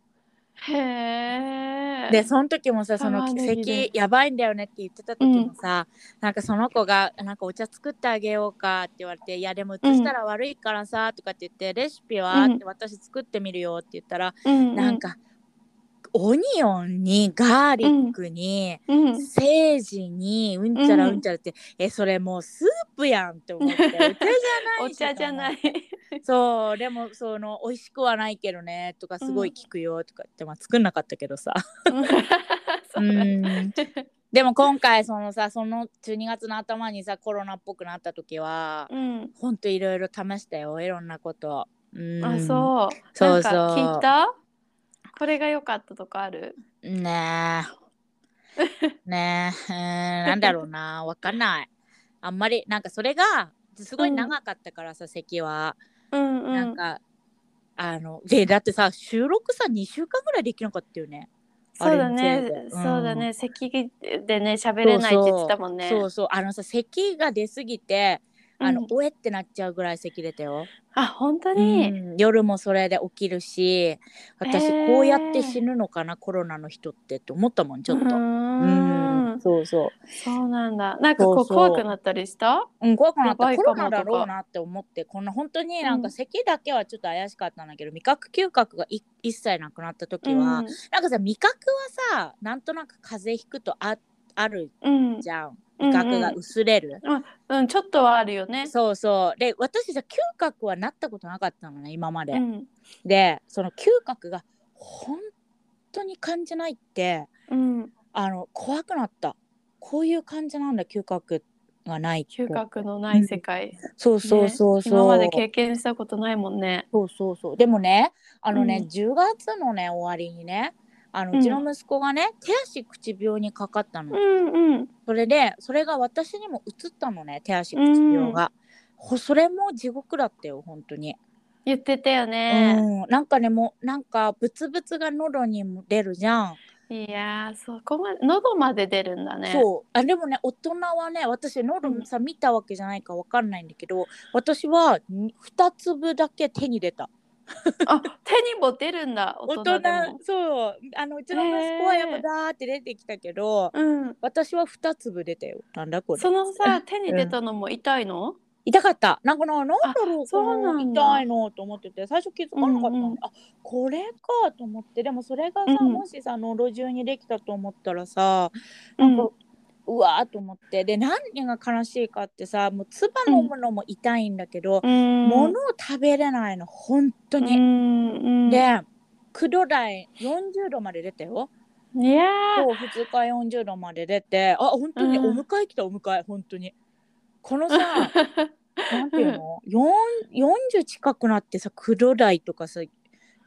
B: へえ
A: でその時もさその
B: 玉ねぎで
A: 席やばいんだよねって言ってた時もさ、なんかその子が「なんかお茶作ってあげようか」って言われて「いやでも移したら悪いからさ」とかって言って「レシピは?」
B: うん
A: って私作ってみるよって言ったら、
B: うんうん
A: なんかオニオンにガーリックに、
B: うん
A: セージにうんちゃら
B: う
A: うんんちゃらって、えそれもうスープやんって思って お茶じゃない
B: お茶じゃないい
A: そうでもその美味しくはないけどねとかすごい聞くよとか言って、まあ作んなかったけどさ
B: そうなんだ
A: うん でも今回そのさその12月の頭にさコロナっぽくなった時は
B: うん
A: ほんといろいろ試したよいろんなこと。うん、
B: あそう
A: そうそう
B: なんか聞いたこれが良かったとかある
A: うね えねえうんなんだろうなわかんないあんまりなんかそれがすごい長かったからさ、席は
B: うんう
A: なんか、あのでだってさ収録さ2週間ぐらいできなかったよね
B: そうだ
A: あれ
B: ね
A: について、うん
B: そうだね咳でね喋れないって言ってたもんね
A: そうそうあのさ咳が出すぎてあの、
B: うん
A: おえってなっちゃうぐらい咳出たよ、
B: あ本当
A: う
B: に、
A: ん、夜もそれで起きるし私
B: へー
A: こうやって死ぬのかな、コロナの人ってって思ったもんちょっと
B: うーん
A: うんそうそ
B: そうなんだなんかこう
A: そうそう
B: 怖くなったりした
A: う、うん、怖くなっ
B: やば
A: た
B: い
A: コ
B: かも
A: ロナだろうなって思ってこんな本当になん
B: う
A: か
B: ん
A: 咳だけはちょっと怪しかったんだけど、味覚嗅覚がい一切なくなった時は、なんかさ味覚はさなんとなく風邪ひくとあある
B: うんうん
A: じゃん味覚が薄れる、
B: うんちょっとはあるよね
A: そうそうで私さ嗅覚はなったことなかったのね今まで、
B: うん
A: でその嗅覚が本当に感じないって
B: うん
A: あの怖くなったこういう感じなんだ嗅覚がないって
B: 嗅覚のない世界、
A: そうそう
B: ね
A: そうそう、
B: 今まで経験したことないもんね
A: そうそうそうでもねあのね、
B: うん
A: 10月のね終わりにねあ
B: う
A: の
B: ん
A: うちの息子がね、手足口病にかかったの、
B: うんうん
A: それでそれが私にも移ったのね手足口病が、ほそれも地獄だったよ本当に
B: 言ってたよね、
A: うん、なんかねもうなんかブツブツが喉にも出るじゃん、
B: いやーそこまで喉まで出るんだね
A: そうあでもね大人はね私喉もさ見たわけじゃないからわかんないんだけど私はに2粒だけ手に出た
B: あ手にも出るんだ大
A: 大
B: 人
A: 人
B: でも
A: そうあのうちの息子はやっぱ
B: へー
A: だーって出てきたけど、
B: うん
A: 私は2粒出たよなんだこれ
B: そのさ手に出たのも痛いの、
A: 痛かったなんかななんだろう
B: そ
A: こ
B: うな
A: の
B: んだ
A: 痛いのと思ってて最初気づかなかったの、
B: うんうん
A: あこれかと思ってでもそれがさ、
B: うん
A: もしさ喉中にできたと思ったらさ
B: う
A: なんか、うわーと思ってで何が悲しいかってさもう唾飲むのも痛いんだけど、
B: うん
A: 物を食べれないの本当
B: う
A: に、
B: んうん、
A: で9度台40度まで出たよ
B: いやー
A: 今日2日40度まで出てあ本当に
B: うん
A: お迎え来たお迎え本当にこ のさなんていうの4 40近くなってさ9度台とかさ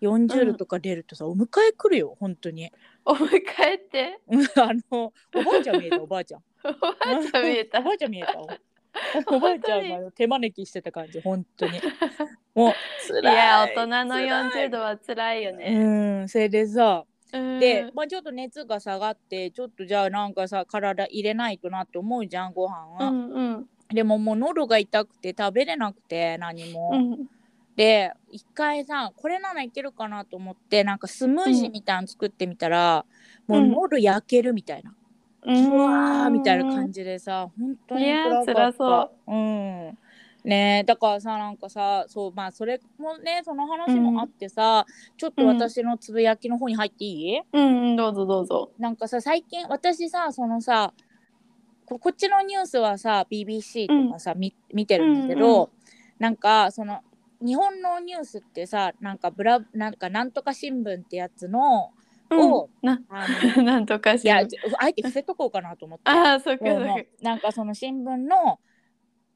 A: 40度とか出るとさ、お迎え来るよ本当に
B: お迎えって
A: あのおばあちゃん見えたおばあちゃん
B: おばあちゃん見えた
A: おばあちゃん見えた。おばあちゃんが手招きしてた感じ、本当に。もう、 辛
B: いや
A: い
B: 大人の40度は辛いよね。
A: うん、それでさ、
B: うん
A: で、まあ、ちょっと熱が下がって、ちょっとじゃあ、なんかさ、体入れないとなって思うじゃん、ご飯
B: う
A: は。
B: んうん
A: でも、もう喉が痛くて、食べれなくて、何も。
B: うん
A: で、一回さ、これならいけるかなと思って、なんかスムージーみたいなの作ってみたら。もう
B: うん
A: 喉焼けるみたいな、
B: うん
A: うわーみたいな感じでさ、本当に
B: いやー
A: 辛かった。
B: 辛そう
A: うん。ねえだからさなんかさそうまあそれもねその話もあってさ、ちょっと私のつぶやきの方に入っていい、
B: うんうんどうぞどうぞ
A: なんかさ最近私さそのさここっちのニュースはさ BBC とかさ、み見てるんだけど、
B: うんうん
A: なんかその日本のニュースってさなんかブラなんかなんとか新聞ってやつのを
B: うんな
A: あの
B: なんとか
A: い
B: し
A: や
B: ら
A: あえて伏せとこうかなと思って。
B: ああそっか
A: で
B: そっ
A: もなんかその新聞の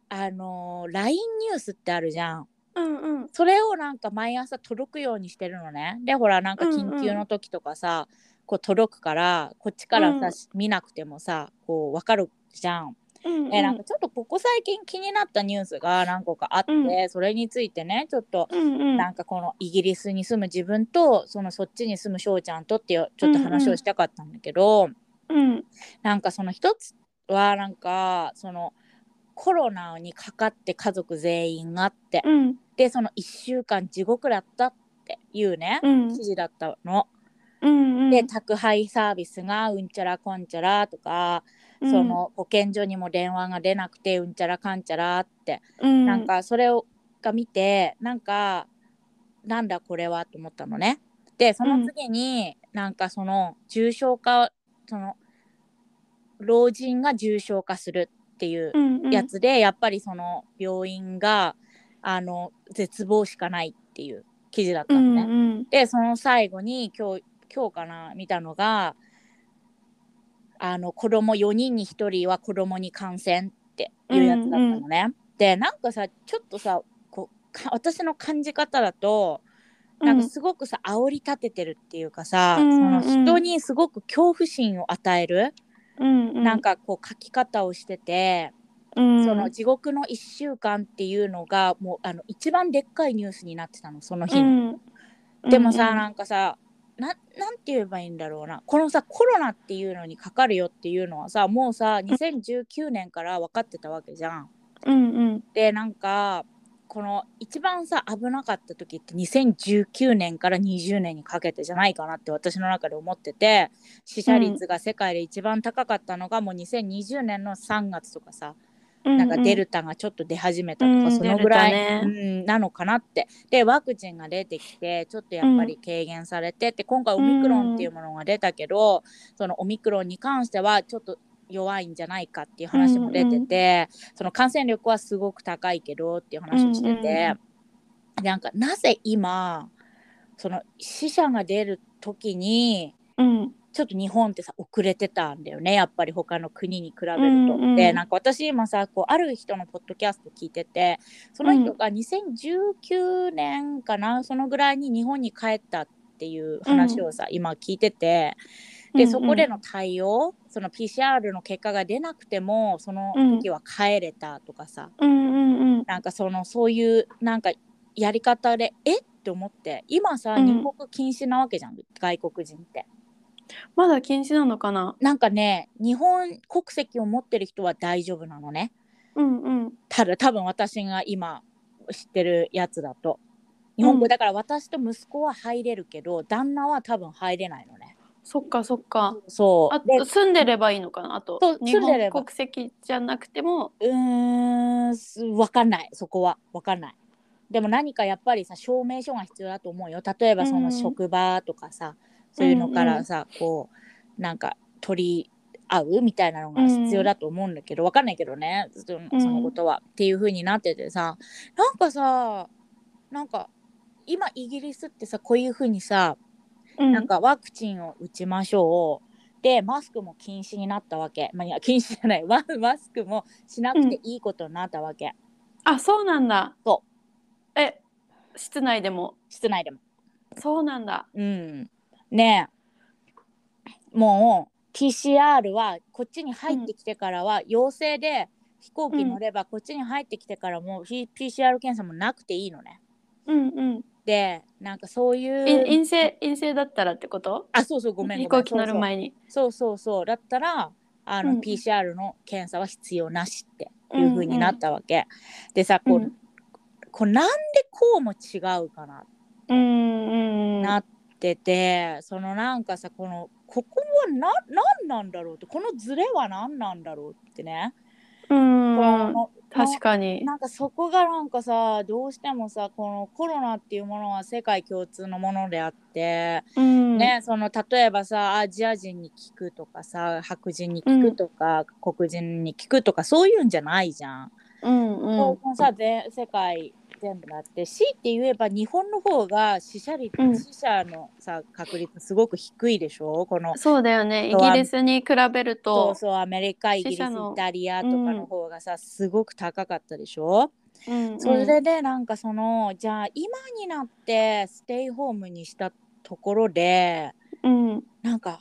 A: あのー LINE ニュースってあるじゃん
B: かうんうん
A: それをなんか毎朝届くようにしてるのねでほらなんか緊
B: うんう
A: 急
B: ん
A: の時とかさ、こう届くからこっちからさ、
B: うん
A: 見なくてもさこうわかるじゃん、
B: うんうん
A: えなんかちょっとここ最近気になったニュースが何個かあって、
B: う
A: それについてねちょっと
B: うんうん
A: なんかこのイギリスに住む自分とそのそっちに住む翔ちゃんとっていうちょっと話をしたかったんだけど、
B: うん
A: なんかその一つはなんかそのコロナにかかって家族全員がって、
B: うん
A: でその1週間地獄だったっていうね、
B: うん
A: 記事だったの。
B: うんうん
A: で宅配サービスがうんちゃらこんちゃらとか、その保健所にも電話が出なくてうんちゃらかんちゃらって
B: うん
A: なんかそれをが見てなんかなんだこれはと思ったのね。でその次に、なんかその重症化その老人が重症化するっていう
B: うんうん
A: やつで、やっぱりその病院があの絶望しかないっていう記事だった
B: う
A: の
B: ん
A: ね。
B: うん
A: でその最後に今日今日かな見たのがあの子供4人に1人は子供に感染っていうやつだったのね。でなんかさちょっとさこうか私の感じ方だとなんかすごくさ、煽り立ててるっていうかさ、
B: うんうん
A: その人にすごく恐怖心を与える、
B: うんうん
A: なんかこう書き方をしてて、
B: うん
A: その地獄の1週間っていうのがもうあの一番でっかいニュースになってたのその日の。
B: うん
A: でもさ、
B: うん
A: なんかさななんて言えばいいんだろうなこのさコロナっていうのにかかるよっていうのはさもうさ2019年から分かってたわけじゃん。
B: うんうん
A: でなんかこの一番さ危なかった時って2019年から20年にかけてじゃないかなって私の中で思ってて死者率が世界で一番高かったのがもう2020年の3月とかさ、
B: うん
A: なんかデルタがちょっと出始めたとか、
B: うん
A: そのぐらい、
B: デルタ
A: うん、なのかなってでワクチンが出てきてちょっとやっぱり軽減されてって今回オミクロンっていうものが出たけど、そのオミクロンに関してはちょっと弱いんじゃないかっていう話も出てて、その感染力はすごく高いけどっていう話をしてて、なんかなぜ今その死者が出る時に
B: うん
A: ちょっと日本ってさ遅れてたんだよねやっぱり他の国に比べると。
B: うんうん
A: でなんか私今さこうある人のポッドキャスト聞いててその人が2019年かなそのぐらいに日本に帰ったっていう話をさ、今聞いててでそこでの対応その PCR の結果が出なくてもその時は帰れたとかさ、
B: うんうんうん
A: なんかそのそういうなんかやり方でえって思って今さ
B: うん
A: 入国禁止なわけじゃん、外国人って。
B: まだ禁止なのかな
A: なんかね日本国籍を持ってる人は大丈夫なのね
B: うんうん
A: ただ多分私が今知ってるやつだと日本語、
B: うん
A: だから私と息子は入れるけど旦那は多分入れないのね
B: そっかそっか
A: そう
B: あ
A: で
B: と住んでればいいのかなあと
A: そう
B: 日
A: 住んでれ
B: 本
A: ば
B: 国籍じゃなくても
A: うーんすわかんないそこはわかんないでも何かやっぱりさ証明書が必要だと思うよ例えばそ
B: うんう
A: の
B: ん
A: 職場とかさ、そういうのからさ、こうなんか取り合うみたいなのが必要だと思うんだけど、わかんないけどねその
B: うん
A: そのことは、っていう風になっててさなんかさなんか今イギリスってさこういう風にさ
B: な
A: なんかワクチンを打ちましょう。でマスクも禁止になったわけ。まあ、いや禁止じゃない ママスクもしなくていいことになったわけ。
B: あそうなんだ
A: そう
B: え室内でも
A: 室内でも。
B: そうなんだ
A: うん、ねえもう PCR はこっちに入ってきてからは陽性で飛行機乗ればこっちに入ってきてからもう、P- PCR 検査もなくていいのね。
B: うんうん
A: でなんかそういう。
B: い陰性陰性だったらってこと
A: あそうそうごめんごめん
B: 飛行機乗る前に
A: そうそうそうだったらあの、
B: うん
A: PCR の検査は必要なしって
B: う
A: い
B: んう
A: うん風になったわけ、でさこう,、
B: うん
A: こうなんでこうも違うかなっ
B: うんうんうん
A: なてて、そのなんかさこのここはな何なんだろうってこのズレは何なんだろうってね、
B: うん
A: この
B: 確かに。
A: なんかそこがなんかさどうしてもさこのコロナっていうものは世界共通のものであって、
B: うん、
A: ねその例えばさアジア人に聞くとかさ白人に聞くとか、黒人に聞くとかそういうんじゃないじゃん。
B: うんうん
A: もうさぜ世界全部だって強いて言えば日本の方が死者率、
B: うん
A: 死者のさ確率すごく低いでしょこの
B: そうだよね。イ
A: そう
B: ギ
A: あ
B: リスに比べる
A: そう
B: と。
A: そうアメリカイギリ
B: 死
A: ス
B: 者の
A: イタリアとかの方がさ、すごく高かったでしょ、
B: うんうん
A: それでなんかそのじゃあ今になってステイホームにしたところで
B: うん
A: なんか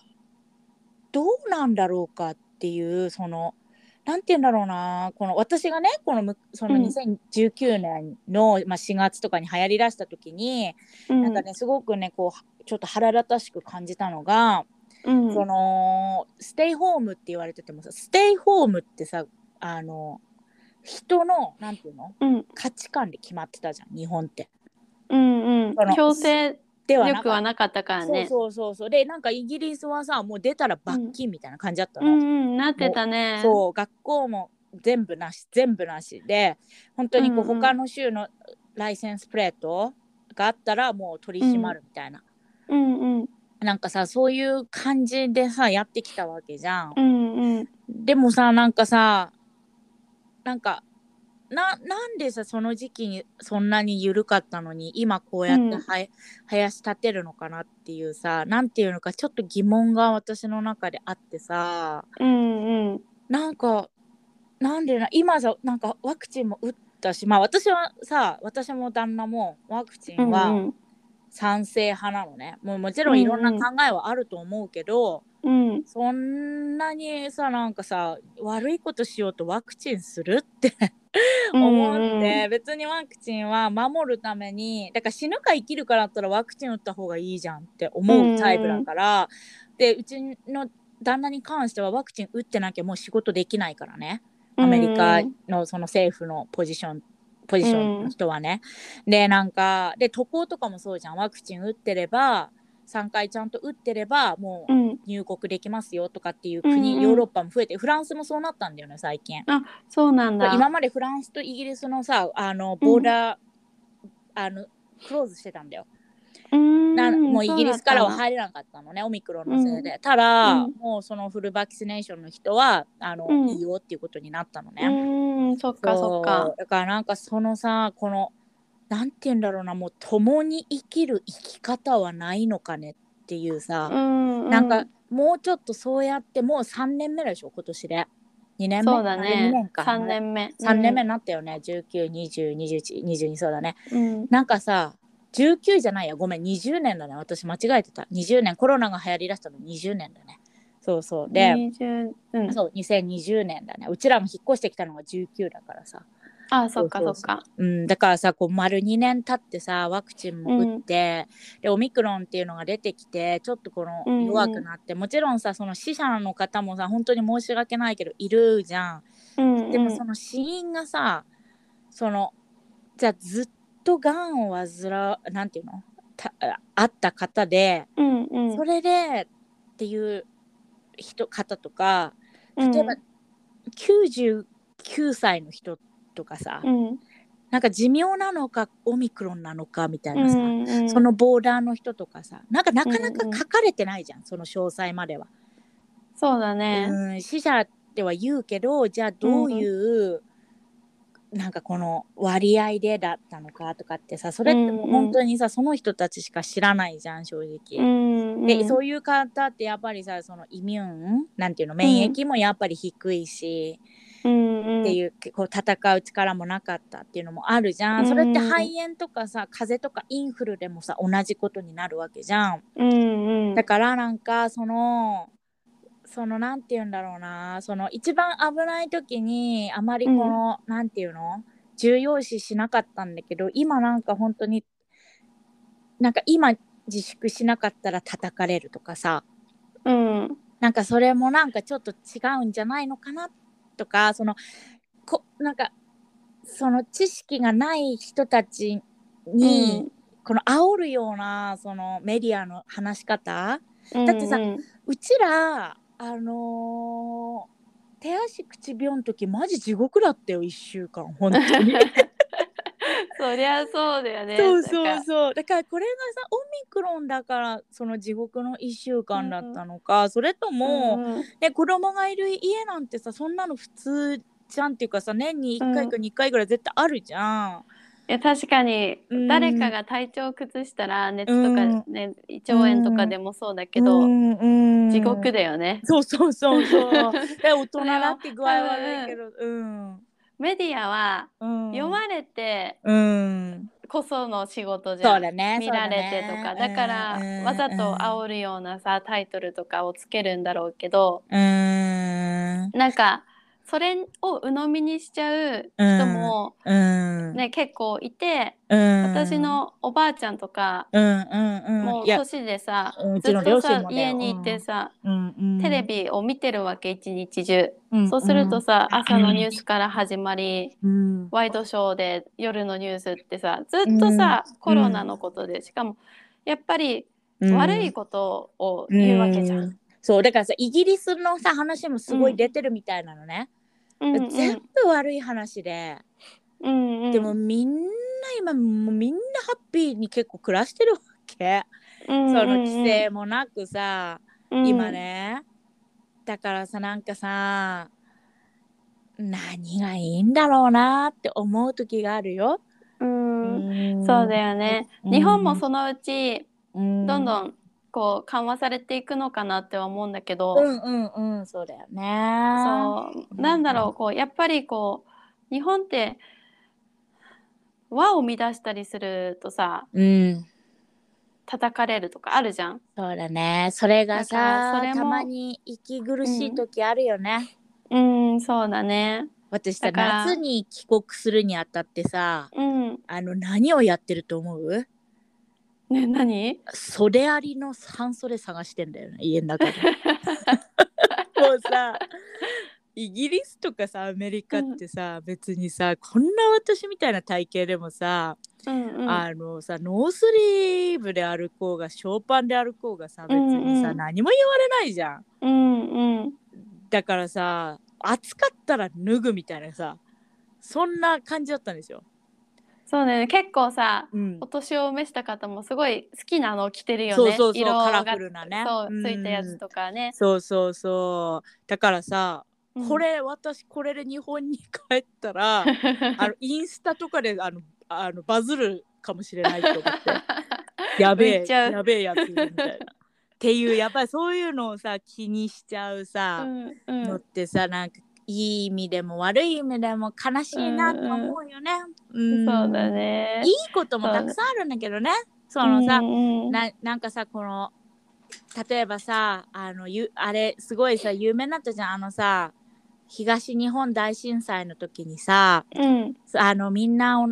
A: どうなんだろうかっていうそのなんて言うんだろうなこの私がねこのむその
B: うん
A: 2019年の、まあ、4月とかに流行りだした時に、
B: うん
A: なんかねすごくねこうちょっと腹立たしく感じたのが、
B: うん
A: そのステイホームって言われててもさステイホームってさあの人のなんていうの
B: うん
A: 価値観で決まってたじゃん日本って。
B: うんうん
A: その
B: 強制
A: ではな
B: 力
A: か
B: は
A: っ
B: なかったか
A: た
B: らね。
A: そうそうそうそうでなんかイギリスはさもう出たら罰金みたいな感じだった
B: う
A: の。
B: んうんなってたね。
A: そう学校も全部なし全部なしで本当にこう、
B: うんうん
A: 他の州のライセンスプレートがあったらもう取り締まるみたいな、
B: うんうん
A: なんかさそういう感じでさやってきたわけじゃん
B: う、んうん
A: でもさなんかさなんかななんでさその時期にそんなに緩かったのに今こうやっては、や林立てるのかなっていうさなんていうのかちょっと疑問が私の中であってさ。
B: うんうん
A: なんかなんでな今さなんかワクチンも打ったしまあ私はさ私も旦那もワクチン
B: う
A: は
B: ん
A: 賛成派なのね、もうもちろんいろんな
B: うんうん
A: 考えはあると思うけど、
B: うんうん
A: そんなにさなんかさ悪いことしようとワクチンするって思って、別にワクチンは守るためにだから死ぬか生きるかだったらワクチン打った方がいいじゃんって思うタイプだから、でうちの旦那に関してはワクチン打ってなきゃもう仕事できないからね。アメリカのその政府のポジションポジションの人はね。でなんかで渡航とかもそうじゃんワクチン打ってれば3回ちゃんと打ってればもう
B: うんうん
A: 入国できますよとかっていう国、
B: うんうん
A: ヨーロッパも増えてフランスもそうなったんだよね最近。
B: そうなんだ。
A: 今までフランスとイギリスのさあのボーダー、あのクローズしてたんだよ。な
B: な
A: もうイギリスからは入れなかったのねオミクロンのせいで。ただ、
B: うん
A: もうそのフルバキシネーションの人はあの、
B: うん
A: いいよっていうことになったのね。
B: うんそっかそっ
A: そ
B: か
A: う。だからなんかそのさこのなんて言うんだろうなもう共に生きる生き方はないのかねっていう
B: う
A: さ、
B: んう
A: なんかもうちょっとそうやってもう3年目でしょ今年で2年目
B: そうだ
A: あれ二
B: ね
A: 年。か
B: 三年目。
A: 3年目になったよね、19202122そうだね
B: うん。
A: なんかさ19じゃないやごめん20年だね私間違えてた20年コロナが流行りだしたの20年だねそうそうで、
B: 二十うん。
A: そう2020年だねうちらも引っ越してきたのが19だからさ
B: あそっか
A: そうそ
B: そうっか。
A: うん、だからさこう丸2年経ってさワクチンも打って、でオミクロンっていうのが出てきてちょっとこ
B: うんう
A: の
B: ん
A: 弱くなって、もちろんさその死者の方もさ本当に申し訳ないけどいるじゃん。
B: うんうん
A: でもその死因がさそのじゃあずっとがんを患うなんていうのたあった方で
B: うんうん
A: それでっていう人方とか例えば99歳の人とかさ、
B: うん
A: なんか寿命なのかオミクロンなのかみたいなさ、
B: うんうん
A: そのボーダーの人とかさなんかなかな
B: う
A: か
B: んうん
A: 書かれてないじゃん、その詳細までは。
B: そうだね。
A: うん、死者っては言うけどじゃあどういう、なんかこの割合でだったのかとかってさそれってもう本当にさ、その人たちしか知らないじゃん正
B: う
A: 直。
B: ん
A: で
B: うん
A: そういう方ってやっぱりさそのイミューンなんていうの免疫もやっぱり低いし、
B: うん
A: って
B: う
A: いうこう戦う力もなかったっていうのもあるじゃ。
B: うんん
A: それって肺炎とかさ風邪とかインフルでもさ同じことになるわけじゃん。
B: んうんうん
A: だからなんかそのそのなんて言うんだろうなその一番危ない時にあまりこの、なんていうの重要視しなかったんだけど今なんか本当になんか今自粛しなかったら叩かれるとかさ
B: うん
A: なんかそれもなんかちょっと違うんじゃないのかなとかそのこなんかその知識がない人たちに、この煽るようなそのメディアの話し方
B: うん
A: だってさ
B: うん
A: うちらあの手足口病の時マジ地獄だったよ1週間本当 に
B: そりゃそうだよね
A: そうそ
B: な
A: うん
B: か
A: そうだからこれがさオミクロンだからその地獄の1週間だったのか、それとも、
B: んん
A: ね、子供がいる家なんてさそんなの普通じゃんっていうかさ年に1回か2回ぐらい絶対あるじゃん。
B: いや確かに
A: うん
B: 誰かが体調を崩したら熱とかね胃腸炎とかでもそうだけど、
A: うんうん
B: 地獄だよね
A: そうそうそうそう。で大人だって具合悪いけど、うん、
B: メディアは
A: うん、
B: 読まれて
A: うん、
B: こその仕事じゃ
A: そ
B: ん、
A: うだね。
B: 見られてとかだ,、から、わざと煽
A: る。
B: るようなさタイトルとかをつけるんだろうけど
A: うん、
B: なんかそれを鵜呑みにしちゃう人も、
A: うん、
B: ね結構いて、
A: うん、
B: 私、のおばあちゃんとか、
A: うんうんうん、
B: もう
A: いや、
B: 年でさ
A: うんう
B: ず
A: ち
B: っ
A: の両
B: と
A: 親
B: さ
A: もだよ
B: 家にいてさ、
A: うんうん、
B: テレ、ビを見てるわけ一日中、
A: うん
B: そうすると、さ朝のニュースから始まり、
A: うん、
B: ワイドショーで夜のニュースってさずっとさ、コロナのことでしかもやっぱり
A: うん
B: 悪いことを言うわけじゃん。
A: うそうだからさイギリスのさ話もすごい出てるみたいなのね、
B: うんうん
A: 全部悪い話で、
B: うんうん
A: でもみんな今もうみんなハッピーに結構暮らしてるわけ、
B: うん
A: その規制もなくさ、
B: うん
A: 今ねだからさなんかさ何がいいんだろうなって思う時があるよ、
B: うんそうだよね、日本もそのうち
A: うん、
B: どん
A: ん
B: どんこう緩和されていくのかなっては思うんだけど、
A: うんうんうんそうだよね
B: そうなんだろうこうやっぱりこう日本って和を乱したりするとさ
A: ううん
B: 叩かれるとかあるじゃん。
A: そうだねそれが
B: だから
A: さ
B: それも
A: たまに息苦しい時あるよね、
B: うんそうだね。
A: 私さ
B: だから
A: 夏に帰国するにあたってさ
B: うん。
A: あの何をやってると思う
B: ね何？
A: 袖ありの半袖探してんだよね家の中 でもうさイギリスとかさアメリカってさ、別にさこんな私みたいな体型でもさ、
B: うんうん。
A: あのさノースリーブで歩こうがショーパンで歩こうがさ別にさ、
B: うんうん
A: 何も言われないじゃん
B: うんうん。
A: だからさ暑かったら脱ぐみたいなさそんな感じだったんですよ。
B: そうだよね。結構さ。
A: うん
B: お年を召した方もすごい好きなのを着てるよね。
A: そうそうそう
B: 色が
A: カラフルなね
B: そう
A: うん
B: ついたやつとかね。
A: そうそうそうだからさ、
B: うん
A: こ。れ私これで日本に帰ったらあのインスタとかであのあのバズるかもしれないと思って やべ
B: 浮
A: え
B: いちゃう
A: やべえやついるみたいな。っていうやっぱりそういうのをさ気にしちゃう
B: う
A: さ、
B: んうん
A: のってさなんかいい意味でも悪い意味でも悲しいなと思うよね。うん
B: そうだね。
A: いいこともたくさんあるんだけどね。そのさ、
B: うんうん
A: ななんかさこの例えばさあのゆあれすごいさ有名になったじゃんあのさ東日本大震災の時にさ
B: うん
A: あのみんなお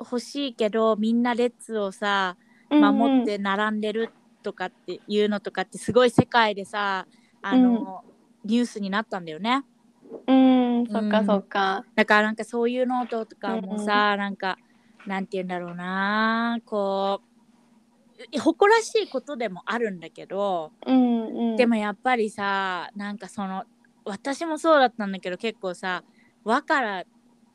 A: 欲しいけどみんな列をさ
B: うんうん
A: 守って並んでるとかっていうのとかってすごい世界でさあの、ニュースになったんだよね。
B: うん、そっ
A: う
B: か
A: ん
B: そっか。
A: だからなんかそういうノートとかもさ、なんかなんて言うんだろうなこう誇らしいことでもあるんだけど、
B: うんうん。
A: でもやっぱりさなんかその私もそうだったんだけど結構さ輪から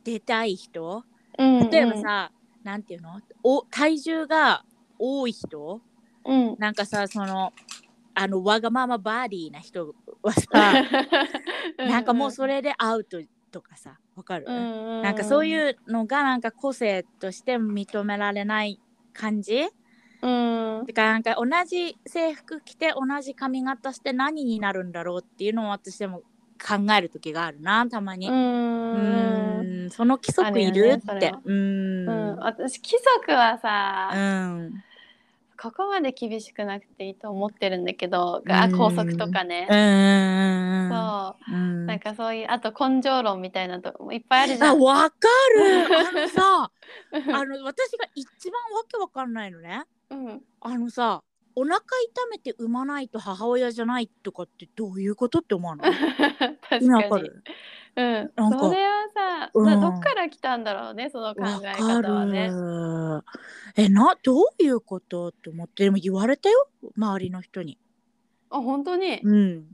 A: 出たい人
B: うんうん、
A: 例えばさ、なんていうのお体重が多い人
B: うん、うん
A: なんかさそのあのわがままバーディーな人はさなんかもうそれでアウトとかさわかる、
B: うんうん、
A: なんかそう
B: う
A: いうのがなんか個性として認められない感じ
B: ん、うん
A: てかなんか同じ制服着て同じ髪型して何になるんだろうっていうのを私でも考える時があるなたまに。
B: う
A: うんーんその規則いる、
B: あ
A: っ
B: る
A: て
B: よね。
A: うー
B: うんん、私貴族はさ、
A: うん
B: ここまで厳しくなくていいと思ってるんだけど、
A: うん
B: あ校則とかね
A: う、ん
B: そ
A: うん
B: うなんかそういうあと根性論みたいなとこもいっぱいあるじゃ
A: あ
B: ん。
A: わかるあの さあの私が一番わけわかんないのね
B: うん、
A: あのさお腹痛めて産まないと母親じゃないとかってどういうことって思わない
B: 確
A: 意味わ
B: か
A: か
B: に。
A: る
B: うん、
A: なんか
B: それはさ、
A: うん
B: などっから来たんだろうねその考え
A: わ
B: 方はね。
A: かるえなどういうことって思ってでも言われたよ周りの人に
B: あ本当に、
A: うん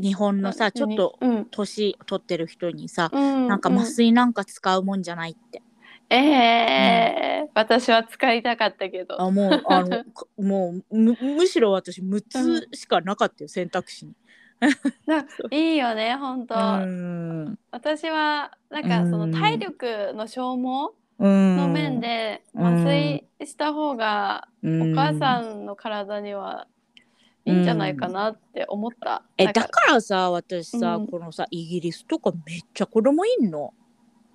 A: 日本のさちょっと
B: うん
A: 年取ってる人にさ、
B: うん、
A: なんか麻酔なんか使うもんじゃないって、
B: うんええ私は使いたかったけど
A: あもうあ のかもうむむしろ私6つしかなかったよ選択肢に。
B: いいよね本当、
A: うん
B: 私はなんかそ
A: うん
B: の体力の消耗
A: の
B: の面で
A: うん
B: 麻酔した方が
A: お
B: お母さ
A: ん
B: んの体にはいいんじゃないかなって思った、
A: え
B: なん
A: だからさ私さ、
B: うん
A: このさイギリスとかめっちゃ子供いんの、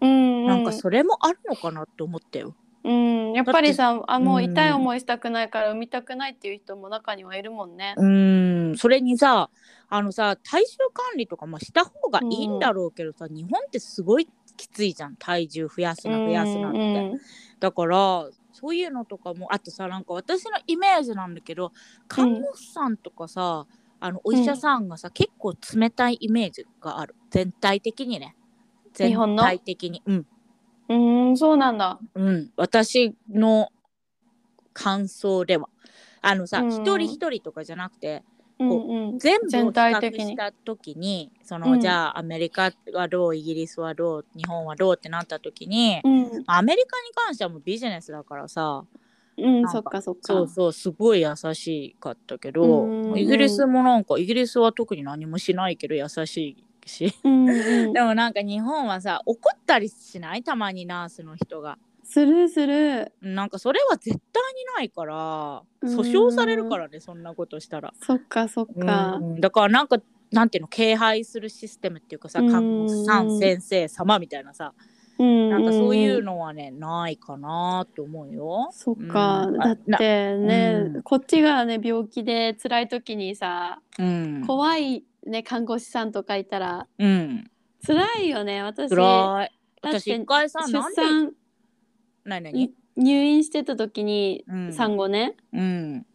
B: うんうん
A: なんかそれもあるのかなって思ったよ。
B: うん、やっぱりさあもう
A: うん
B: 痛い思いしたくないから産みたくないっていう人も中にはいるもんね。
A: うんそれにさあのさ体重管理とかもした方がいいんだろうけどさ、日本ってすごいきついじゃん体重増やすな増やすなって、
B: うん
A: だからそういうのとかもあとさなんか私のイメージなんだけど看護師さんとかさ、あのお医者さんがさ、結構冷たいイメージがある全体的にね
B: 日本の
A: 全体的にうん
B: うん、うん、そうなんだ。
A: うん、私の感想ではあのさ、
B: うん
A: 一人一人とかじゃなくて
B: うんうん
A: 全部を
B: 全
A: 比
B: 体
A: 較
B: 的に
A: した時にその、
B: うん
A: じゃあアメリカはどうイギリスはどう日本はどうってなった時に、
B: うん
A: アメリカに関してはもうビジネスだからさ
B: う
A: なん
B: ん、
A: か
B: そっかそっか。
A: そうそうすごい優しかったけど、
B: うん
A: イギリスもなんかイギリスは特に何もしないけど優しいし
B: うんうん
A: でもなんか日本はさ怒ったりしないたまにナースの人が。
B: するする。
A: なんかそれは絶対にないから
B: うん
A: 訴訟されるからねそんなことしたら。
B: そっかそっか。
A: うんだからなんかなんていうの敬拝するシステムっていうかさ
B: うん
A: 看護師さん先生様みたいなさ
B: うん、
A: なんかそういう
B: の。
A: のはねないかなと思うよ。
B: そっか、
A: うん
B: だってね、
A: うん
B: こっちがね病気で辛い時にさ
A: うん、
B: 怖いね看護師さんとかいたら
A: うん、
B: 辛いよね私
A: 辛い。
B: だって
A: 私一回さ
B: 出
A: なんで
B: 産
A: 何何
B: 入院してた時に
A: うん
B: 産後ね、
A: うん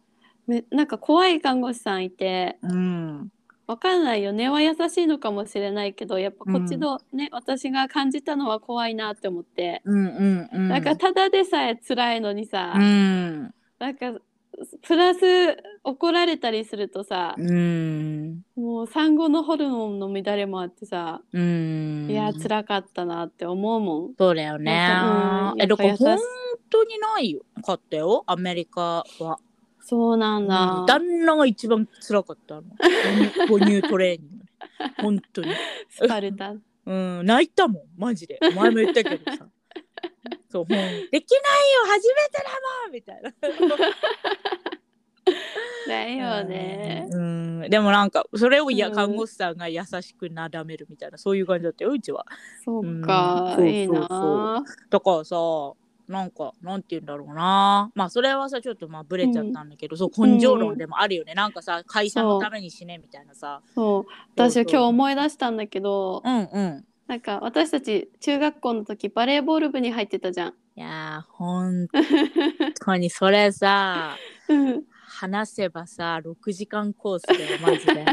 B: めなんか怖い看護師さんいて
A: うん
B: わかんないよ根は優しいのかもしれないけどやっぱこっちのね、私が感じたのは怖いなって思って、
A: うんうんうん
B: なんかただでさえ辛いのにさ、
A: うん
B: なんかプラス怒られたりするとさ、
A: うん
B: もう産後のホルモンの乱れもあってさ、
A: うん
B: いや辛かかったなって思うもん。
A: そうだよね
B: なんかう。ん
A: え、だから
B: やっぱ優
A: 本
B: し
A: 当にないかったよ、アメリカは。
B: そうなんだ。
A: うん旦那が一番辛かったの。 母乳母乳トレーニング。本当に。
B: スパルタ。
A: うん、泣いたもん、マジで。お前も言ったけど さ。そう、ほんできないよ、初めてだもんみたいな。
B: だよね。
A: うん、でもなんか、それをいや、
B: うん
A: 看護師さんが優しくなだめるみたいな、そういう感じだったよ、うちは。
B: そうか、
A: うん
B: いい
A: そうそ
B: な。
A: だからさなんかなんて言うんだろうなまあそれはさちょっとまあブレちゃったんだけど、そう根性論でもあるよね、なんかさ会社のために死ねみたいなさ
B: そう私は今日
A: 日
B: 思い出したんだけど、
A: うんうん
B: なんか私たち中学校の時バレーボール部に入ってたじゃん。
A: いやーほんとにそれ さ話せばさ6時間コースでマジ で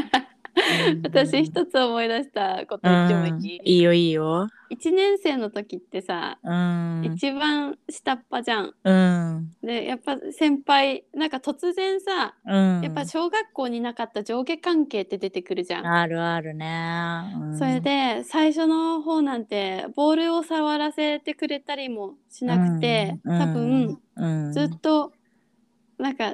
B: 私
A: うん
B: 一つ思い出したこと言っても
A: うん
B: い
A: い
B: い
A: いよいいよ
B: ?1 年生の時ってさ、
A: うん
B: 一番下っ端じゃん。
A: うん
B: でやっぱ先輩なんか突然さ
A: うん
B: やっぱ小学校になかった上下関係って出てくるじゃん。
A: あるあるね、うん
B: それで最初の方なんてボールを触らせてくれたりもしなくて、
A: うん
B: 多分、
A: うん
B: ずっとなんか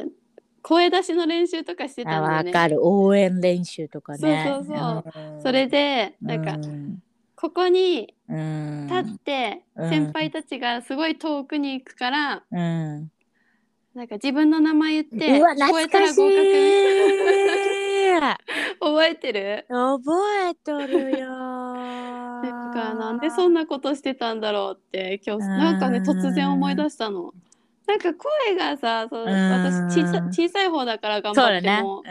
B: 声出しの練習とかしてた
A: あ
B: んだよ
A: わ
B: ね。
A: かる応援練習とかね、
B: そうそうそう
A: ん
B: それでなんか、
A: うん
B: ここに
A: うん
B: 立って、
A: うん
B: 先輩たちがすごい遠くに行くから、
A: うん、
B: なんか自分の名前言って
A: うわ
B: 聞こ
A: 懐
B: えた
A: から
B: 合
A: しい
B: 格 覚えてる
A: 覚えとるよ
B: だから なんでそんなことしてたんだろうって今日
A: うん
B: なんかね突然思い出したの。なんか声がさそう
A: うん
B: 私小さ小さい方だから頑
A: そう
B: 張
A: だ
B: って
A: ね
B: も、
A: ん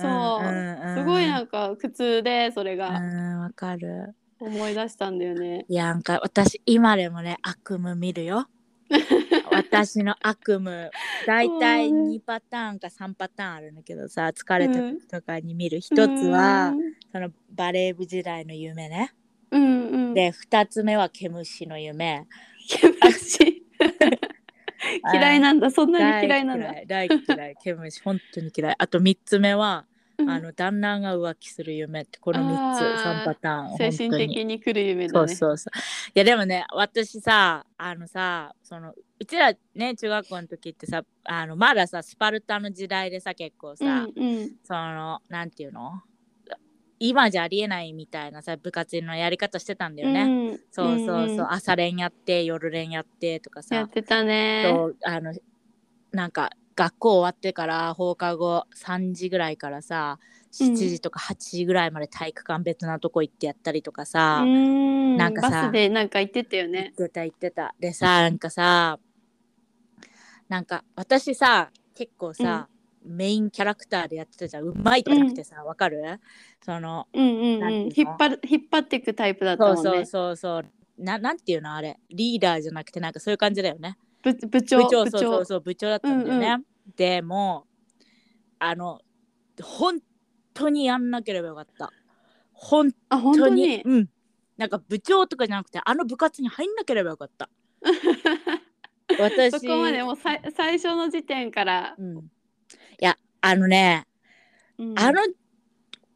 B: そう
A: うん
B: すごい
A: ん
B: なんか苦痛でそれ
A: う
B: が
A: んわかる
B: 思い出したんだよね。
A: いやなんか私今でもね悪夢見る よ私の悪夢だいたい2パターンか3パターンあるんだけどさ疲れた時とかに見る一つは、そのバレー部時代の夢ね
B: うんうんうん
A: で2つ目は毛虫の夢
B: 毛 虫嫌いなんだそんなに嫌いなんだ。
A: 大嫌い大嫌い毛虫本当に嫌いあと3つ目はあの旦那が浮気する夢ってこの3つ
B: あ
A: 3
B: ー
A: パターン
B: 精
A: 本
B: 神
A: 当に
B: 的に来る夢
A: そ
B: だ
A: う
B: ね。
A: そうそういやでもね私さあのさそのうちらね中学校の時ってさあのまださスパルタの時代でさ結構さ、
B: うんうん
A: そのなんていうの今じゃありえないみたいなさ部活のやり方してたんだよね、
B: うん
A: そうそうそう、
B: んん
A: 朝練やって夜練やってとかさ
B: やってたね。
A: そうあのなんか学校終わってから放課後3時ぐらいからさ
B: うん
A: 7時とか8時ぐらいまで体育館別なとこ行ってやったりとか
B: う
A: さ、
B: ん
A: なんかさ
B: バスでなんか行ってたよ
A: 言っ
B: ね。
A: てた言ってたでさなんかさなんか私さ結構さ、メインキャラクターでやってたじゃんうまいとかなくてさわ、かるその
B: うんうん
A: な
B: うん
A: ていうの
B: ん。引っ張る引っ張っていくタイプだった
A: そう
B: もん
A: そう
B: ね。
A: そうそうななんていうのあれリーダーじゃなくてなんかそういう感じだよね
B: 部部長
A: 部長そうそうそう部長だったんだよね、
B: うん
A: でもあの本当にやんなければよかった本
B: あ本
A: 当
B: 当
A: に
B: に。
A: うんなんか部長とかじゃなくてあの部活に入んなければよかった 私
B: そこまでもうさい最初の時点から、
A: うん、いやあのね、
B: うん
A: あの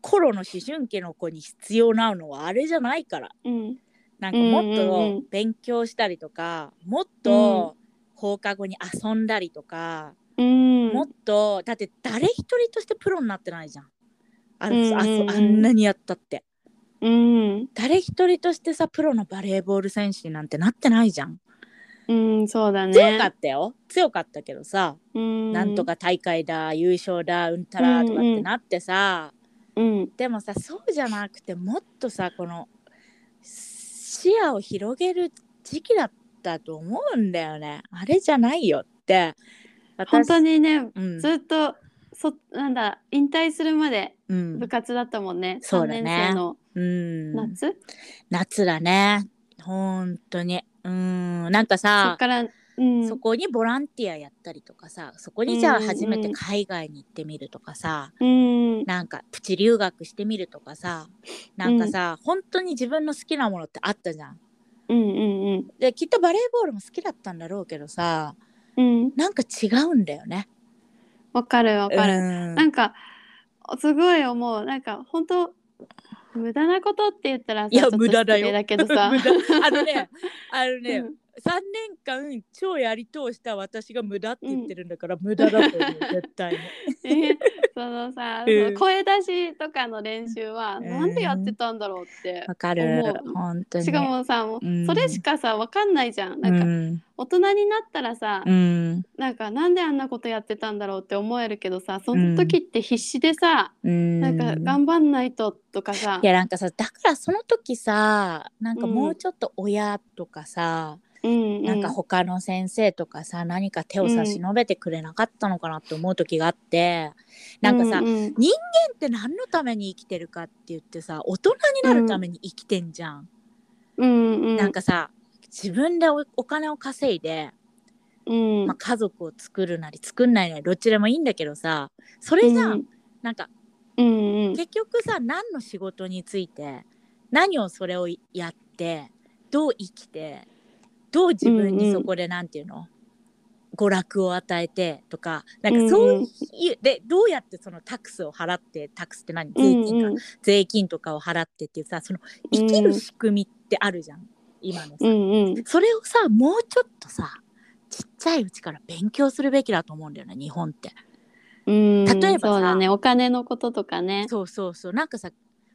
A: 頃の思春期の子に必要なのはあれじゃないから
B: うん
A: なんかもっ
B: うんうんう
A: と
B: ん
A: 勉強したりとか、もっと放課後に遊んだりとか、
B: うん
A: もっとだって誰一人としてプロになってないじゃんあ,、あ
B: うんうんうん
A: あんなにやったって
B: うん
A: 誰一人としてさプロのバレーボール選手になんてなってないじゃん
B: うんそうだね
A: 強かったよ強かったけどさ、
B: うん
A: なんとか大会だ優勝だうんたらとかってなってさ、
B: うん
A: でもさそうじゃなくてもっとさこの視野を広げる時期だったと思うんだよねあれじゃないよって私
B: 本当にね
A: うん
B: ずっとそなんだ引退するまで
A: うん
B: 部活だったもんね、
A: そうだね
B: 3年生の
A: うん、
B: 夏、
A: 夏だね本当にうんなんか
B: そ
A: さ
B: っから、うん、
A: そこにボランティアやったりとかさそこにじゃあ
B: うん
A: 初めて海外に行ってみるとかさ、
B: うん
A: なんかプチ留学してみるとかさなんかさ、本当に自分の好きなものってあったじゃん。
B: うんうん
A: できっとバレーボールも好きだったんだろうけどさ
B: うんうん
A: なんか違うんだよね。
B: わかるわかる、
A: うん
B: なんかすごい思うなんか本当無駄なことって言ったらさ
A: いや
B: ちょっと
A: 無駄だよ
B: 失礼だけど さ
A: 無駄あのねあのね、
B: うん
A: 3年間超やり通した私が無駄って言ってるんだから、無駄だと思う絶対に。
B: えそのさ、
A: うん
B: その声出しとかの練習はなんでやってたんだろうって、
A: わか
B: 思
A: る
B: う
A: 本当に。
B: しかもさもう
A: うん
B: それしかさわかんないじゃ
A: う
B: んなんか、
A: ん
B: 大人になったらさ、
A: うん
B: なんかなんであんなことやってたんだろうって思えるけどさその時って必死でさ、
A: うん、
B: なんか頑張んないととかさ
A: い、やなんかさだからその時さなんか
B: うん
A: もうちょっと親とかさ、
B: うんうん、
A: なんか他の先生とかさ何か手を差し伸べてくれなかったのかなって思う時があって、なんかさ、
B: うんうん
A: って何のために生きてるかって言ってさ大人になるために生きてんじゃん、
B: うんうん、
A: なんかさ自分でおお金を稼いで、
B: うん、
A: まあ、家族を作るなり作んないなりどっちでもいいんだけどさそれじゃん、
B: うん
A: なんか
B: うんうん
A: 結局さ何の仕事について何をそれをやってどう生きてどう自分
B: うんう
A: に
B: ん
A: そこでなんていうの、娯楽を与えてとかなんかそういう、でどうやってそのタックスを払ってタックスって何税金か、
B: うんうん
A: 税金とかを払ってっていうさその生きる仕組みってあるじゃん、今のさ、
B: うんうん
A: それをさもうちょっとさちっちゃいうちから勉強するべきだと思うんだよね日本って、
B: うん、
A: 例えばさ
B: そうだねお金のこととかね
A: そうそうそうなんかさ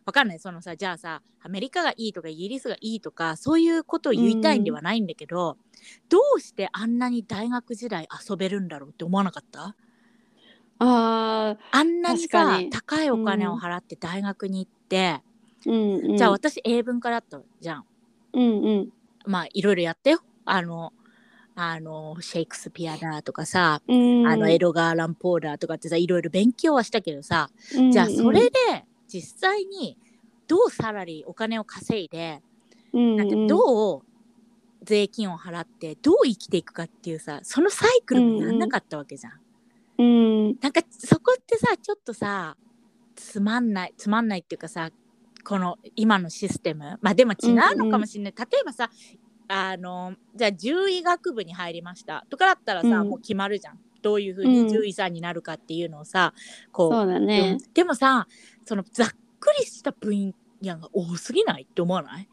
A: わかんないそのさじゃあさアメリカがいいとかイギリスがいいとかそういうことを言いたいんではないんだけど、どうしてあんなに大学時代遊べるんだろうって思わなかった
B: あ
A: あんなに
B: 確
A: さ
B: かに
A: 高いお金を払って大学に行って、
B: ーうんうん
A: じゃあ私英文化だったじゃん
B: うんうん
A: まあいろいろやったよあのあのシェイクスピアだとかさ、
B: うん
A: あのエドガー・ランポーだとかってさいろいろ勉強はしたけどさ、
B: うんうん
A: じゃあそれで実際にどうサラリーお金を稼いで
B: うん
A: なんか
B: うん
A: どう税金を払ってどう生きていくかっていうさそのサイクルもやんなかったわけじゃん。
B: うん
A: なんかそこってさちょっとさつまんないつまんないっていうかさこの今のシステムまあでも違うのかもしれない、例えばさあのじゃあ獣医学部に入りましたとかだったらさ、
B: うん
A: もう決まるじゃんどういうふう
B: う
A: に
B: ん
A: 獣医さんになるかっていうのをさ、こう
B: そうだね。
A: でもさそのざっくりした分野が多すぎないって思わない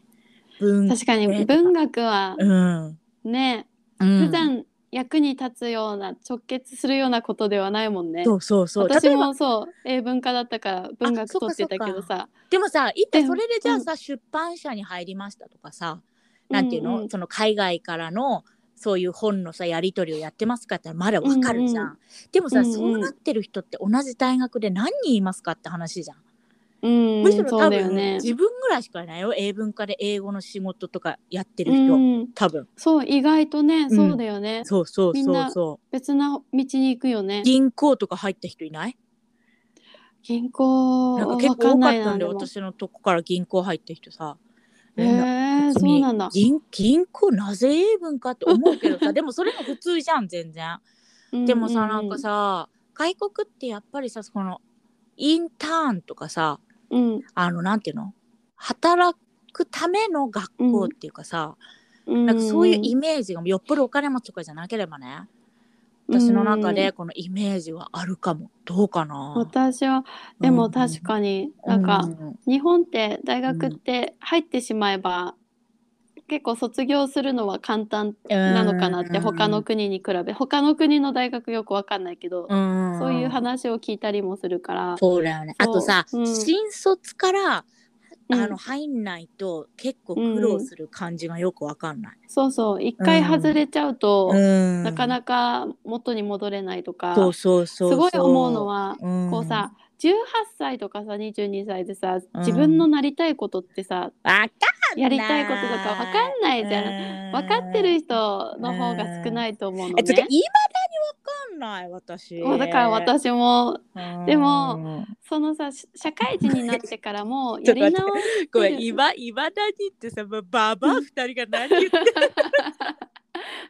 A: 文
B: 確かに文学は
A: うん、
B: ね、
A: うん、
B: 普段役に立つような直結するようなことではないもんね。
A: そうそうそう
B: 私
A: 例えば
B: もそう英文科だったから文学取ってたけどさ。
A: でもさ一
B: う
A: 旦
B: ん
A: それでじゃあさ、出版社に入りましたとかさなんていうの、
B: うんうん
A: その海外からのそういう本のさやり取りをやってますかって言ったらまだわかるじゃん、
B: うん
A: でもさ、
B: うんうん
A: そうなってる人って同じ大学で何人いますかって話じゃん、
B: うん、
A: むしろ
B: そ
A: 多
B: うだ
A: 分、
B: よね。
A: 自分ぐらいしかいないよ英文科で英語の仕事とかやってる人、
B: うん、
A: 多分
B: そう意外とね、
A: ん
B: そうだよね。
A: そうそう
B: みん
A: そう
B: な
A: そ
B: 別な道に行くよね
A: う。銀行とか入った人いない
B: 銀行
A: なんか
B: は
A: 結
B: わか
A: 構多
B: ん
A: か
B: な
A: っ
B: いな
A: たんで
B: でも
A: 私のとこから銀行入った人さ
B: へ
A: みんな
B: えそうなんだ。
A: 銀銀行なぜ英文かって思うけど さでもそれが普通じゃん全然。でもさ、
B: ううう
A: なんか、さ外国ってやっぱりさこのインターンとかさ
B: うん
A: あのなんていうの働くための学校っていうかさ、
B: うん、
A: なんかそういうイメージがよっぽどお金持ちとかじゃなければね私の中でこのイメージはあるかもどうか
B: うん、
A: な。
B: 私はでも
A: うん
B: 確かになんか、
A: うん
B: 日本って大学って入ってしまえば、結構卒業するのは簡単なのかなって、他の国に比べ他の国の大学よくわかんないけど、
A: うん
B: そういう話を聞いたりもするから
A: そうだよね。あ
B: そう
A: とさ、
B: うん
A: 新卒から
B: うん
A: あの入んないと結構苦労する感じがよくわかんない。
B: そうそう一回外れちゃうと、
A: ん
B: なか
A: か
B: なか元に戻れないとか
A: そうそうそうそう。
B: すごい思うのは、
A: うん
B: こうさ18歳とかさ22歳でさ
A: うん
B: 自分のなりたいことってさ、
A: わかんない
B: やりたいこととかわかんないじゃん。
A: ゃ
B: 分かってる人の方が少ないと思うの
A: えつうか
B: ね
A: いまだ。にわかんない私。
B: そうだから私も
A: うん
B: でもそのさし社会人になってからも
A: ちょ
B: や
A: っと待
B: り
A: って
B: 直し
A: これいまいまだにってさばばば二人が何言ってる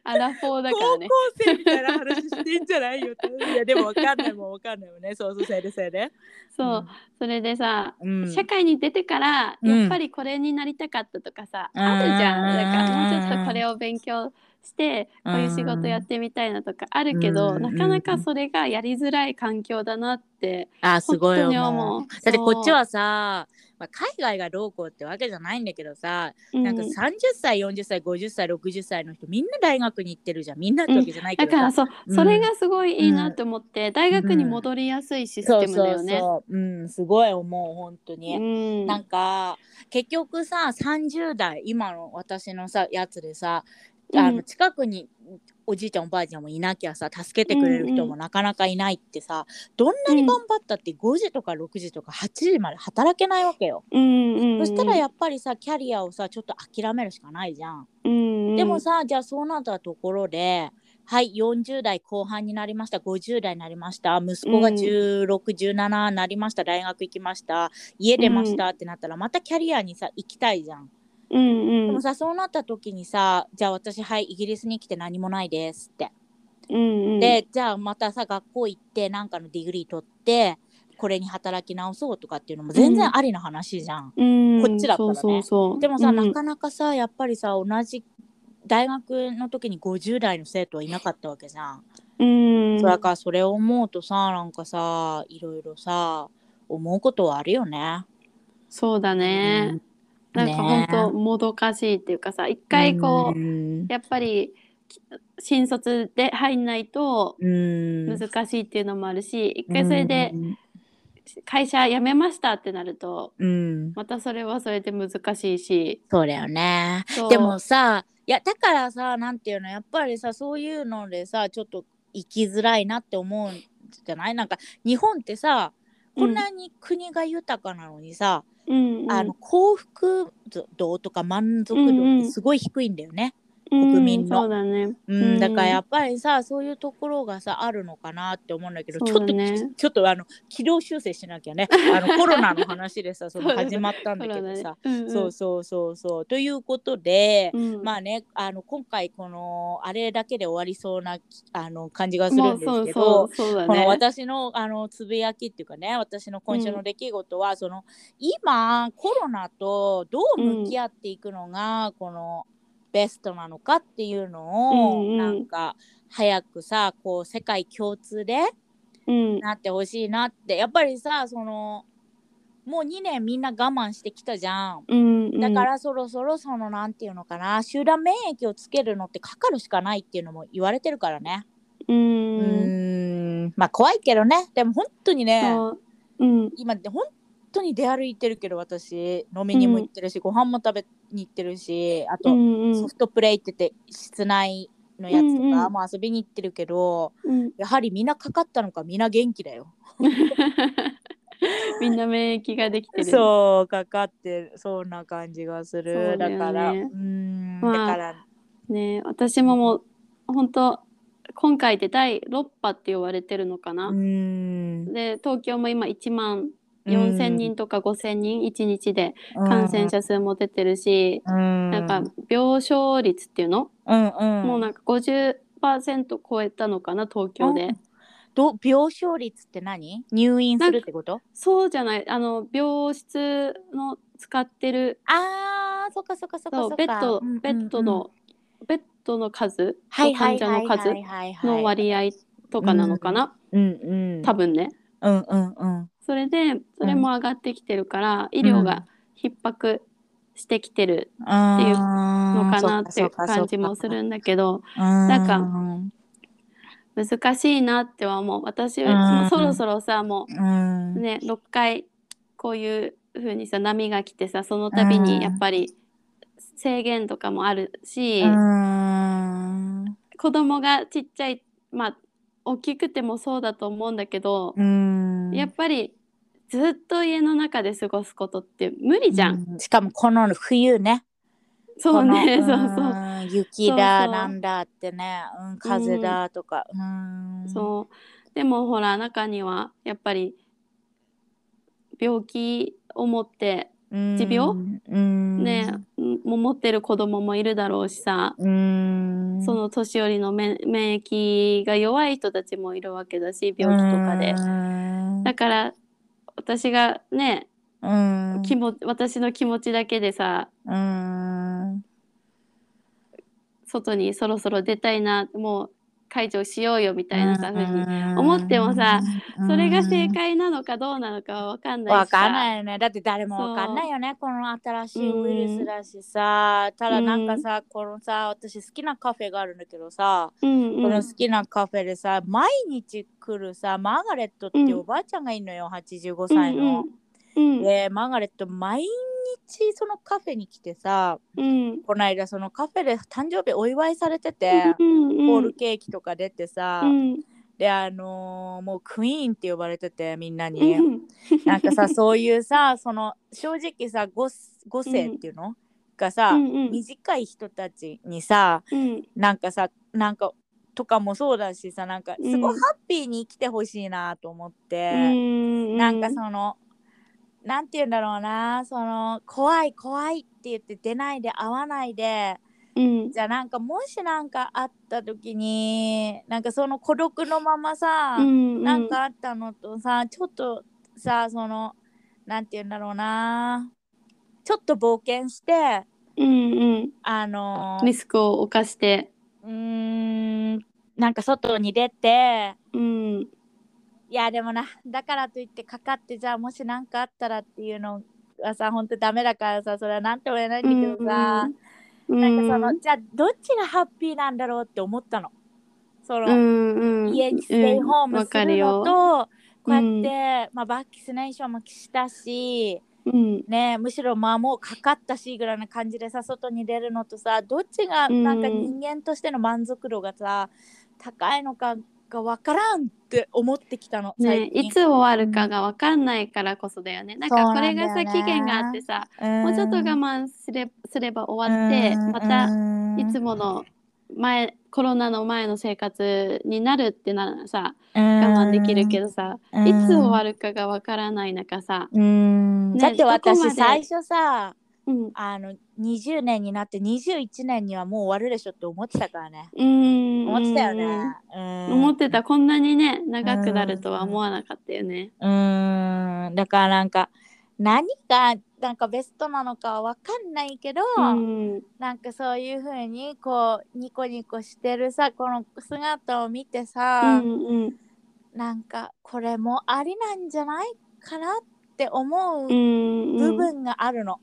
B: アラフォ ーだか
A: 高校
B: ら ね。
A: 生みたいな話してんじゃないよ っていやでもわかんないもんわかんないもんねそうそうそれでそれで
B: そうそれでさ
A: うん
B: 社会に出てから
A: うん
B: やっぱりこれになりたかったとかさ、
A: うん
B: あるじゃん。
A: うん
B: なんかもうちょっとこれを勉強してこういう仕事やってみたいなとかあるけど、
A: うん
B: なかなかそれがやりづらい環境だなって。
A: あーすごい
B: 本当に
A: 思
B: 思
A: う
B: う
A: だってこっちはさ、まあ、海外がどうこうってわけじゃないんだけどさ、なんか
B: うん
A: 30歳40歳50歳60歳の人みんな大学に行ってるじゃんみんなってわけじゃないけ
B: だ
A: どさ、
B: からそう、
A: うん
B: それがすごいいいなって思って、大学に戻りやすいシス
A: そ
B: テ
A: う
B: ム
A: そ
B: だ
A: う
B: よね。
A: そう、うん、すごい思う本当に、
B: うん
A: なんか結局さ30代今の私のさやつでさあ
B: う
A: の
B: ん
A: 近くにおじいちゃんおばあちゃんもいなきゃさ助けてくれる人もなかなかいないってさ、どんなに頑張ったって5時とか6時とか8時まで働けないわけよ。
B: うんうんう
A: そ
B: ん、
A: したらやっぱりさキャリアをさちょっと諦めるしかないじゃん。
B: うんうん、
A: でもさじゃあそうなったところではい40代後半になりました50代になりました息子が
B: うん
A: 1617なりました大学行きました家出ましたってなったらまたキャリアにさ行きたいじゃん。
B: うんうん、
A: でもさそうなった時にさじゃあ私はいイギリスに来て何もないですって。
B: うんうん、
A: でじゃあまたさ学校行ってなんかのディグリー取ってこれに働き直そうとかっていうのも全然ありの話じゃん
B: うん、
A: こっちだったらね
B: そうそうそう
A: でもさ、
B: うん、
A: なかなかさやっぱりさ同じ大学の時に50代の生徒はいなかったわけじゃん。
B: うん、
A: それからそれを思うとさなんかさいろいろさ思うことはあるよね。
B: そうだね、
A: うん
B: なんか本当もどかしいっていうかさ一回こう、
A: うん
B: やっぱりき新卒で入んないと
A: うん
B: 難しいっていうのもあるし一回それで会社辞めましたってなると
A: うん
B: またそれはそれで難しいし
A: そうだよね。
B: そう
A: でもさいやだからさなんていうのやっぱりさそういうのでさちょっと生きづらいなって思うんじゃないなんか日本ってさこんなに国が豊かなのにさ、
B: うんうん
A: あの幸福度とか満足
B: うんう
A: 度っ
B: ん
A: てすごい低いんだよね。
B: 国
A: 民の
B: そうだね、
A: うんだからやっぱりさそういうところがさあるのかなって思うんだけど、ち
B: そ
A: ょっ
B: う
A: と
B: だね
A: ちょっとあの軌道修正しなきゃね あのコロナの話でさその
B: そうだね
A: 始まったんだけどさ。
B: うんうん、
A: そうそうそうそう。ということで、
B: うん
A: まあねあの今回このあれだけで終わりそうなあの感じがするんですけど。
B: もうそうそうそう
A: こ
B: だ
A: の
B: ね。
A: 私のあのつぶやきっていうかね私の今週の出来事は、その今コロナとどう向き合っていくのが、このベストなのかっていうのを、
B: うんうん
A: なんか早くさこう世界共通で
B: うん
A: なってほしいなってやっぱりさそのもう2年みんな我慢してきたじゃん。
B: うん
A: だからそろそろそのなんていうのかな集団免疫をつけるのってかかるしかないっていうのも言われてるからね。
B: うん
A: う
B: うん
A: ーんまあ怖いけどねでも本当にね
B: そううん
A: 今で本当に出歩いてるけど私飲みにも行ってるし、ご飯も食べに行ってるしあ
B: う
A: と、
B: んうん
A: ソフトプレイって言って室内のやつと
B: うんう
A: か
B: ん
A: も遊びに行ってるけど、
B: うん
A: やはりみんなかかったのかみんな元気だよ。
B: みんな免疫ができて る
A: そうかかってそんな感じがす
B: そ
A: る
B: う
A: だ,、
B: だよね
A: からうん、
B: まあ
A: だから
B: ね私ももう本当今回で第6波って言われてるのかな、
A: うん
B: で東京も今1万4,000人とか5,000人1日で感染者数も出てるし、
A: うん
B: なんか病床率っていうの、
A: うんうん
B: もうなんか50%超えたのかな東京で、
A: うんど病床率って何入院するってこと
B: そうじゃないあの病室の使ってる
A: あーそっかそっかそっかそっ
B: そう
A: か
B: ベッドベッドの、ベッドの数と患者の数の割合とかなのかな、
A: うんうん
B: 多分ね。
A: うんうんうん
B: それでそれも上がってきてるから、医療が逼迫してきてる
A: って
B: いうのかなっていう感じもするんだけど
A: なん
B: か難しいなっては思う私もそろそろさも
A: うん
B: うね6回こういう風にさ波が来てさその度
A: うん
B: にやっぱり制限とかもあるし、
A: うん
B: 子供がちっちゃいまあ大きくてもそうだと思うんだけど、
A: うん
B: やっぱりずっと家の中で過ごすことって無理じゃん。
A: うんしかもこの冬ね
B: そうね、
A: こ
B: そう
A: の
B: そう。
A: ん雪だ
B: そうそう
A: なんだってねうん風だとかうん
B: そうでもほら中にはやっぱり病気を持って
A: うん
B: 持病
A: うん
B: ね、も持ってる子供もいるだろうしさ、
A: うん
B: その年寄りの免免疫が弱い人たちもいるわけだし病気とかで、
A: うん
B: だから私がね
A: うん
B: 気も私の気持ちだけでさ
A: うん
B: 外にそろそろ出たいなもう解除しようよみたいなさ、風に思ってもさそれが正解なのかどうなのかは分かんないしさ
A: わかんないよねだって誰もわかんないよねこの新しいウイルスだしさただなんかさこのさ私好きなカフェがあるんだけどさ、
B: うんうん
A: この好きなカフェでさ毎日来るさマーガレットっておばあちゃんがいるのよ、85歳の。
B: うんうん
A: でマーガレット毎日そのカフェに来てさ
B: うん
A: この間そのカフェで誕生日お祝いされてて、ホ
B: ホ
A: ールケーキとか出てさ、
B: うん
A: であのーもうクイーンって呼ばれててみんなに。
B: うん
A: なんかさそういうさその正直さ 5, 5世っていうの、がさ、
B: うん
A: 短い人たちにさ
B: うん
A: なんかさなんかとかもそうだしさなんかすご
B: う
A: い
B: ん
A: ハッピーに生きてほしいなと思っ
B: う
A: て、
B: ん
A: なんかそのなんて言うんだろうなその怖い怖いって言って出ないで会わないで
B: うん
A: じゃあなんかもしなんかあった時になんかその孤独のままさ、
B: うん
A: なんかあったのとさちょっとさそのなんて言うんだろうなちょっと冒険して
B: うんうん
A: あの
B: リスクを犯して
A: うーんなんか外に出て
B: うん
A: いやでもなだからといってかかってじゃあもし何かあったらっていうのはさほんとダメだからさそれは何とも言えないんだけどさ、
B: うん
A: なんかそのじゃあどっちがハッピーなんだろうって思ったの。その、
B: うんうん
A: 家にステイホー
B: うん
A: ム
B: わ
A: す
B: か
A: る
B: る
A: の
B: よ
A: と、こうやって、
B: うん
A: まあ、バッキスネーションもしたし、
B: うん
A: ね、むしろまあもうかかったしぐらいな感じでさ外に出るのとさどっちが
B: うん
A: なんか人間としての満足度がさ、高いのかがわからんって思ってきたの
B: ね
A: 最近、
B: いつ終わるかがわかんないからこそだよねなん
A: そ
B: か
A: う
B: こ
A: なんだよね
B: れがさ期限があってさ
A: も
B: もうちょっと我慢すれすれば終わってまたいつ
A: も
B: もの前コロナの前の生活になるってならさ
A: 我
B: 我慢できるけどさ
A: うん
B: いつ終わるかがわからない中さ
A: うん、
B: ね
A: だって
B: どこま
A: 私
B: で
A: 最初さ
B: うん
A: あの20年になって21年にはもう終わるでしょって思ってたからね。
B: うん
A: 思ってたよね。うん
B: 思ってたこんなにね長くなるとは思わなかったよね
A: うーんだからなんか何がなんかベストなのかわかんないけど、
B: うん
A: なんかそういう風にこうニコニコしてるさこの姿を見て
B: う
A: さ、
B: んうん
A: なんかこれもありなんじゃないかなって思う
B: う
A: うん部分があるの。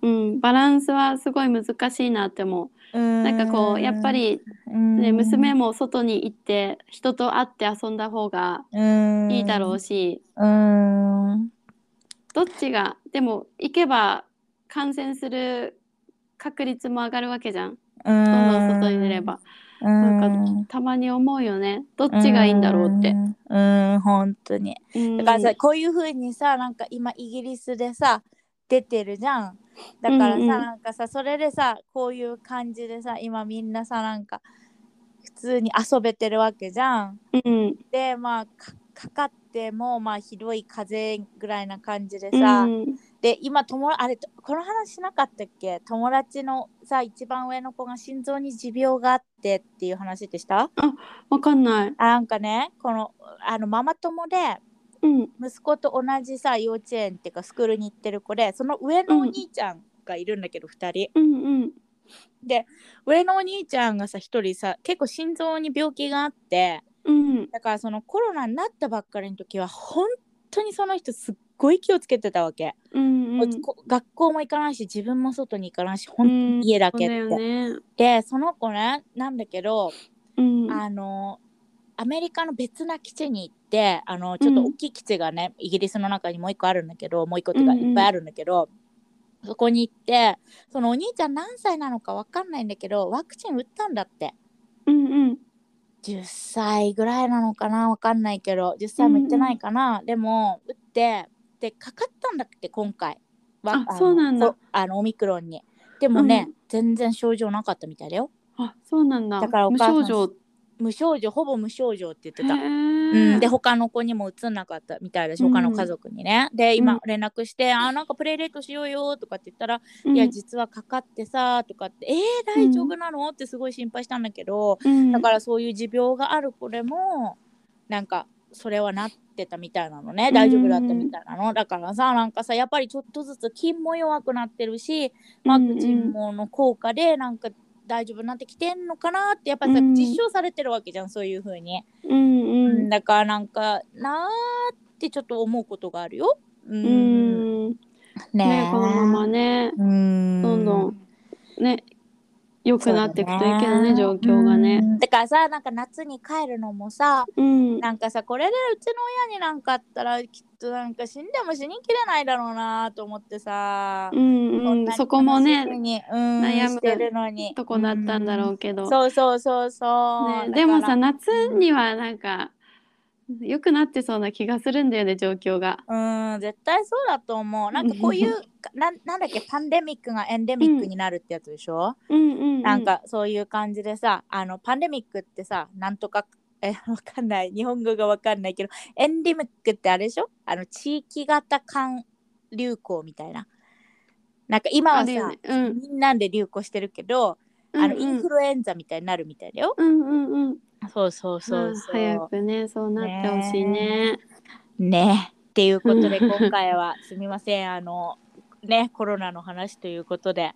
B: うん、バランスはすごい難しいなって思う。
A: な
B: なんかこうやっぱ、り、ね、娘も外に行って人と会って遊んだ方がいいだろう
A: し。
B: し、
A: うん
B: どっちがでも行けば感染する確率も上がるわけじゃん。どんどん外に出れば、なんかたまに思うよね。どっちがいいんだろうって。
A: んうん本当に
B: うん
A: だからさ、こういう風にさなんか今イギリスでさ出てるじゃんだからさ、
B: うんうん
A: なんかさそれでさこういう感じでさ今みんなさなんか普通に遊べてるわけじゃん
B: うん、
A: でまあかかかってもまあひどい風邪ぐらいな感じで
B: うん
A: さ、で今友あれとこの話しなかったっけ友達のさ一番上の子が心臓に持病があってっていう話でした
B: わかんない。
A: あなんかねこのあのママ友で
B: うん、
A: 息子と同じさ幼稚園っていうかスクールに行ってる子でその上のお兄ちゃんがいるんだけど、二人
B: うん、うん、
A: 上のお兄ちゃんがさ一人さ結構心臓に病気があって
B: うん、
A: だからそのコロナになったばっかりの時は本当にその人すっごい気をつけてたわけ、
B: うん、うん。
A: こ学校も行かないし自分も外に行かないし本当に家だけって、
B: そうだよね。
A: でその子ねなんだけど、
B: うん、
A: あのアメリカの別な基地に行ってあのちょっと大きい基地がね、イギリスの中にもう一個あるんだけどもう一個っていうか
B: うんうん
A: いっぱいあるんだけど、そこに行ってそのお兄ちゃん何歳なのか分かんないんだけどワクチン打ったんだって
B: うん、うん、
A: 10歳ぐらいなのかな分かんないけど10歳も行ってないかな、でも打ってでかかったんだって今回わ
B: あ
A: の
B: そうなんだ
A: そあのオミクロンにでもね、
B: う
A: 全然症状なかったみたいだよ
B: あ、そうなんだ。
A: だからお母さん
B: 無症状。
A: 無症状ほぼ無症状って言ってた
B: へえ
A: うん、で他の子にも移んなかったみたいだし
B: うん
A: 他の家族にね、で
B: う
A: 今
B: ん
A: 連絡して「あーなんかプレイレートしようよ」とかって言ったら「
B: うん
A: いや実はかかってさ」とかって「えー、大丈夫なの?」ってすごい心配したんだけど、
B: うん
A: だからそういう持病がある子でもなんかそれはなってたみたいなのね大丈夫だったみたいなの、だからさなんかさやっぱりちょっとずつ筋も弱くなってるしワクチンもの効果でなんか大丈夫になってきてんのかなってやっぱさ、
B: うん
A: 実証されてるわけじゃんそういう風に。
B: う
A: う
B: んう
A: ん
B: ん
A: だからなんかなーってちょっと思うことがあるよ。う、
B: うんん
A: ね
B: ね
A: え
B: このままね
A: うん
B: どんどんね良くなっていくといいけどね
A: そ
B: 状
A: うだね
B: 況が
A: う
B: ね
A: んだからさなんか夏に帰るのもさ
B: うん
A: なんかさこれでうちの親になんかあったらきっとなんか死んでも死にきれないだろうなと思ってさ、
B: うんうん
A: なに
B: そこも
A: 悲しいの
B: ね
A: にうん
B: 悩む
A: してるのに
B: とこだったんだろうけ
A: う
B: ど
A: ん
B: ね
A: そうそうそうそう、
B: でもさ
A: だか
B: 夏にはなんか良くなってそうな気がするんだよね状況が
A: らうん絶対そうだと思うなんかこういう ななんだっけパンデミックがエンデミックになるってやつでしょ、
B: うんうん
A: なんかそういう感じでさあのパンデミックってさなんとか えわかんない日本語がわかんないけどエンデミックってあれでしょあの地域型間流行みたいななんか今は
B: あ
A: さ、
B: るよねうん
A: みんなで流行してるけど、あの
B: うん
A: イ
B: うん
A: ンフルエンザみたいになるみたいだよ、
B: うんうんうん
A: そうそう
B: は
A: そ
B: あ
A: うそう
B: 早くねそうなってほしいね
A: ねっていうことで
B: うん
A: 今回はすみませんあのねコロナの話ということで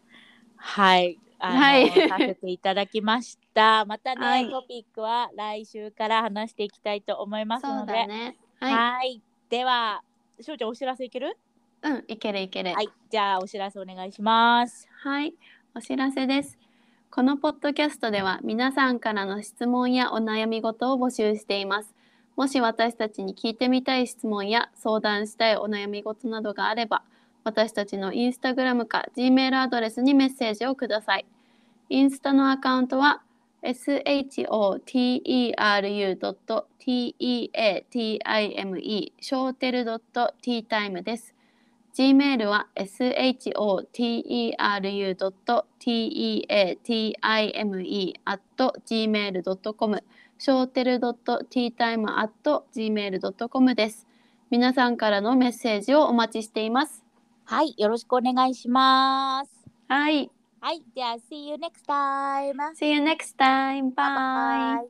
A: はいあの、
B: はい
A: させていただきましたまたね、
B: はい
A: トピックは来週から話していきたいと思います
B: そ
A: の
B: う
A: で、
B: だねは
A: はいではしょうちゃんお知らせいける
B: いうんいけるいける
A: はいじゃあお知らせお願いします
B: はい、お知らせです。このポッドキャストでは皆さんからの質問やお悩み事を募集しています。もし私たちに聞いてみたい質問や相談したいお悩み事などがあれば、私たちのインスタグラムか G メールアドレスにメッセージをください。インスタのアカウントは shoteru.teatime ショーテル .teatime です。Gmail は shoteru.teatime.gmail.com ショーテル .teatime.gmail.com です。皆さんからのメッセージをお待ちしています。
A: はいよろしくお願いします
B: はい。
A: はいじゃあ See you next time
B: See you next time. Bye.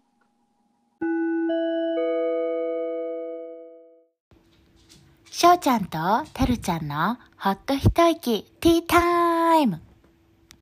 C: しょうちゃんとてるちゃんのほっと一息ティータイム